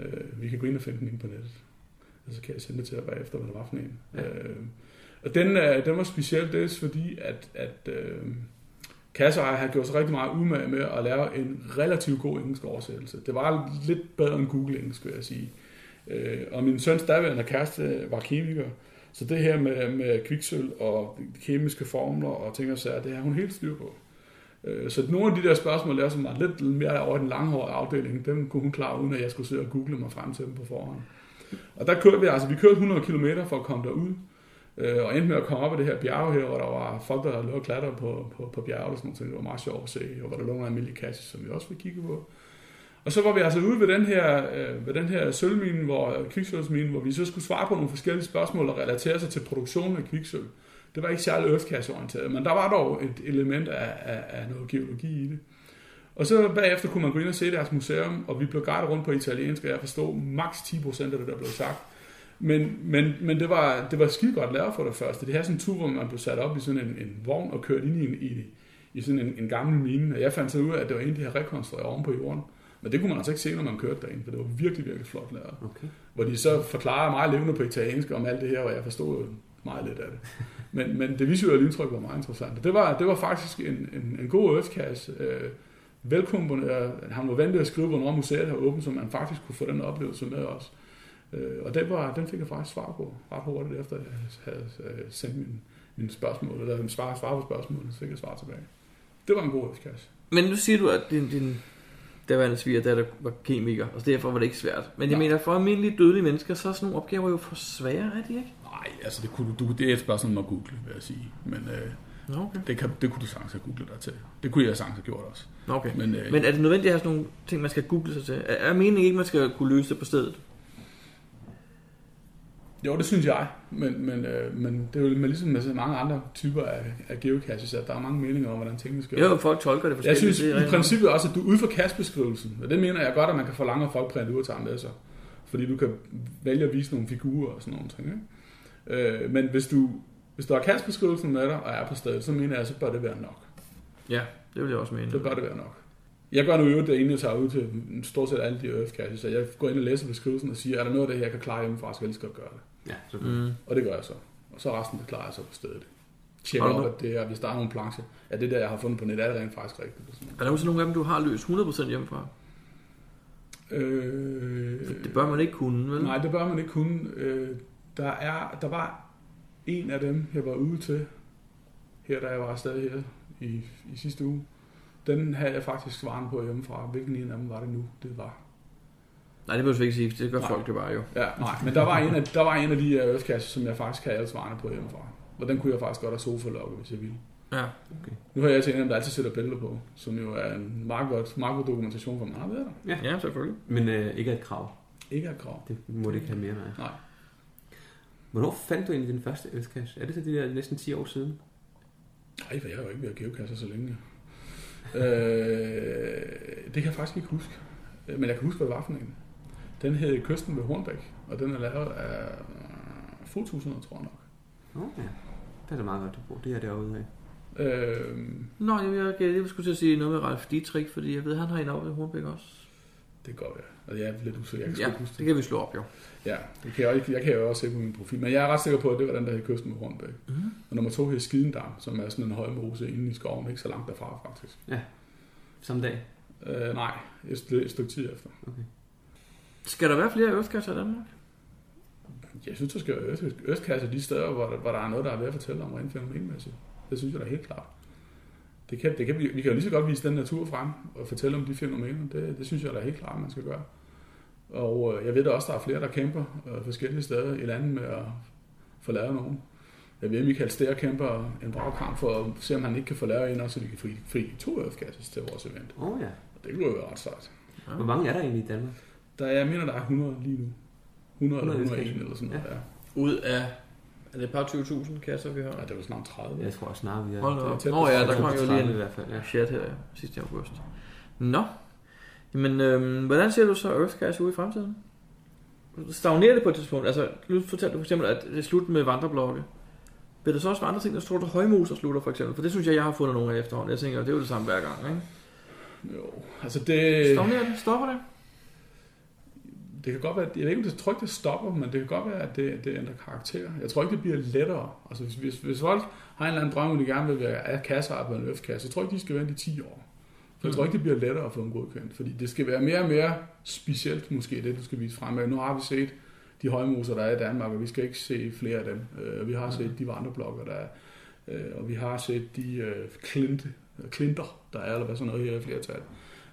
Øh, vi kan gå ind og finde den inde på nettet. Og så kan jeg sende det til jer bagefter, hvad det var for en. Ja. Øh, og den, øh, den var speciel dels fordi, at, at øh, kasseejer har gjort sig rigtig meget umage med at lave en relativt god engelsk oversættelse. Det var lidt bedre end Google engelsk, vil jeg sige. Øh, og min søns daværende kæreste var kemiker, så det her med, med kviksøl og de kemiske formler og ting og sager, det har hun helt styr på. Øh, Så nogle af de der spørgsmål, der som var lidt mere over i den langhårede afdeling, dem kunne hun klare, uden at jeg skulle sidde og google mig frem til dem på forhånd. Og der kørte vi, altså vi kørte 100 km for at komme derud, øh, og endte med at komme op af det her bjerg her, hvor der var folk, der lå og klatrede på, på, på bjerget og sådan noget. Det var meget sjovt at se, og hvor der lå nogle almindelige kasser, som vi også fik kigge på. Og så var vi altså ude ved den her, øh, ved den her sølvmine, hvor, kviksølvsmine, hvor vi så skulle svare på nogle forskellige spørgsmål og relatere sig til produktionen af kviksøl. Det var ikke særlig earthcash-orienteret, men der var dog et element af, af, af noget geologi i det. Og så bagefter kunne man gå ind og se deres museum, og vi blev guidet rundt på italiensk, og jeg forstod maks 10% af det, der blev sagt. Men, men, men det, var, det var skide godt lavet for det første. Det her er sådan en tur, hvor man blev sat op i sådan en, en vogn og kørt ind i, en, i, i sådan en, en gammel mine. Og jeg fandt så ud af, at det var en, de havde rekonstrueret oven på jorden. Men det kunne man altså ikke se, når man kørte derind, for det var virkelig, virkelig flot lavet. Okay. Hvor de så forklarer meget levende på italiensk om alt det her, og jeg forstod jo meget lidt af det. Men, men det visuelle indtryk var meget interessant. Og det var, det var faktisk en, en, en god øftkasse. Øh, velkomponeret. Han var vanlig at skrive, hvornår museet har åbent, så man faktisk kunne få den oplevelse med os. Og den, var, den fik jeg faktisk svar på ret hurtigt, efter jeg havde øh, sendt min, mine spørgsmål, eller min svar, svar på spørgsmålene, så fik jeg svar tilbage. Det var en god kasse. Men nu siger du, at din, din daværende svigerdatter var kemiker, og derfor var det ikke svært. Men jeg Nej. mener, for almindelige dødelige mennesker, så er sådan nogle opgaver jo for svære, er de ikke? Nej, altså det, kunne du, det er et spørgsmål om at google, vil jeg sige. Men øh, Nå, okay. det, kan, det kunne du sagtens have googlet dig til. Det kunne jeg sagtens have gjort også. Nå, okay. Men, Men, øh, Men er det nødvendigt at have sådan nogle ting, man skal google sig til? Er, er meningen ikke, man skal kunne løse det på stedet? Jo, det synes jeg, men, men, øh, men det er jo med ligesom med så mange andre typer af, af geocaches, at der er mange meninger om, hvordan tingene skal Jo, folk tolker Jeg det forskelligt. synes det er i rent- princippet også, at du ud fra kastbeskrivelsen, og det mener jeg godt, at man kan forlange, at folk printer ud og tager med sig. Fordi du kan vælge at vise nogle figurer og sådan nogle ting. Ikke? Øh, men hvis du, hvis du har kastbeskrivelsen med dig og er på stedet, så mener jeg, så bør det være nok. Ja, det vil jeg også mene. Så bør det være nok. Jeg gør nu i øvrigt det ene, jeg tager ud til stort set alle de earth så jeg går ind og læser beskrivelsen og siger, er der noget af det her, jeg kan klare hjemmefra, så skal jeg lige så godt gøre det. Ja, selvfølgelig. Mm. Og det gør jeg så. Og så resten, det klarer jeg så på stedet. Tjekker Har du op, nu- at det er, hvis der er nogle plancher, at det der, jeg har fundet på nettet, er det rent faktisk rigtigt. Og sådan Er der nogensinde nogle af dem, du har løst 100% hjemmefra? noget. Øh, Det bør man ikke kunne, vel? Nej, det bør man ikke kunne. Øh, der, er, der var en af dem, jeg var ude til, her da jeg var stadig her i, i sidste uge. Den havde jeg faktisk svaren på hjemmefra. Hvilken en af dem var det nu? Det var. Nej, det behøver du ikke sige. Det gør Nej. folk det bare jo. Ja, nej, men der var en af, der var en af de her ørstkasser, som jeg faktisk havde alle svarene på hjemmefra. Og den kunne jeg faktisk godt have sofa-logget, hvis jeg ville. Ja. Nu har jeg til en af dem, der altid sætter billeder på, som jo er en meget godt, meget god dokumentation for, at man har været der. Ja, selvfølgelig. Men øh, ikke er et krav. Ikke er krav. Det må det ikke have mere, nej. Nej. Hvornår fandt du egentlig din første østkasse? Er Altså, det så de der næsten 10 år siden? Nej, for jeg har jo ikke været geokasser så længe. øh, det kan jeg faktisk ikke huske. Øh, Men jeg kan huske, hvad det var for en. Den hed Kysten ved Hornbæk, og den er lavet af øh, 4000, tror jeg nok. Nå ja. Det er da meget godt, du bruger. Det er derude af. Øh, Nå, jeg, jeg, jeg, jeg skulle til at sige noget med Ralf Dietrich, fordi jeg ved, han har en op i Hornbæk også. det går jeg. Og jeg er lidt usikker. Jeg kan Ja, ja. huske det det. kan vi slå op, jo. Ja, det kan jeg, ikke- jeg kan jo også se på min profil. Men jeg er ret sikker på, at det var den, der hed Kysten ved Hornbæk. Mm. Mhm. Og nummer to hed Skidendam, som er sådan en højmose inde i skoven, ikke så langt derfra faktisk. Samme dag. Øh, nej, et, stykke- et stykke tid efter. Skal der være flere øvelseskasser i Danmark? Jeg synes, der skal være øst- østkasser de steder, hvor, der- hvor der er noget, der er værd at fortælle om rent fænomenmæssigt. Det synes jeg da helt klart. Det kan, det kan, vi, vi kan jo lige så godt vise den natur frem og fortælle om de fænomener. Det, det synes jeg da helt klart, man skal gøre. Og øh, jeg ved da også, der er flere, der kæmper øh, forskellige steder i landet med at få lavet nogen. Jeg ved, at Michael Stær kæmper en brav kamp for at se, om han ikke kan få lavet en, også, så vi kan fri, fri to østkasser til vores event. Åh oh, ja. Det kunne jo være ret sejt. Hvor mange er der egentlig i Danmark? Der, jeg mener, der er 100 lige nu. 100 eller 100 101 østkasser. eller sådan noget. Ja. Ud af... Er det et par 20.000 kasser, vi har? Ja. Ej, det var snart 30. Jeg tror snart, vi er... Hold da det er op. tæt Nå på ja, der kom jo lige 30 i en hvert fald, ja. chat her ja, sidste august. Nå. Jamen, øhm, hvordan ser du så Earthcash ud i fremtiden? Stagnerer det på et tidspunkt? Altså, nu fortalte du for eksempel, at det er slut med vandreblokke. Vil der så også være andre ting, der tror, at højmoser slutter for eksempel? For det synes jeg, jeg har fundet nogle af efterhånden. Jeg tænker, det er jo det samme hver gang, ikke? Jo, altså det, Stagnerer det? Stopper det? det kan godt være, jeg ved ikke, om det tryk, det stopper, men det kan godt være, at det, det ændrer karakter. Jeg tror ikke, det bliver lettere. Altså, hvis, hvis, hvis folk har en eller anden drøm, om de gerne vil være kasseejer på en øftkasse, så tror jeg ikke, de skal vente i 10 år. For jeg tror ikke, det bliver lettere at få dem godkendt, fordi det skal være mere og mere specielt, måske det, du skal vise frem. Nu har vi set de højmoser, der er i Danmark, og vi skal ikke se flere af dem. Øh, Vi har set de vandreblokker, der er, øh, og vi har set de øh, klinte, klinter, der er, eller hvad sådan noget her i flertal.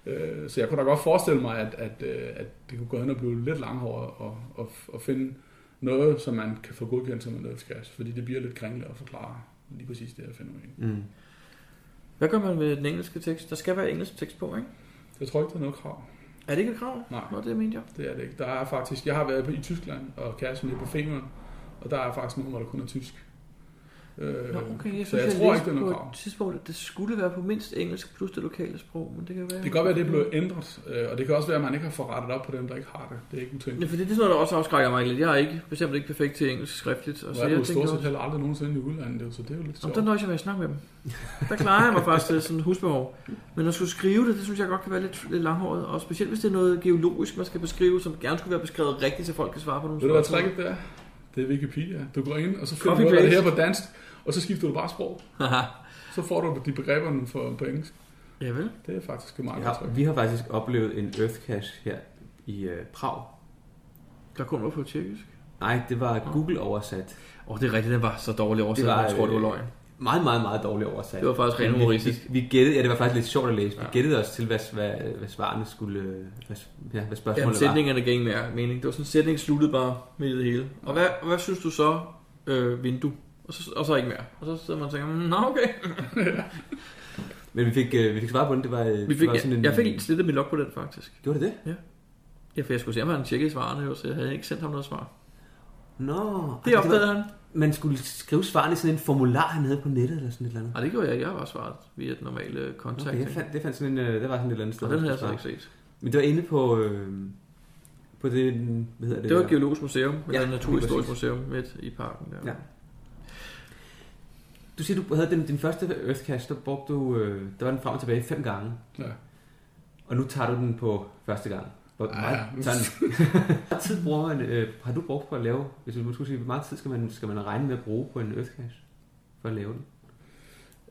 Øh, Så jeg kunne da godt forestille mig, at, at, øh, at det kunne gå hen og blive lidt langhåret og, og, og finde noget, som man kan få godkendt som en nødskas, fordi det bliver lidt kringlet at forklare lige præcis det her fænomen. Mm. Hvad gør man med den engelske tekst? Der skal være engelsk tekst på, ikke? Jeg tror ikke, der er noget krav. Er det ikke et krav? Nej. Nå, det mente jeg. Det er det ikke. Der er faktisk, jeg har været på, i Tyskland og kæresten er på Femern, og der er faktisk nogen, hvor der kun er tysk. Øh, Nå, okay, jeg så synes, jeg, jeg, tror ikke, læste det er noget på krav. et tidspunkt, at det skulle være på mindst engelsk plus det lokale sprog, men det kan være... Det kan godt være, det er blevet ændret, øh, og det kan også være, at man ikke har fået rettet op på dem, der ikke har det. Det er ikke Ja, utænkeligt. for det, det er sådan noget, der også afskrækker mig lidt. Jeg er ikke, bestemt ikke perfekt til engelsk skriftligt. Og Og så er det jo stort set også- heller aldrig nogensinde i udlandet, det er jo- så det er jo lidt Jamen, sjovt. der nøjes jeg med at snakke med dem. Der klarer jeg mig *laughs* faktisk til sådan husbehov. Men at skulle skrive det, det synes jeg godt kan være lidt, lidt langhåret. Og specielt hvis det er noget geologisk, man skal beskrive, som gerne skulle være beskrevet rigtigt, så folk kan svare på nogle Ved du, hvad trækket det er? Det er Wikipedia. Du går ind, og så finder du ud af Copy-paste. det her på dansk, og så skifter du bare sprog. Haha. så får du de begreberne for, på engelsk. Ja vel? Det er faktisk et meget Vi godt har, træk. vi har faktisk oplevet en Earthcache her i øh, Prag. Der kun var på tjekkisk. Nej, det var Google oversat. øh, Åh, det er rigtigt, den var så dårlig oversat, jeg tror, det var løgn. Meget, meget, meget dårlig oversat. Det var faktisk rent Men vi- humoristisk. Vi, vi gættede, ja, det var faktisk lidt sjovt at læse. Vi Ja. gættede os til, hvad, hvad, hvad svarene skulle, øh, hvad, ja, hvad spørgsmålet Jamen, var. sætningerne gav ingen mere mening. Det var sådan, sætningen sluttede bare med i det hele. Og hvad, og hvad synes du så, øh, vindue? Og så, og så ikke mere. Og så sidder man og tænker, mm, nå okay. *laughs* Men vi fik, øh, vi fik svar på den. Det *laughs* var, øh, Vi det fik, var sådan jeg, en, jeg fik slettet mit log på den faktisk. Gjorde det det? Ja, for jeg skulle se, om han tjekkede svarene, jo, så jeg havde ikke sendt ham noget svar. Nå. Det var- opdagede han. Man skulle skrive svarene i sådan en formular, han havde på nettet eller sådan et eller andet. Nej, det gjorde jeg ikke. Jeg har bare svaret via den normale kontakt. Okay, jeg fandt, det fandt sådan en, øh, der var sådan et eller andet sted. og den havde jeg man så skulle ikke set. svare. Men det var inde på, øh, på det, hvad hedder det? Det var der? et geologisk museum, eller Ja, ja, et naturhistorisk lige museum midt i parken. Der. Ja. Du siger, du havde den, din første Earthcache, der brugte du, øh, der var den frem og tilbage fem gange. Ja. Og nu tager du den på første gang. Hvor Ah, meget, ja. tager *laughs* den- Hvor meget tid bruger man, øh, har du brugt på at lave, hvis du skulle sige, hvor meget tid skal man, skal man regne med at bruge på en Earthcache for at lave den?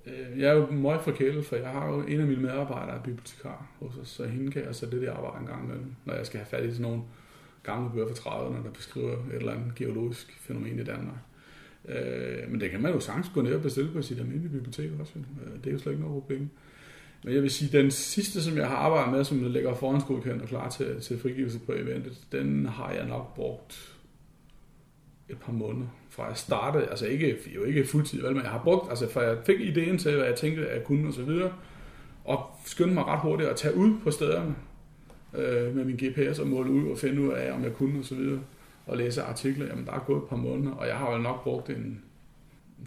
Øh, Jeg er jo meget forkælet, for jeg har jo en af mine medarbejdere er bibliotekar hos os, så hende kan jeg sætte lidt i arbejde en gang imellem, når jeg skal have fat i sådan nogle gamle bøger fra 30'erne, der beskriver et eller andet geologisk fænomen i Danmark. Øh, men det kan man jo sagtens gå ned og bestille på sit almindelige bibliotek også. jo. Øh, det er jo slet ikke noget problem. Men jeg vil sige, den sidste, som jeg har arbejdet med, som ligger foran og klar til, til frigivelse på eventet, den har jeg nok brugt et par måneder, fra jeg startede, altså ikke, jo ikke fuldtid, vel, men jeg har brugt, altså fra jeg fik ideen til, hvad jeg tænkte, at jeg kunne og så videre, og skyndte mig ret hurtigt at tage ud på stederne øh, med min GPS og måle ud og finde ud af, om jeg kunne og så videre, og læse artikler, jamen der er gået et par måneder, og jeg har jo nok brugt en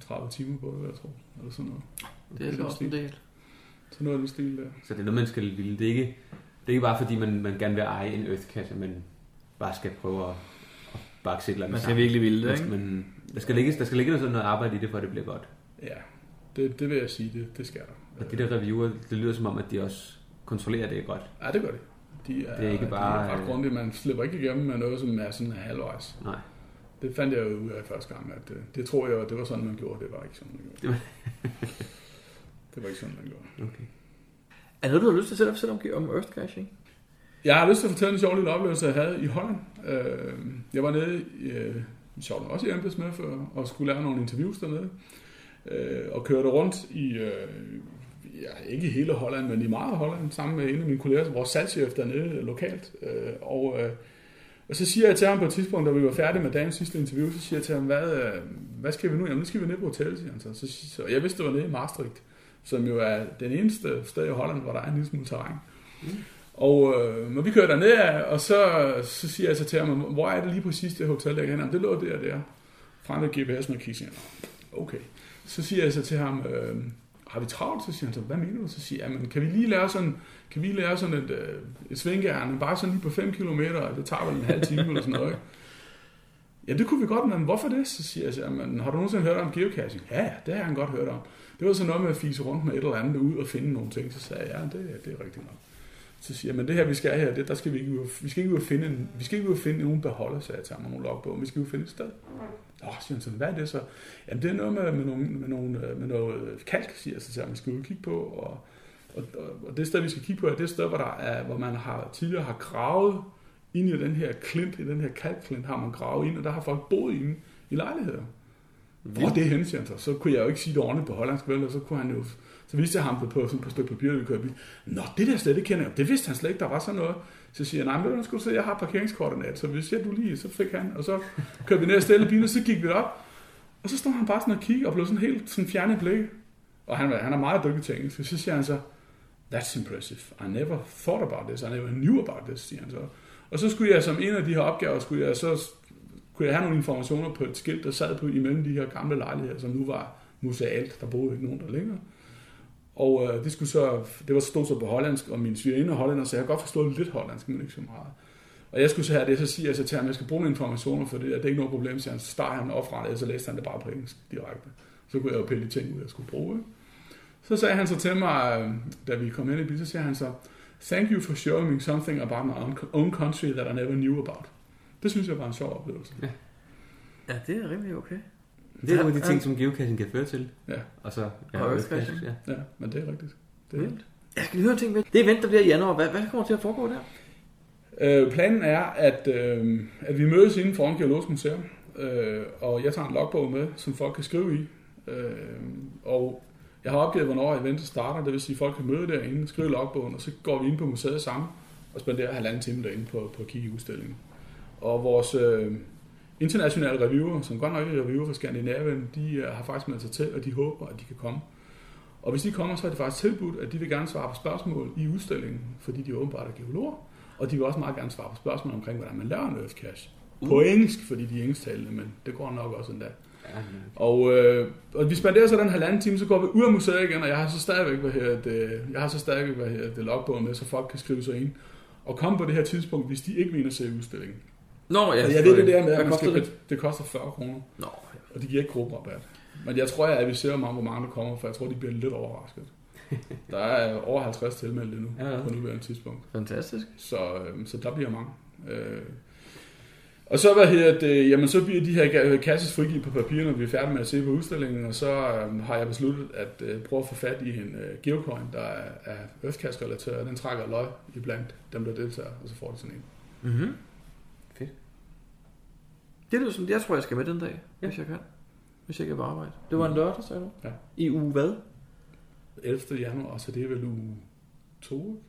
30 timer på det, vil jeg tror, eller sådan noget. Det er den så også en stil. del. Sådan noget i den stil der. Så det er noget, man skal ville. Det er ikke, det er ikke bare fordi, man, man gerne vil eje en Earthcache, at man bare skal prøve at, at bakse et eller andet Man skal sammen. virkelig ville det, Man skal- ikke? Man, der skal ligge, der skal ligge noget, sådan noget arbejde i det, for at det bliver godt. Ja, det, det vil jeg sige, det, det skal der. Og de der reviewer, det lyder som om, at de også kontrollerer at det er godt. Ja, det gør det. De er, Det er ikke bare, de er ret øh, grundige. Man slipper ikke igennem med noget, som er sådan halvvejs. Nej. Det fandt jeg jo ud af første gang, at øh, det tror jeg, det var sådan, man gjorde. Det var ikke sådan, man gjorde. Det var, det var ikke sådan, man gjorde. Øh, Er der noget, du har lyst til selv at fortælle om, om Earthcaching? Jeg har lyst til at fortælle en sjov lille oplevelse, jeg havde i Holland. Øh, jeg var nede, i, øh, sjovt nok også i embedsmed før, og skulle lave nogle interviews dernede. Øh, og kørte rundt i, øh, ja, ikke i hele Holland, men i meget af Holland, sammen med en af mine kolleger, vores salgschef dernede øh, lokalt. Øh, og, øh, og så siger jeg til ham på et tidspunkt, da vi var færdige med dagens sidste interview, så siger jeg til ham, hvad, øh, hvad skal vi nu? Jamen, nu skal vi ned på hotellet, siger han så. så, så jeg vidste, det var nede i Maastricht, som jo er den eneste sted i Holland, hvor der er en lille smule terræn. Og øh, når vi kører derned, og så, så siger jeg så til ham, hvor er det lige præcis det hotel, der kan Det lå der og der. Frem med GPS og kigge, siger han, "Nå, okay. Så siger jeg så til ham, øh, har vi travlt? Så siger han så, hvad mener du? Så siger jeg, "Jamen, kan vi lige lave sådan, kan vi lave sådan et, øh, et svingærne, bare sådan lige på 5 km, det tager vel en halv time eller sådan noget, ikke? Ja, det kunne vi godt, men hvorfor det? Så siger jeg, så, jamen, har du nogensinde hørt om geocaching? Ja, ja, det har han godt hørt om. Det var sådan noget med at fise rundt med et eller andet ud og finde nogle ting. Så sagde jeg, ja, det, det er rigtigt nok. Så siger jeg, men det her, vi skal her, det, der skal vi ikke ud, og- vi skal ikke ud og finde, en, vi skal ikke ud og finde nogen beholder, sagde jeg til ham, og nogle logbog, vi skal ud og finde et sted. Nå, siger han så, hvad er det så? Jamen, det er noget med, med, nogle, med, nogle, øh, med noget øh, kalk, siger jeg så til ham, vi skal ud og kigge på, og, og, og, og det sted, vi skal kigge på, er det sted, hvor, der er, hvor man har, tidligere har gravet ind i den her klint, i den her kalkklint, har man gravet ind, og der har folk boet inde i lejligheder. Hvor er det henne, siger han så? Så kunne jeg jo ikke sige det ordentligt på hollandsk, vel, og så kunne han jo... Så viste jeg ham det på sådan på et stykke papir, vi kørte bil. Nå, det der slet ikke kender jeg. Det vidste han slet ikke, der var sådan noget. Så siger jeg, nej, men ved du, skulle se, jeg har parkeringskortet så hvis jeg du lige, så fik han, og så kørte vi ned og stille bilen, og så gik vi op. Og så stod han bare sådan og kiggede, og blev sådan helt sådan fjernet blik. Og han, var- han er meget dygtig til engelsk, så siger han så, That's impressive. I never thought about this. I never knew about this, siger han så. Og så skulle jeg som en af de her opgaver, skulle jeg så kunne jeg have nogle informationer på et skilt, der sad på imellem de her gamle lejligheder, som nu var musealt. Der boede jo ikke nogen der længere. Og øh, det, skulle så, det var stod så på hollandsk, og min svigerinde er hollænder, så jeg har godt forstået lidt hollandsk, men ikke så meget. Og jeg skulle så have det, så siger jeg så til ham, jeg skal bruge nogle informationer for det, der. det er ikke noget problem, så han så starter han op fra det, og så læste han det bare på engelsk direkte. Så kunne jeg jo pille de ting ud, jeg skulle bruge. ikke? Så sagde han så til mig, øh, da vi kom ind i bilen, så siger han så, thank you for showing me something about my own- own country that I never knew about. Det synes jeg var en sjov oplevelse. Ja. Ja, det er rimelig okay. Det er nogle af de ting, som geocaching kan føre til. Ja. Og så Ja, og Earthcaching. ja. Ja, men det er rigtigt. Det er Vildt. Jeg skal lige høre en ting med. Det event, der bliver i januar, hvad, hvad kommer til at foregå der? Øh, planen er, at, øh, at vi mødes inden for Geologisk Museum, øh, og jeg tager en logbog med, som folk kan skrive i. Øh, og jeg har opgivet, hvornår eventet starter, det vil sige, at folk kan møde derinde, skrive i logbogen, og så går vi ind på museet sammen og spenderer halvanden time derinde på, på at kigge i udstillingen. Og vores øh, internationale reviewer, som godt nok er reviewer fra Skandinavien, de øh, har faktisk meldt sig til, og de håber, at de kan komme. Og hvis de kommer, så er det faktisk tilbudt, at de vil gerne svare på spørgsmål i udstillingen, fordi de åbenbart er geologer. Og de vil også meget gerne svare på spørgsmål omkring, hvordan man laver en Earth Cache. På engelsk, fordi de er engelsktalende, men det går nok også endda. Og, øh, og vi spenderer så den halvanden time, så går vi ud af museet igen, og jeg har så stadigvæk, hvad her, det, jeg har så stadigvæk hvad her, det logbogen med, så folk kan skrive sig ind og komme på det her tidspunkt, hvis de ikke mener at se udstillingen. Nå, ja. Ja, jeg ved det der med, Hvad at man koster skal, det? det? det koster 40 kroner, Nå, og de giver ikke grupperabat. Men jeg tror, jeg adviserer mig om, hvor mange der kommer, for jeg tror, de bliver lidt *laughs* overrasket. Der er over 50 tilmeldte nu, Ja, ja, ja. ja. på nuværende tidspunkt. fantastisk. Så, øh, så der bliver mange. Øh. Og så, hvad hedder det, jamen, så bliver de her ga- kasses frigivet på papir, når vi er færdige med at se på udstillingen, og så øh, har jeg besluttet at øh, prøve at få fat i en øh, geocoin, der er, er Earthcast-relateret, og den trækker løg iblandt dem, der deltager, og så får de sådan en. Mhm. Fedt. Det lyder som, jeg tror, jeg skal med den dag, ja. hvis jeg kan. Hvis jeg kan på arbejde. Det var en lørdag, sagde du? Ja. I uge hvad? 11. januar, så det er vel uge 2?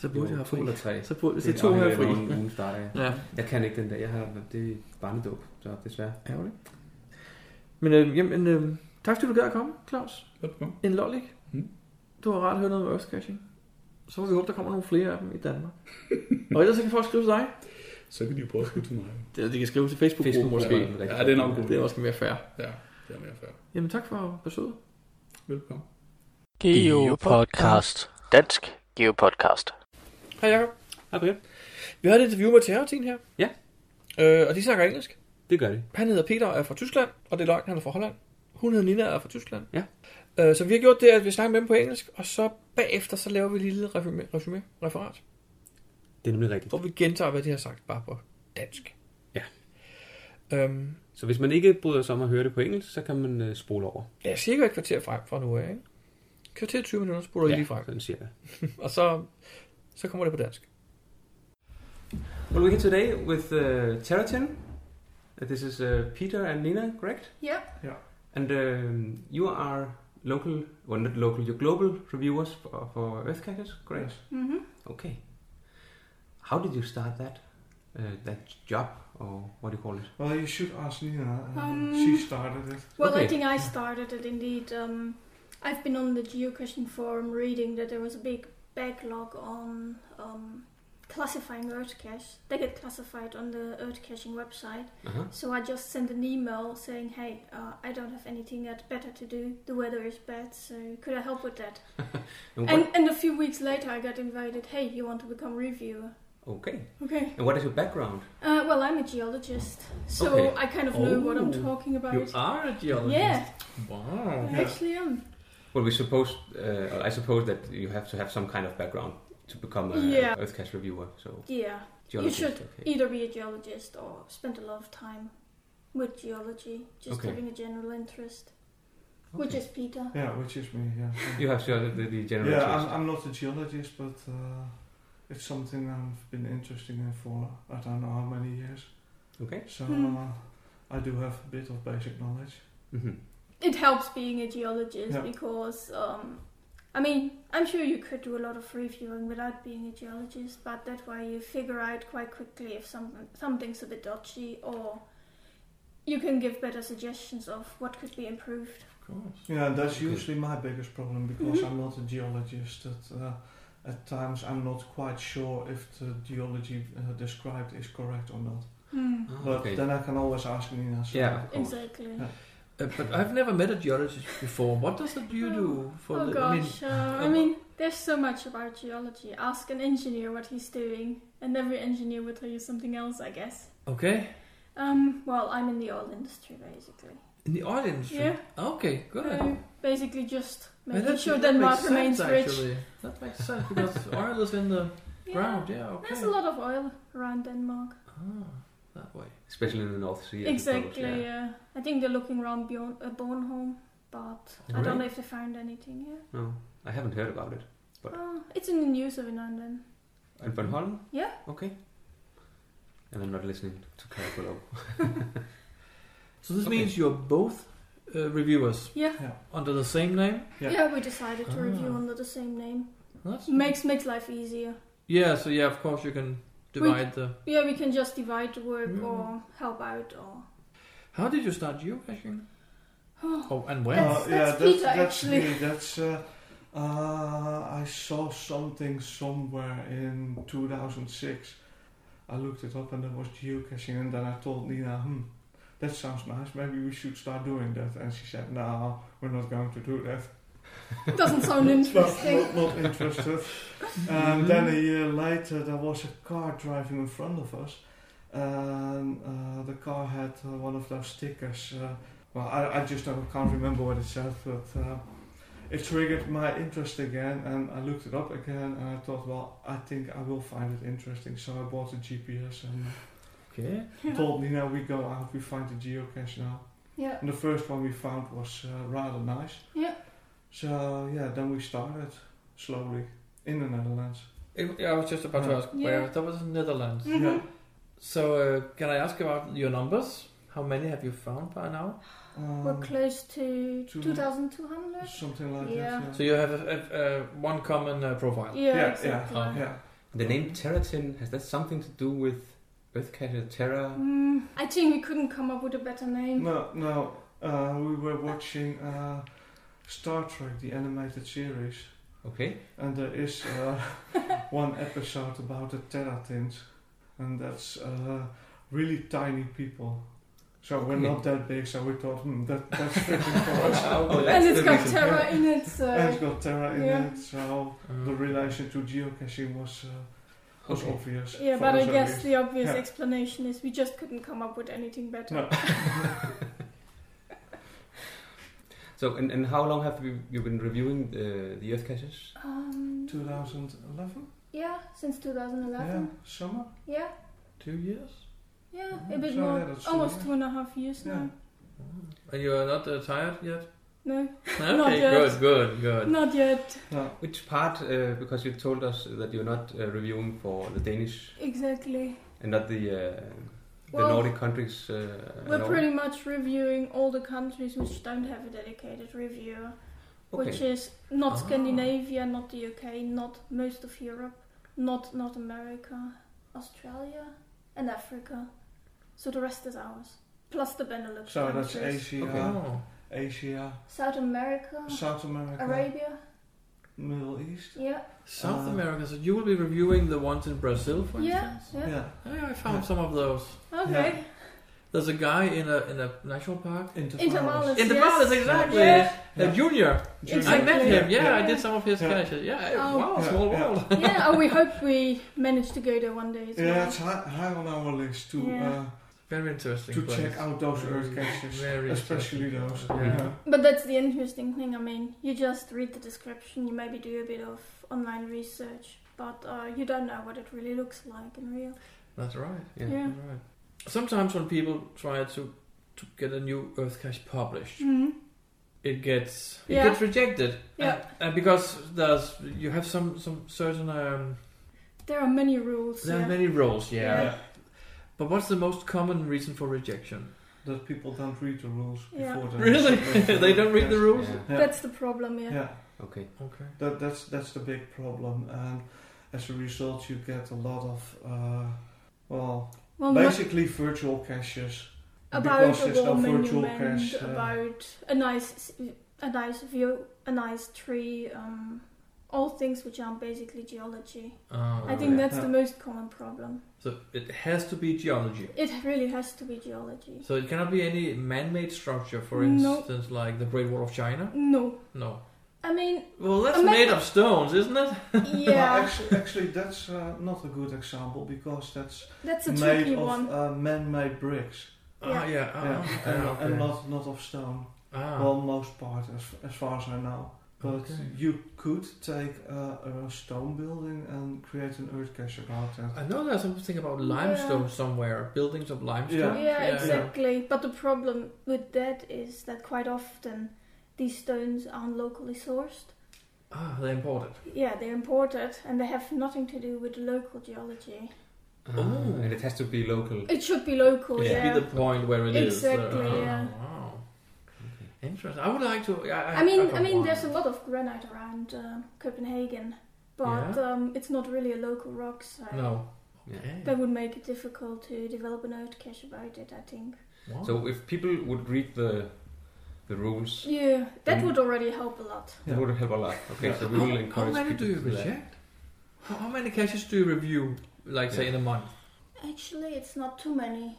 Så burde jeg to have fri. eller tre. Så burde så Det to her afhænger af, fri. hvornår ugen starter. jeg. Ja, Jeg kan ikke den dag. Jeg har det er barnedåb, så desværre. ærgerligt. Men øh, jamen, øh, tak fordi du gad at komme, Claus. Velbekomme. En lollik. Mm. Du har ret hørt noget om earthcaching. Så må vi håbe, der kommer nogle flere af dem i Danmark. Og ellers så kan folk skrive til dig. Så kan de jo prøve at skrive til mig. Det, de kan skrive til Facebook-gruppen Facebook måske. er en rigtig Ja, det er nok god god. Det er også mere fair. Ja, det er mere færdig. Jamen tak for besøget. Velbekomme. Geopodcast. Dansk Geopodcast. Hej Jacob. Hej, Brian. Vi har et interview med Terrotin her. Ja. Øh, og de snakker engelsk. Det gør det. Han hedder Peter og er fra Tyskland, og det er løgn, han er fra Holland. Hun hedder Nina og er fra Tyskland. Ja. Øh, så vi har gjort det, at vi snakker med dem på engelsk, og så bagefter så laver vi et lille resume, resume, referat, Det er nemlig rigtigt. hvor vi gentager, hvad de har sagt, bare på dansk. Ja. Øhm, Så hvis man ikke bryder sig om at høre det på engelsk, så kan man øh, spole over. ja, cirka et kvarter frem fra nu af, ikke? Kvarter 20 minutter, så spoler ja. lige frem. *laughs* sådan cirka. Og så, så kommer det på dansk. Well, we're here today with uh, Terratin. Uh, This is uh, Peter and Nina, correct? Yeah. Yeah. And um, you are local, well, not local, you're global reviewers for, for Earthcatchers, correct? Mm-hmm. Okay. How did you start that? Uh, that job, or what do you call it? Well, you should ask Nina. Uh, Um, she started it. Well, I Okay. think I started it indeed. Um, I've been on the geocaching forum reading that there was a big backlog on um, classifying Earth cache. They get classified on the Earth caching website. Uh-huh. So I just sent an email saying, hey, uh, I don't have anything that's better to do. The weather is bad, so could I help with that? *laughs* And And, what, and a few weeks later, I got invited, hey, you want to become reviewer? okay. Okay. And what is your background? Uh, well, I'm a geologist, so Okay. I kind of know what I'm Oh, talking about. You are a geologist. Yeah, Wow. I actually am. Well, we suppose, uh, I suppose that you have to have some kind of background to become an Yeah. Earthcatch reviewer. So Yeah, geologist, should okay. either be a geologist or spend a lot of time with geology, just Okay. having a general interest, which Okay. is Peter. Yeah, which is me. Yeah. You have to the, the general. yeah, interest. I'm, I'm not a geologist, but uh, it's something I've been interested in for I don't know how many years. Okay. So Hmm. uh, I do have a bit of basic knowledge. hmm It helps being a geologist Yeah. because, um, I mean, I'm sure you could do a lot of reviewing without being a geologist, but that way you figure out quite quickly if some, something's a bit dodgy or you can give better suggestions of what could be improved. Of course. Yeah, and that's Okay. usually my biggest problem because Mhm. I'm not a geologist. That uh, at times I'm not quite sure if the geology uh, described is correct or not. Hmm. Ah, But okay. then I can always ask Nina. So Yeah. Of course. Exactly. Yeah. Uh, but I've never met a geologist before. What does a you do for Oh the, gosh, I mean, *laughs* uh, I mean, there's so much about geology. Ask an engineer what he's doing, and every engineer will tell you something else, I guess. Okay. Um, well, I'm in the oil industry, basically. In the oil industry? Yeah. Okay, good. Um, basically, just Well, making that- sure that Denmark makes remains sense, rich. actually. That makes sense *laughs* because oil is in the ground. Yeah, okay. There's a lot of oil around Denmark. that way. Especially in the North Sea. I suppose, exactly, yeah. I think they're looking around Bjorn, uh, Bornholm, but I Really? don't know if they found anything yet. No, I haven't heard about it. But Oh, it's in the news every now and then. and Van Holm? Yeah. Okay. And I'm not listening to Carl Below. *laughs* So this means you're both uh, reviewers. Yeah. Yeah. Under the same name. Ah. Yeah, we decided to review under the same name. That's makes makes life easier. Yeah. So yeah, of course you can We- divide the. Yeah, we can just divide the work Mm. or help out or. How did you start *sighs* geocaching? Oh, and when? Uh, yeah, that's, Peter, that's actually. me. That's uh, uh, I saw something somewhere in 2006. I looked it up and there was geocaching, and then I told Nina, "Hmm, that sounds nice. Maybe we should start doing that." And she said, "No, we're not going to do that." Doesn't sound *laughs* Not- interesting. Not, not, interested. and then a year later, there was a car driving in front of us, and uh, the car had uh, one of those stickers. Uh, well, I, I just don't, can't remember what it said, but uh, it triggered my interest again, and I looked it up again, and I thought, well, I think I will find it interesting, so I bought a GPS and. Okay. Told Nina we go out, we find the geocache now. Yeah. And the first one we found was uh, rather nice. Yeah. So yeah, then we started slowly in the Netherlands. It- I was just about to Yeah. ask where Yeah. that was in Netherlands. Mm-hmm. Mhm. Yeah. So uh, can I ask about your numbers? How many have you found by now? We're close to 2,200. Something like that, Yeah. yeah. So you have a, a, a one common uh, profile. Ah. Yeah, Yeah, yeah, exactly. uh, Okay. yeah. The name Terratin, has that something to do with Earthcatcher Terra? Mm, I think we couldn't come up with a better name. No, no, uh, we were watching uh, Star Trek, the animated series. Okay. And there *laughs* is uh, one episode about the Terratins, and that's uh, really tiny people. So we're Okay. not that big, so we thought, hmm, that, that's fitting *laughs* for us. Oh, that's And it's the got reason. Terra in it, so- And it's got Terra in Yeah. it, so Uh. the relation to geocaching was, uh, was Okay. obvious. Yeah, for but I us at guess least. the obvious Yeah. explanation is we just couldn't come up with anything better. No. So, and, and how long have you, you been reviewing the, the Earthcaches? *laughs* Um, 2011? Yeah, since 2011. Yeah, summer? Yeah, Two years. yeah, Yeah, a bit so more. yeah, that's, uh, almost yeah. two and a half years now. And you are not uh, tired yet? No. *laughs* Not Okay, yet. good, good, good. Not yet. Which part, uh, because you told us that you're not uh, reviewing for the Danish Exactly. and not the, uh, the Well, Nordic countries? Uh, We're at all? pretty much reviewing all the countries which don't have a dedicated reviewer, which Okay. is not Ah. Scandinavia, not the UK, not most of Europe, not North America, Australia, and Africa. So the rest is ours, plus the Benelux. So that's countries. Oh. Asia, Okay. Asia, South America, South America. Arabia. Middle East. Yeah. South Uh, America. So you will be reviewing the ones in Brazil, for Yeah, instance. yeah. Oh, I found some of those. Okay. Yeah. There's a guy in a in a national park. Intervalos. Intervalos, Intervalos, yes. exactly. Yeah. Uh, Junior. Junior. I met him. Exactly. Yeah, I Yeah. did some of his Yeah. caches. Yeah. Oh. Wow, Yeah, small yeah. world. yeah, oh, we hope we manage to go there one day as Yeah, well. it's high, high on our list to Yeah. uh, very interesting to place. check out those Very- earth caches, very especially those. Yeah. But that's the interesting thing. I mean, you just read the description, you maybe do a bit of online research, but uh, you don't know what it really looks like in real. That's right. Yeah. Yeah. That's right. Sometimes when people try to to get a new Earth cache published, Mhm. it gets it Yeah. gets rejected. Yeah. And, and because there's you have some some certain um, There are many rules. there yeah. are many rules. Yeah. Yeah. But what's the most common reason for rejection? That people don't read the rules Yeah. before they Really? *laughs* they don't read the rules. That's the problem, yeah. Yeah. Okay. Okay. That, that's that's the big problem, and as a result, you get a lot of uh, well, Well, not- basically virtual caches. About because a there's no wall virtual monument, cache. uh, about a nice, a nice view, a nice tree. Um, all things which are basically geology. Oh, I think yeah. that's the most common problem. So it has to be geology. It really has to be geology. So it cannot be any man-made structure, for No. instance, like the Great Wall of China. No. No. I mean, Well, that's a ma- made of stones, isn't it? *laughs* Yeah. actually, actually, that's uh, not a good example because that's That's a made tricky of one. Uh, man-made bricks. Ah, Yeah. yeah, ah, okay, and, okay. and not not of stone. Ah. Well, most part, as as far as I know. But Okay. you could take uh, a stone building and create an earth cache about that. I know there's something about limestone somewhere, buildings of limestone. Yeah, exactly. But the problem with that is that quite often these stones aren't locally sourced. Ah, they imported. Yeah, they're imported and they have nothing to do with local geology. Oh. And it has to be local. It should be local, It should yeah. be the point where it is. Exactly, Uh, yeah. Wow. Interesting. I would like to. I, I, I mean, found I mean, one. there's a lot of granite around uh, Copenhagen, but Yeah. um, it's not really a local rock, so No. Okay. that would make it difficult to develop an earth cache about it. I think. So if people would read the the rules, Yeah, that Mm. then would already help a lot. that would help a lot. Okay, so we How- will How encourage many people do you to do that. reject? How, how many caches do you review, like, say, in a month? Actually, it's not too many.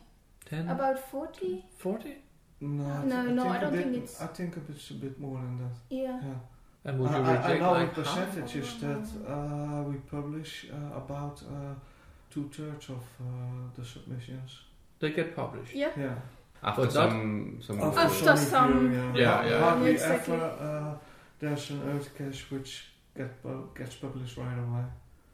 Ten? About forty. Forty? No, I No, thi- no, I, I don't a bit, think it's- I think it's a bit more than that. Yeah. yeah. And would you I- I- I reject, know like, in percentages half? that uh, we publish uh, about uh, two thirds of uh, the submissions. They get published. Yeah. Yeah. After But that- some, some After, After some some- review, Yeah, yeah. Hardly Exactly. ever uh, there's an earth cache which get pu- gets published right away.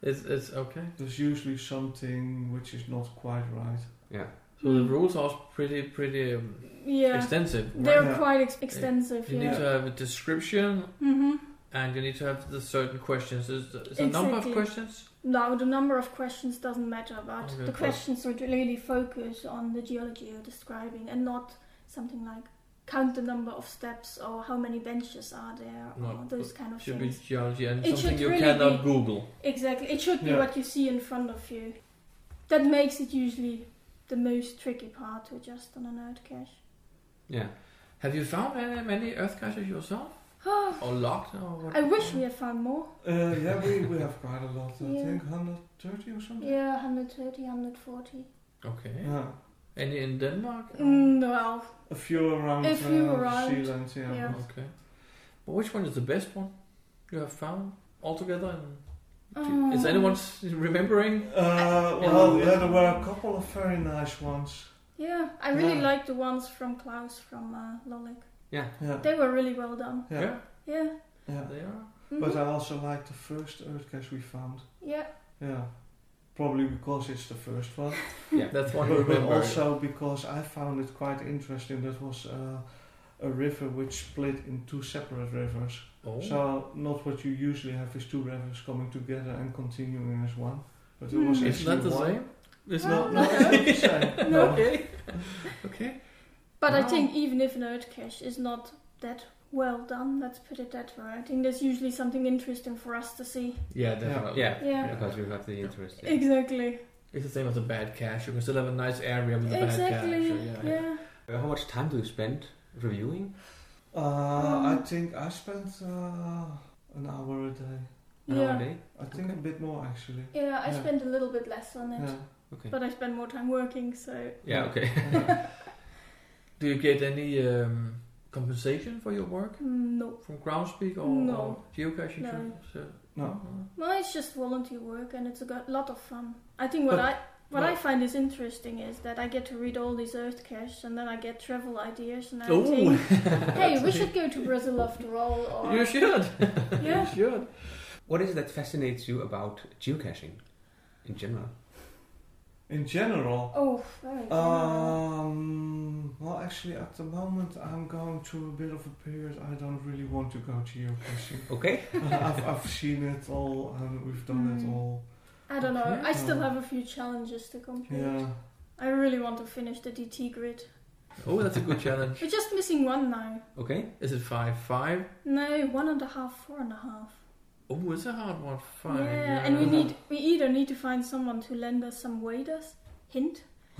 It's, it's okay. There's usually something which is not quite right. Yeah. So the rules are pretty, pretty um, Yeah. extensive. right? They're quite ex- extensive. You yeah. need to have a description, Mhm. and you need to have the certain questions. Is, there- is there a number of Exactly. questions? No, the number of questions doesn't matter, but Okay, the but- questions would really focus on the geology you're describing and not something like count the number of steps or how many benches are there or those kind of should things. be geology and It should something you really cannot be- Google. Exactly, it should be Yeah. what you see in front of you. That makes it usually the most tricky part to adjust on an earth cache. *gasps* Yeah. Have you found any, many earth caches yourself? or locked? Or what? I wish we had found more. Uh, yeah, we, we have quite a lot. I Yeah. think 130 or something. Yeah, 130, 140. Okay. Yeah. Any in Denmark? um, Mm, well, A few around A few uh, around, Zealand, yeah. yeah. Okay. But which one is the best one you have found altogether? And Oh. Is anyone s- remembering? Uh, well, yeah, there were a couple of very nice ones. Yeah, I really Yeah. like the ones from Klaus from uh, Lolik. Yeah. Yeah. They were really well done. Yeah. Yeah. Yeah. Yeah. They are. But Mhm. I also like the first earth cache we found. Yeah. Yeah. Probably because it's the first one. Yeah. That's one you But- But remember. also because I found it quite interesting. That was uh, a river which split in two separate rivers. Oh. So not what you usually have is two rivers coming together and continuing as one. But it Hmm. was Isn't actually that the one. same? It's *laughs* no, not- no, it's not the same. No. No. Okay. *laughs* Okay. But I Wow. think even if an earth cache is not that well done, let's put it that way. I think there's usually something interesting for us to see. Yeah, definitely. Yeah. Yeah. Because you have the interest. yeah. Exactly. It's the same as a bad cache. You can still have a nice area with a bad Exactly, cache. yeah. Uh, How much time do you spend reviewing? Uh, Um, I think I spent uh, an hour a day. An hour a Yeah. day? I think a bit more actually. Yeah, I spend a little bit less on it. Yeah. Okay. But I spend more time working, so. Yeah, okay. *laughs* Do you get any um, compensation for your work? Mm, No. From Groundspeak or, No. or geocaching? No. service? Uh, No. Well, it's just volunteer work, and it's a go- lot of fun. I think what But- I what I well- find is interesting is that I get to read all these earth caches, and then I get travel ideas, and I Oh. *laughs* think, hey, we should go to Brazil after all. Or You should. *laughs* Yeah. *laughs* You should. What is it that fascinates you about geocaching in general? In general. Uh, Oh, very Um, well, actually, at the moment, I'm going through a bit of a period. I don't really want to go geocaching. Okay. *laughs* I've, I've seen it all, and we've done it Mm. all. I don't know. I still Uh, have a few challenges to complete. Yeah. I really want to finish the DT grid. Oh, that's a good challenge. We're just missing one now. Okay. Is it five five? No, one and a half, four and a half. Oh, it's a hard one. Five. yeah, and we need we either need to find someone to lend us some waders. *laughs* Hint. *laughs*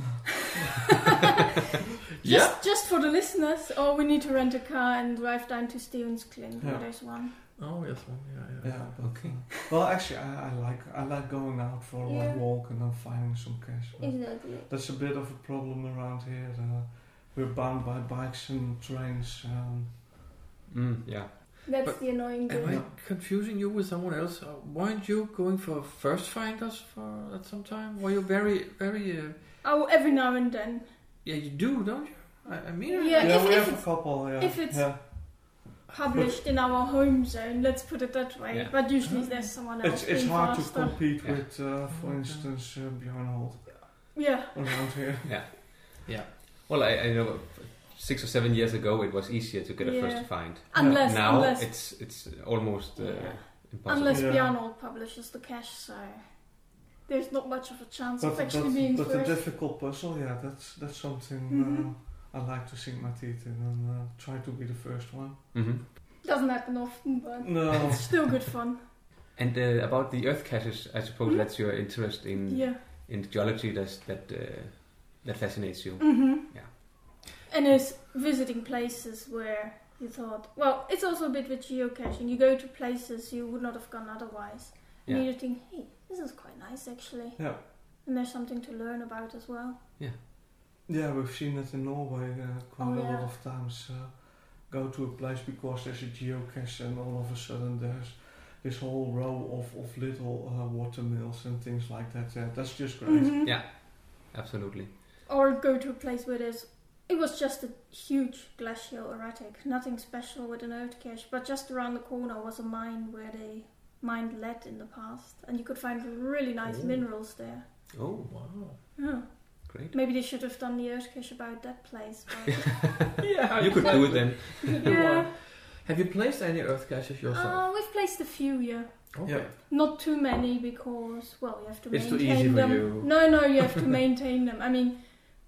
just, Yeah. just for the listeners, or we need to rent a car and drive down to Stevens Clint, where Yeah. there's one. Oh, yes, one. Yeah, yeah. Yeah. but, uh, well, actually, I, I like I like going out for a Yeah. long walk and then finding some cash. but Exactly. That's a bit of a problem around here. Uh, we're bound by bikes and trains. Um, Mm, yeah. That's But the annoying Am bit. I confusing you with someone else? Uh, weren't you going for first finders for at some time? Were you very, very? Uh, Oh, every now and then. yeah, you do, don't you? I, I mean, I- Yeah, yeah, if- if we have a it's- couple. Yeah, if it's yeah. Published in our home zone, let's put it that way. Yeah. But usually there's someone else It's, it's being hard faster. to compete Yeah. with, uh, for instance, uh, Bjorn Holt Yeah. around here. *laughs* Yeah. Yeah. Well, I, I know six or seven years ago it was easier to get a Yeah. first find. Unless- now unless- it's it's almost uh, Yeah. impossible. Unless Yeah. Bjarnold publishes the cash, so there's not much of a chance But, of actually but, being but a first. Mm-hmm. difficult puzzle, yeah, that's that's something uh, I like to sink my teeth in and uh, try to be the first one. Mhm. Doesn't happen often, but No. it's still good fun. And uh, about the earth caches, I suppose that's your interest in Hmm? Yeah. in geology. That's, that uh, that fascinates you. Mhm. Yeah. And it's visiting places where you thought. Well, it's also a bit with geocaching. You go to places you would not have gone otherwise, and Yeah. you think, hey, this is quite nice actually. Yeah. And there's something to learn about as well. Yeah, we've seen it in Norway uh, quite Oh, a lot yeah. of times. Uh, go to a place because there's a geocache, and all of a sudden there's this whole row of, of little uh, watermills and things like that. Yeah, that's just great. Mhm. Yeah. Absolutely. Or go to a place where there's. It was just a huge glacial erratic, nothing special with an earth cache, but just around the corner was a mine where they mined lead in the past, and you could find really nice Ooh. minerals there. Oh, Wow. Yeah. great. Maybe they should have done the earth cache about that place. But *laughs* Yeah, You could do it *laughs* then. yeah. Have you placed any earth caches yourself? Uh, we've placed a few, yeah. okay. Not too many because, well, you have to It's too maintain easy for them. you. No, no, you have *laughs* to maintain them. I mean,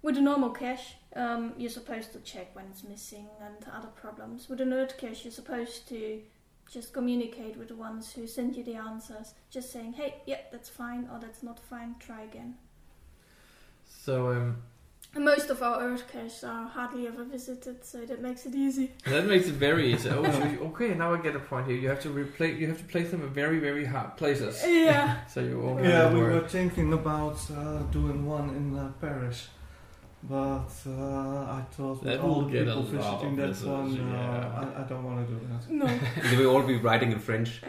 with a normal cache, um, you're supposed to check when it's missing and other problems. With a nerd cache, you're supposed to just communicate with the ones who send you the answers, just saying, hey, yeah, that's fine, or that's not fine, try again. So um, And most of our earth caches are hardly ever visited, so that makes it easy. that makes it very easy. Oh, so you- okay, now I get a point here. You have to replace. You have to place them in very, very hard places. Yeah. *laughs* So you won't Yeah, have we to worry. were thinking about uh, doing one in uh, Paris, but uh, I thought with That all will the get a people lot of visiting that visitors, one, yeah. uh, I, I don't want to do that. No. *laughs* They will all be writing in French.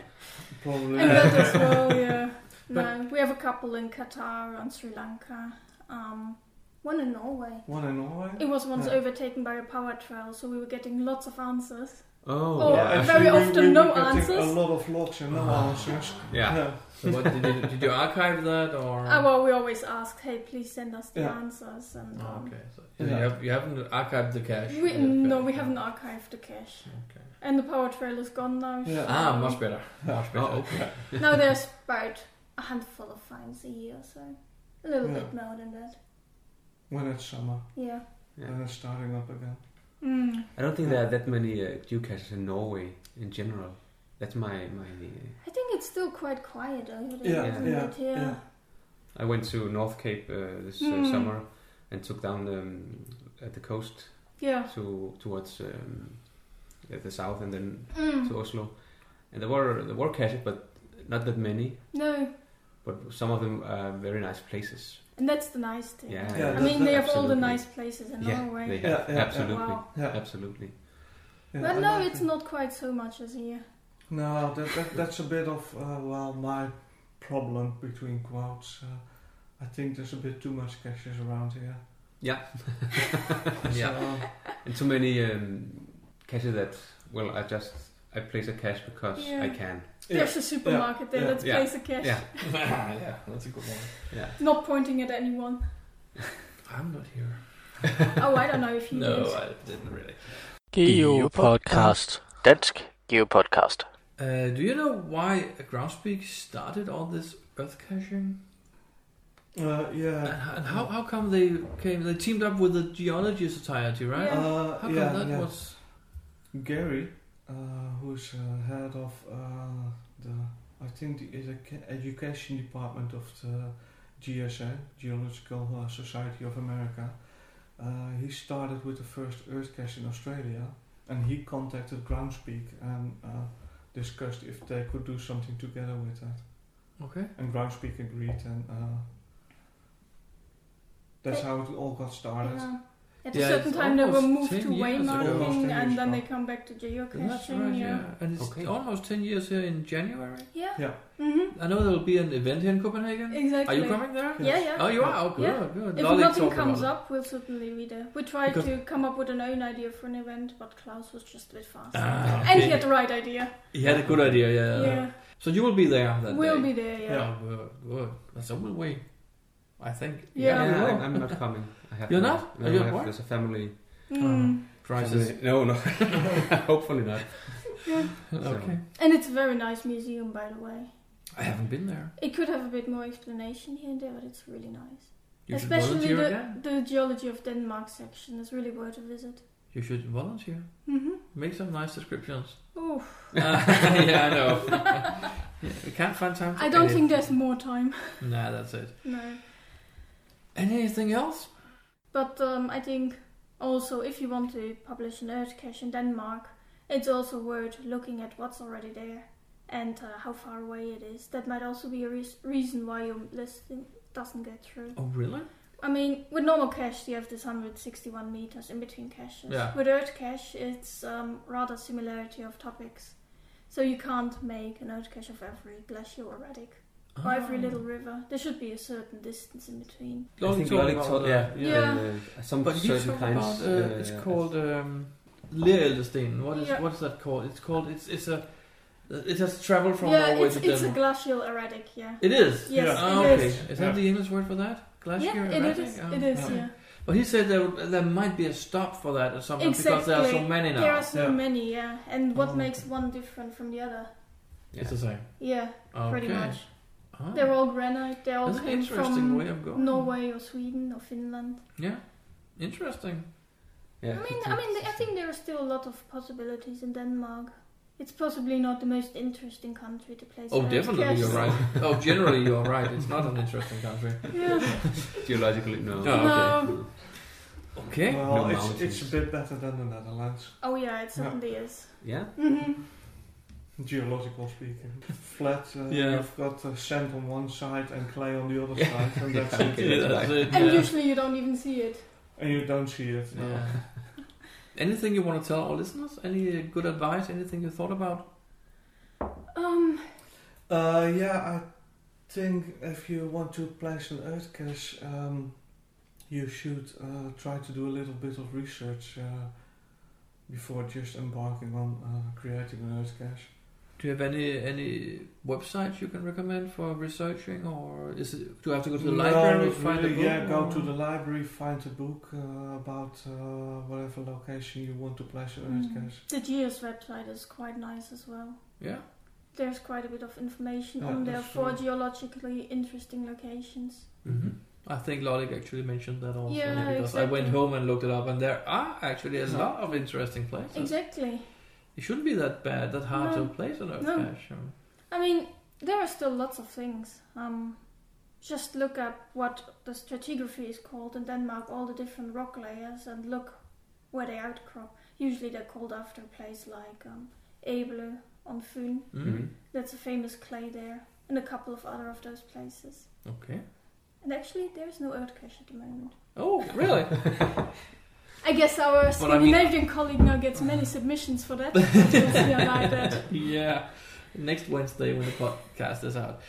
Probably. And that *laughs* as *laughs* well, yeah. No, we have a couple in Qatar and Sri Lanka. Um, one in Norway. One in Norway? It was once Yeah. overtaken by a power trail, so we were getting lots of answers. Oh, Oh, yeah. very we- often we were no getting answers. A lot of logs *laughs* and no answers. *laughs* Yeah. So what did you, did you archive that or? Ah, well, we always asked, hey, please send us the Yeah. Ah, answers. And Oh, um, okay. So you, have, you haven't archived the cache. we, Okay. no, we haven't archived the cache. Okay. And the power trail is gone now. Yeah. Ah, much better. Much better. Oh, okay. *laughs* Now there's about a handful of finds a year, so a little Yeah. bit more than that. When it's summer, Yeah. Yeah. then it's starting up again. Mm. I don't think there are that many uh, geocaches in Norway in general. That's my my. Uh, I think it's still quite quiet over there. Yeah, isn't yeah, it? yeah. yeah. I went to North Cape uh, this uh, Mm. summer and took down um, at the coast Yeah. to towards um, at the south and then Mm. to Oslo. And there were there were caches, but not that many. No, But some of them are very nice places. and that's the nice thing. Yeah, Yeah, I that- mean, they have all the absolutely. nice places in yeah, Norway. they Yeah, have. yeah, yeah. absolutely, Wow. Yeah. absolutely. yeah but I no, like it's it. not quite so much as here. No, that, that, that's a bit of, uh, well, my problem between quotes. Uh, I think there's a bit too much caches around here. *laughs* Yeah. Yeah. So, And too many um, caches that well, I just I place a cache because Yeah. I can. yeah. There's a supermarket there. yeah, Let's yeah, place a cash. *laughs* yeah. Ah, yeah, that's a good one. Yeah, Not pointing at anyone. I'm not here. oh, I don't know if you. *laughs* did. I didn't really. Geopodcast. Dansk Geopodcast. Uh, do you know why Groundspeak started all this earth caching? uh, And, yeah. h- and how, how come they came? They teamed up with the Geology Society, right? Yeah. Uh, How come yeah, that yeah. was? Gary, uh, who's uh, head of uh, the, I think the edu- education department of the GSA, Geological uh, Society of America, uh, he started with the first Earth cache in Australia, and he contacted Groundspeak, and uh, discussed if they could do something together with that. Okay. And Groundspeak agreed, and uh, that's how it all got started. Yeah. At a Yeah, certain it's time, they were moved almost 10 to years ago. waymarking, Almost and 10 years then ago. *laughs* they come back to geocaching. That's right, yeah. yeah. And it's almost 10 years here in January. Yeah. Yeah. Mhm. I know there will be an event here in Copenhagen. Exactly. Are you coming there? Yeah, yeah. Oh, you are? Oh, good. Yeah. good. If Now they nothing talk about comes it. up, we'll certainly be there. We tried Because- to come up with an own idea for an event, but Klaus was just a bit fast. Ah, And he okay. had the right idea. He had a good idea, yeah. Yeah. So you will be there that We'll be day? there, yeah. Oh, good, good. That's only way, I think. Yeah. Yeah, you will. I'm not coming. I have You're to- not? No, Are you I at have- work? there's a family Mm. crisis. Family- No, *laughs* no. Hopefully not. *laughs* Yeah. So- Okay. And it's a very nice museum, by the way. I haven't been there. It could have a bit more explanation here and there, but it's really nice. You should Especially volunteer the, again. the geology of Denmark section is really worth a visit. You should volunteer. Mhm. Make some nice descriptions. Oof. *laughs* yeah, I know. *laughs* yeah, we can't find time. to I don't edit. think there's more time. *laughs* Nah, that's it. no. Anything else? But um, I think also if you want to publish an Earth cache in Denmark, it's also worth looking at what's already there and uh, how far away it is. That might also be a reas reason why your listing doesn't get through. Oh, really? I mean, with normal cache, you have this 161 meters in between caches. Yeah. With Earth cache, it's um, rather similarity of topics. So you can't make an Earth cache of every glacier or radix. Or every Ah. little river. There should be a certain distance in between. I think Lolly taught, yeah, Yeah. Uh, some but you certain talk kinds. about uh, uh, it's yeah. called um, Lerelstein. What is Yeah. what is that called? It's called it's it's a it has traveled from yeah, Norway it's, to it's a Denmark. glacial erratic, yeah. Oh, It is. Yes, Ah, it okay. is. Is that the English word for that? Glacier? Yeah, it erratic? is. Oh, It is, okay. yeah. But he said there there might be a stop for that or something Oh, because there are so many now. Oh. There are so many, yeah. And what makes one different from the other? It's the same. Yeah, pretty Okay. much. Ah. They're all granite. They all That's an came interesting from way of going. Norway or Sweden or Finland. Yeah. Interesting. Yeah. I mean, I mean, I think there are still a lot of possibilities in Denmark. It's possibly not the most interesting country to place. Oh, your definitely, cash. you're right. *laughs* Oh, generally, you're right. It's not an interesting country. Yeah. *laughs* Geologically, no. Oh, okay. No. Okay. Well, No it's, mountains. it's a bit better than the Netherlands. Oh yeah, it certainly is. Yeah? hmm Geological speaking. Flat, uh, Yeah. you've got uh, sand on one side and clay on the other side, and that's Yeah, it. okay, that's That's right. it, And usually you don't even see it. And you don't see it. No. Yeah. *laughs* Anything you want to tell our listeners? Any uh, good advice? Anything you thought about? Um. Uh, yeah, I think if you want to place an earth cache, um, you should uh, try to do a little bit of research uh, before just embarking on uh, creating an earth cache. Do you have any any websites you can recommend for researching, or is it, do I have to go to the No, library not find really. a book? Yeah, go or- to the library, find a book uh, about uh, whatever location you want to place an earth Mm. cache. The Geos website is quite nice as well. Yeah. There's quite a bit of information Yeah, on there that's for true. geologically interesting locations. Mhm. I think Lolik actually mentioned that also Yeah, because I went exactly. home and looked it up, and there are actually a lot of interesting places. Exactly. It shouldn't be that bad, that hard No. to place on Earth No. Cache. um, I mean, there are still lots of things. Um, just look up what the stratigraphy is called in Denmark, all the different rock layers, and look where they outcrop. Usually they're called after a place like um, Ebel on Fyn. Mhm. That's a famous clay there, and a couple of other of those places. Okay. And actually, there's no earth cache at the moment. Oh, *laughs* really? I guess our But I mean- Scandinavian colleague now gets many submissions for *laughs* that. We'll see about that. yeah. Next Wednesday when the podcast is *laughs* out.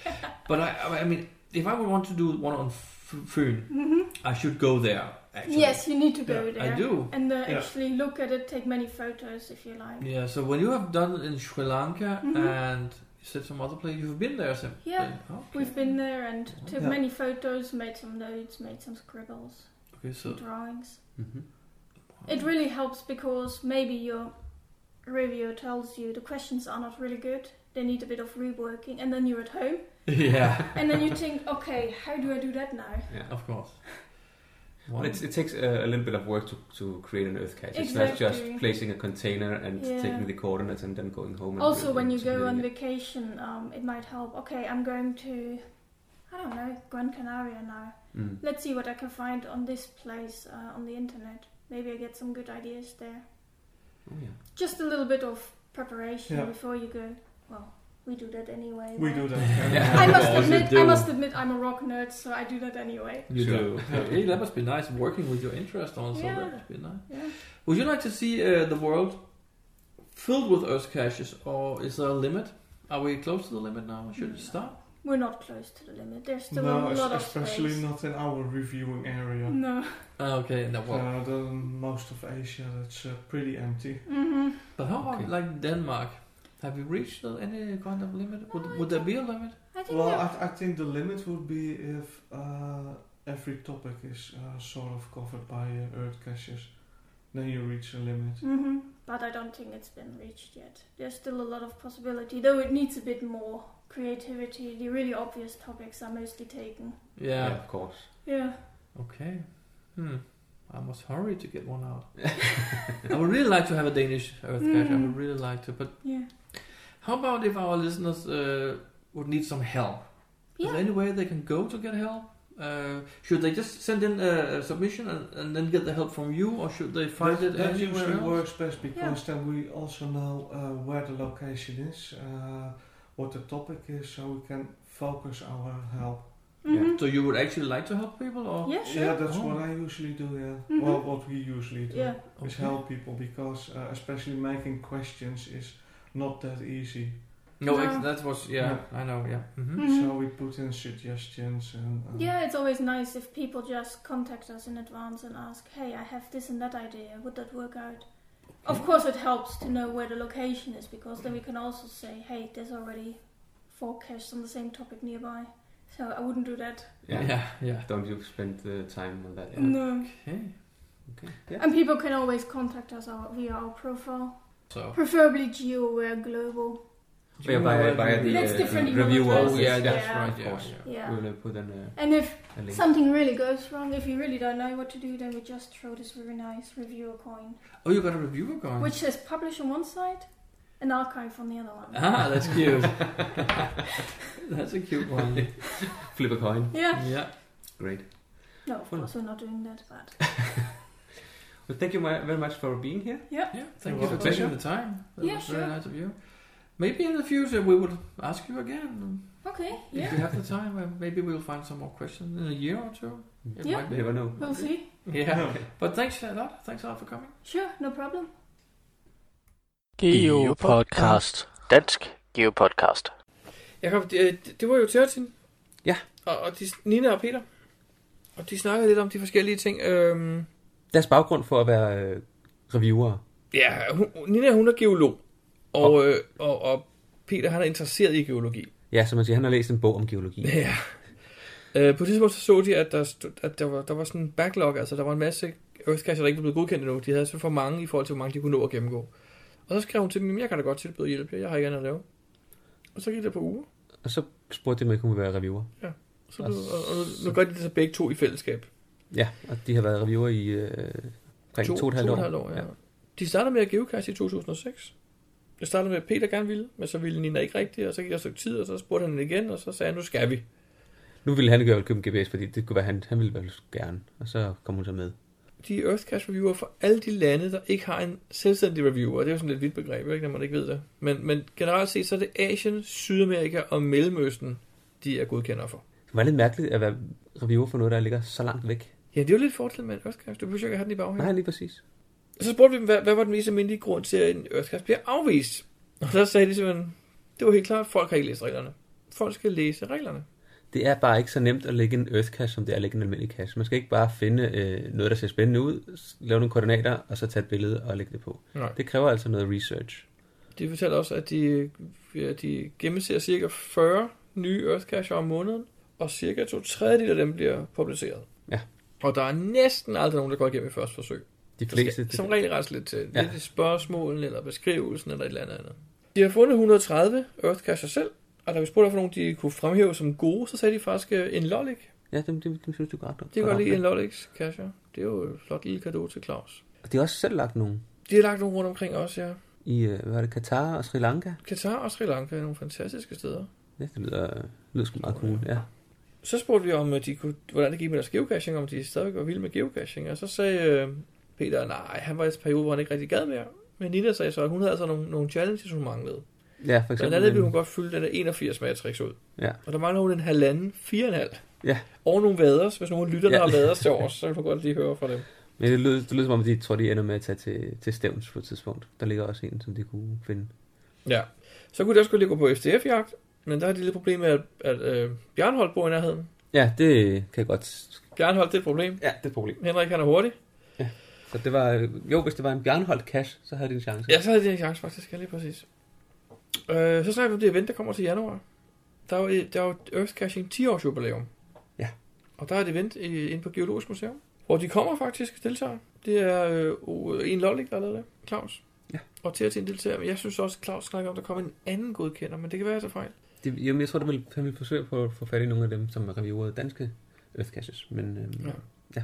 But I, I- I mean, if I would want to do one on F- Fyn, Mhm. I should go there. Actually. Yes, you need to go Yeah, there. I do. And uh, Yeah. actually look at it, take many photos if you like. Yeah. So when you have done it in Sri Lanka Mhm. and you said some other place, you've been there. Some, Yeah, we've been there and took Yeah. many photos, made some notes, made some scribbles, Okay, so- some drawings. Mhm. It really helps because maybe your reviewer tells you the questions are not really good, they need a bit of reworking, and then you're at home. *laughs* Yeah. And then you think, okay, how do I do that now? Yeah. Of course. Well, it's, it takes a, a little bit of work to, to create an earth cache. It's not Exactly. just placing a container and Yeah. taking the coordinates and then going home. And Also, when you go submitting on it. vacation, um, it might help. Okay, I'm going to, I don't know, Gran Canaria now. Mm. Let's see what I can find on this place uh, on the internet. Maybe I get some good ideas there. Oh, yeah. Just a little bit of preparation Yeah. before you go. Well, we do that anyway. We but- do that. Yeah. I must Yeah. admit, Do. I must admit, I'm a rock nerd, so I do that anyway. You Sure. do. *laughs* Okay, that must be nice working with your interest also. Yeah. That must be nice. Yeah. Would you like to see uh, the world filled with Earth caches, or is there a limit? Are we close to the limit now? Should we Mm. stop? We're not close to the limit. There's still no, a es- lot of especially space. not in our reviewing area. No. Ah, Okay, no, well. Uh, the most of Asia that's uh, pretty empty. Mhm. But how about Okay. like Denmark? Have you reached uh, any kind of limit? Would, would there be a limit? I Well, I, I think the limit would be if uh, every topic is uh, sort of covered by uh, earth caches. Then you reach a limit. hmm But I don't think it's been reached yet. There's still a lot of possibility, though it needs a bit more creativity. The really obvious topics are mostly taken. Yeah. Yeah, of course. Yeah. Okay. Hmm. I must hurry to get one out. I would really like to have a Danish Earth cache. I would Mm. really like to, but Yeah. How about if our listeners uh, would need some help? Is there any way they can go to get help? Uh, should they just send in a, a submission and, and then get the help from you, or should they find that, it that anywhere usually else? works best because then we also know uh, where the location is, uh, what the topic is, so we can focus our help. Yeah. So Mm-hmm. you would actually like to help people, or Mm-hmm. Yeah, sure. Yeah, that's Oh. Mm-hmm. what I usually do. Yeah, Mhm. well, what we usually do Yeah. is Okay. help people because uh, especially making questions is not that easy. No, No. ex- that was- yeah, I know, yeah. Mhm. Mhm. So we put in suggestions and uh, Yeah, it's always nice if people just contact us in advance and ask, hey, I have this and that idea, would that work out? Of course, it helps to know where the location is because then we can also say, hey, there's already four caches on the same topic nearby. So I wouldn't do that. Yeah, yeah. Don't you spend uh, time on that? yeah. No. Okay. Okay. Yeah. And people can always contact us our, via our profile. So- Preferably geo-aware global. Oh, Yeah, by, by the That's different uh, email reviewer. addresses, yeah, that's yeah. right. Yeah, Of course. yeah. Yeah. We'll uh, put in a, And if a link. something really goes wrong, if you really don't know what to do, then we just throw this very nice reviewer coin, Oh, you got a reviewer going. which is published on one side, and archive on the other one. Ah, that's cute. *laughs* that's a cute one. Flip a coin. Yeah. Yeah. Great. *laughs* No, of course we're not doing that, but Well, thank you mu- very much for being here. yeah. Yeah, It Thank you was for a pleasure. taking the time. That Yeah, was very sure. nice of you. Maybe in the future we would ask you again. Okay, If yeah. you have the time, uh, maybe we'll find some more questions in a year or two. It Yeah. might be. Never know. We'll see. *laughs* Yeah. But thanks a lot. Thanks a lot for coming. Sure, no problem. Geopodcast. Dansk Geopodcast. Jakob, det, det var jo Tørtin. Ja. Og, og de, Nina og Peter. Og de snakkede lidt om de forskellige ting. Øhm, Deres baggrund for at være øh, reviewer. ja, hun, Nina hun er geolog. Og, og, øh, og, og Peter han er interesseret i geologi. Ja, som man siger, han har læst en bog om geologi. Ja. Øh, på det tidspunkt så, så de, at, der, stod, at der, var, der var sådan en backlog, altså der var en masse Earthcacher, der ikke var blevet godkendt endnu. De havde så for mange i forhold til, hvor mange de kunne nå at gennemgå. Og så skrev hun til dem, "Jamen, jeg kan da godt tilbyde hjælp, jeg har ikke andet at lave. Og så gik der på uger, Og så spurgte de, om jeg kunne være reviewer. ja. Så nu, og, og, nu gør de det så begge to i fællesskab. Ja, og de har været reviewer i øh, omkring to, to, og et halvt år. ja. De startede med at geocache i 2006. Jeg startede med, at Peter gerne ville, men så ville Nina ikke rigtigt, og så gik der et stykke tid, og så spurgte han igen, og så sagde han, nu skal vi. Nu ville han gøre købe en GPS, fordi det kunne være, han, han ville vel gerne. Og så kom hun så med. de Earthcash reviewer for alle de lande, der ikke har en selvstændig reviewer. Det er jo sådan et vidt begreb, ikke, når man ikke ved det. Men, men generelt set, så er det Asien, Sydamerika og Mellemøsten, de er godkender for. Det var lidt mærkeligt at være reviewer for noget, der ligger så langt væk. Ja, det er jo lidt fordel med en Earthcash. Du behøver ikke at have den i baghaven. Nej, lige præcis. Så spurgte vi dem, hvad, hvad var den mest almindelige grund til, at en Earthcash bliver afvist? Og så sagde de simpelthen, det var helt klart, folk har ikke læst reglerne. Folk skal læse reglerne. Det er bare ikke så nemt at lægge en earth cache, som det er at lægge en almindelig cache. Man skal ikke bare finde øh, noget, der ser spændende ud, s- lave nogle koordinater, og så tage et billede og lægge det på. Nej. Det kræver altså noget research. De fortæller også, at de, at de gennemser cirka 40 nye Earthcacher om måneden, og cirka to tredjedel af dem bliver publiceret. Ja. Og der er næsten aldrig nogen, der går igennem i første forsøg. De Der fleste- Skal, som regel rejse lidt til. Ja. Ja. Lidt i spørgsmålene, eller beskrivelsen, eller et eller andet andet. De har fundet 130 Earthcacher selv, og da vi spurgte, hvorfor nogen de kunne fremhæve som gode, så sagde de faktisk øh, en lollik. Ja, dem, dem, dem synes du godt. De kan godt lide en lolliks cacher. Det er jo et flot lille gave til Claus. Og de har også selv lagt nogle De har lagt nogle rundt omkring også, ja. i, øh, hvad var det, Katar og Sri Lanka. Katar og Sri Lanka er nogle fantastiske steder. Ja, det lyder, lyder sgu meget cool, ja. Så spurgte vi, om øh, de kunne, hvordan det gik med deres geocaching, om de stadigvæk var vilde med geocaching. Og så sagde øh, Peter, nej, han var i en periode, hvor han ikke rigtig gad mere. Men Nina sagde så, at hun havde altså nogle, nogle challenges, hun manglede. Ja, for eksempel Blandt andet vil en- hun godt fylde den der 81 matrix ud. Ja. Og der mangler hun en halvanden, fire og en halv. Ja. Og nogle vaders. Hvis nogen lytter, der Ja. har vaders til års, så kan du godt lige høre fra dem. Men det lyder, det lyder som om, de tror, de ender med at tage til, til Stævns på et tidspunkt. Der ligger også en, som de kunne finde. Ja. Så kunne det også godt lige gå på FDF-jagt, men der har de lidt problem med, at, at øh, Bjarnholdt bor i nærheden. Ja, det kan jeg godt... Bjarnholdt, det er et problem. Ja, det er et problem. Henrik, han er hurtig. Så det var... øh, Jo, hvis det var en Bjarnholdt cash, så havde de en chance. Ja, så havde de en chance faktisk, ja, lige præcis. Øh, så snakker vi om det event, der kommer til januar. Der er jo, der er jo Earthcaching 10 års jubilæum. Ja. Og der er et event i, inde på Geologisk Museum, hvor de kommer faktisk deltager. Det er øh, o- en lollik, der har lavet det. Claus. Ja. Og til at deltager. Men jeg synes også, Claus snakker om, at der kommer en anden godkender, men det kan være, at jeg tager fejl. Det, jamen, jeg tror, det ville, han ville forsøge på at få fat i nogle af dem, som er reviewet danske Earth Caches. Men øhm, Ja. ja.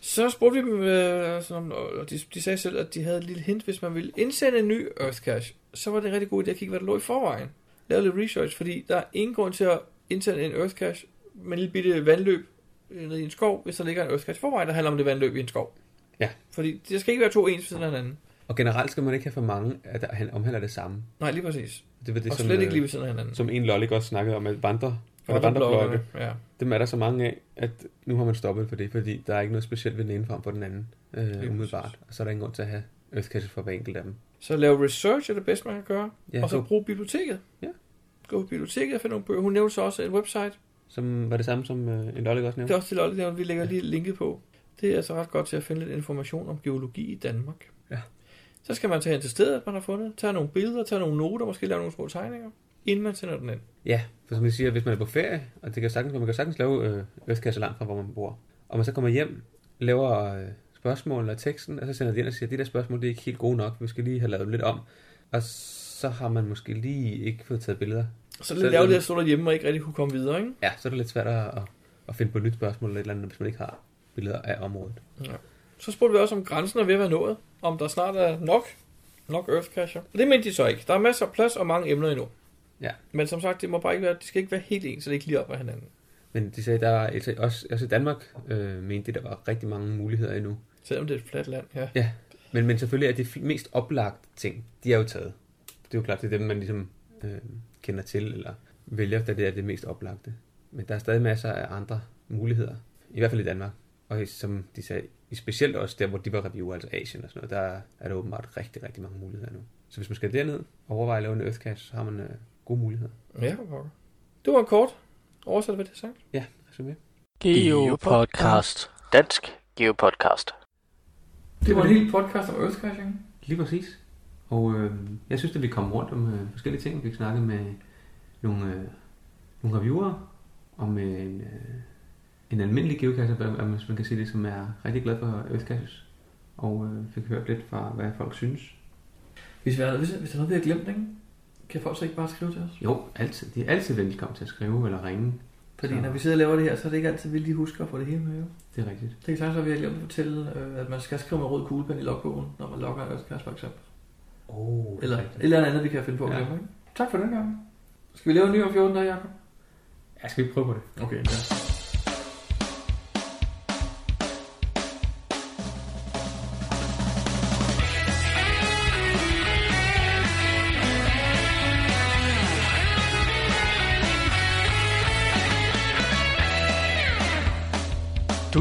Så spurgte vi dem, øh, altså, om- og de, de sagde selv, at de havde et lille hint, hvis man ville indsende en ny Earthcache, så var det en rigtig god idé at kigge, hvad der lå i forvejen. Lave lidt research, fordi der er ingen grund til at indsende en Earthcache med en lille bitte vandløb øh, nede i en skov, hvis der ligger en Earthcache i forvejen, der handler om det vandløb i en skov. Ja. Fordi der skal ikke være to ens ved siden af hinanden. Og generelt skal man ikke have for mange, at der han- omhandler det samme. Nej, lige præcis. Det var det, Og som, slet ikke øh, lige ved siden af hinanden. Som en lollik også snakkede om, at vandre, og Vandreblokkerne, vandreblokke, ja. dem er der så mange af, at nu har man stoppet for det, fordi der er ikke noget specielt ved den ene frem for den anden, øh, umiddelbart. Og så er der ingen grund til at have Earth Caches for hver enkelt af dem. Så lave research er det bedste, man kan gøre, Ja, og så gå- bruge biblioteket. Ja. Gå på biblioteket og finde nogle bøger. Hun nævnte så også en website, Som var det samme, som øh, en lollik også Det nævnte. er også til Lotte Nævn, vi lægger lige linket på. Det er altså ret godt til at finde lidt information om geologi i Danmark. Ja. Så skal man tage hen til stedet, man har fundet, tage nogle billeder, tage nogle noter, måske lave nogle små tegninger, inden man sender den ind. Ja, for som jeg siger, hvis man er på ferie, og det kan sagtens, man kan sagtens lave øh, østkasse langt fra, hvor man bor, og man så kommer hjem, laver øh, spørgsmål og teksten, og så sender de ind og siger, at de der spørgsmål, det er ikke helt gode nok, vi skal lige have lavet dem lidt om, og så har man måske lige ikke fået taget billeder. Så lidt ærgerligt at stå derhjemme og ikke rigtig kunne komme videre, ikke? Ja, så er det lidt svært at, at- at finde på et nyt spørgsmål eller et eller andet, hvis man ikke har billeder af området. Ja. Så spurgte vi også, om grænsen er ved at være nået, om der snart er nok, nok earthcasher. Og det mente de så ikke. Der er masser af plads og mange emner endnu. Ja. Men som sagt, det må bare ikke være, det skal ikke være helt ens, så det ikke lige op ad hinanden. Men de sagde, der er altså også, også i Danmark, øh, mente de, der var rigtig mange muligheder endnu. Selvom det er et fladt land, ja. Ja, men, men selvfølgelig er de fl- mest oplagte ting, de er jo taget. Det er jo klart, det er dem, man ligesom øh, kender til, eller vælger, da det er det mest oplagte. Men der er stadig masser af andre muligheder, i hvert fald i Danmark. Og i- som de sagde, i specielt også der, hvor de var reviewer, altså Asien og sådan noget, der er der åbenbart rigtig, rigtig mange muligheder nu. Så hvis man skal derned og overveje at lave en Earthcast, så har man øh, gode muligheder. Ja, for pokker. Det var en kort oversat, hvad det er sagt. Ja, resumé. Geopodcast. Dansk Geopodcast. Det var en hel podcast om earthcaching. Lige præcis. Og øh, jeg synes, at vi kom rundt om øh, forskellige ting. Vi fik snakket med nogle, øh, nogle reviewer om øh, en, øh, en almindelig geocacher, hvad- hvad- hvis man kan sige det, som er rigtig glad for Earthcaches. Og øh, fik hørt lidt fra, hvad folk synes. Hvis, vi har, hvis, hvis der er noget, vi har glemt, ikke? kan folk så ikke bare skrive til os? Jo, altid. De er altid velkommen til at skrive eller ringe. Fordi Så- når vi sidder og laver det her, så er det ikke altid, vi lige husker at få det hele med. Jo. Det er rigtigt. Det kan sagtens være, at vi har glemt at fortælle, øh, at man skal skrive med rød kuglepen i logbogen, når man logger en Earthcast for eksempel. Oh, Eller et eller andet, vi kan finde på at Ja. glemme. Ikke? Tak for den gang. Skal vi lave en ny om 14 dage, Jacob? Ja, skal vi prøve på det? Okay, ja. Du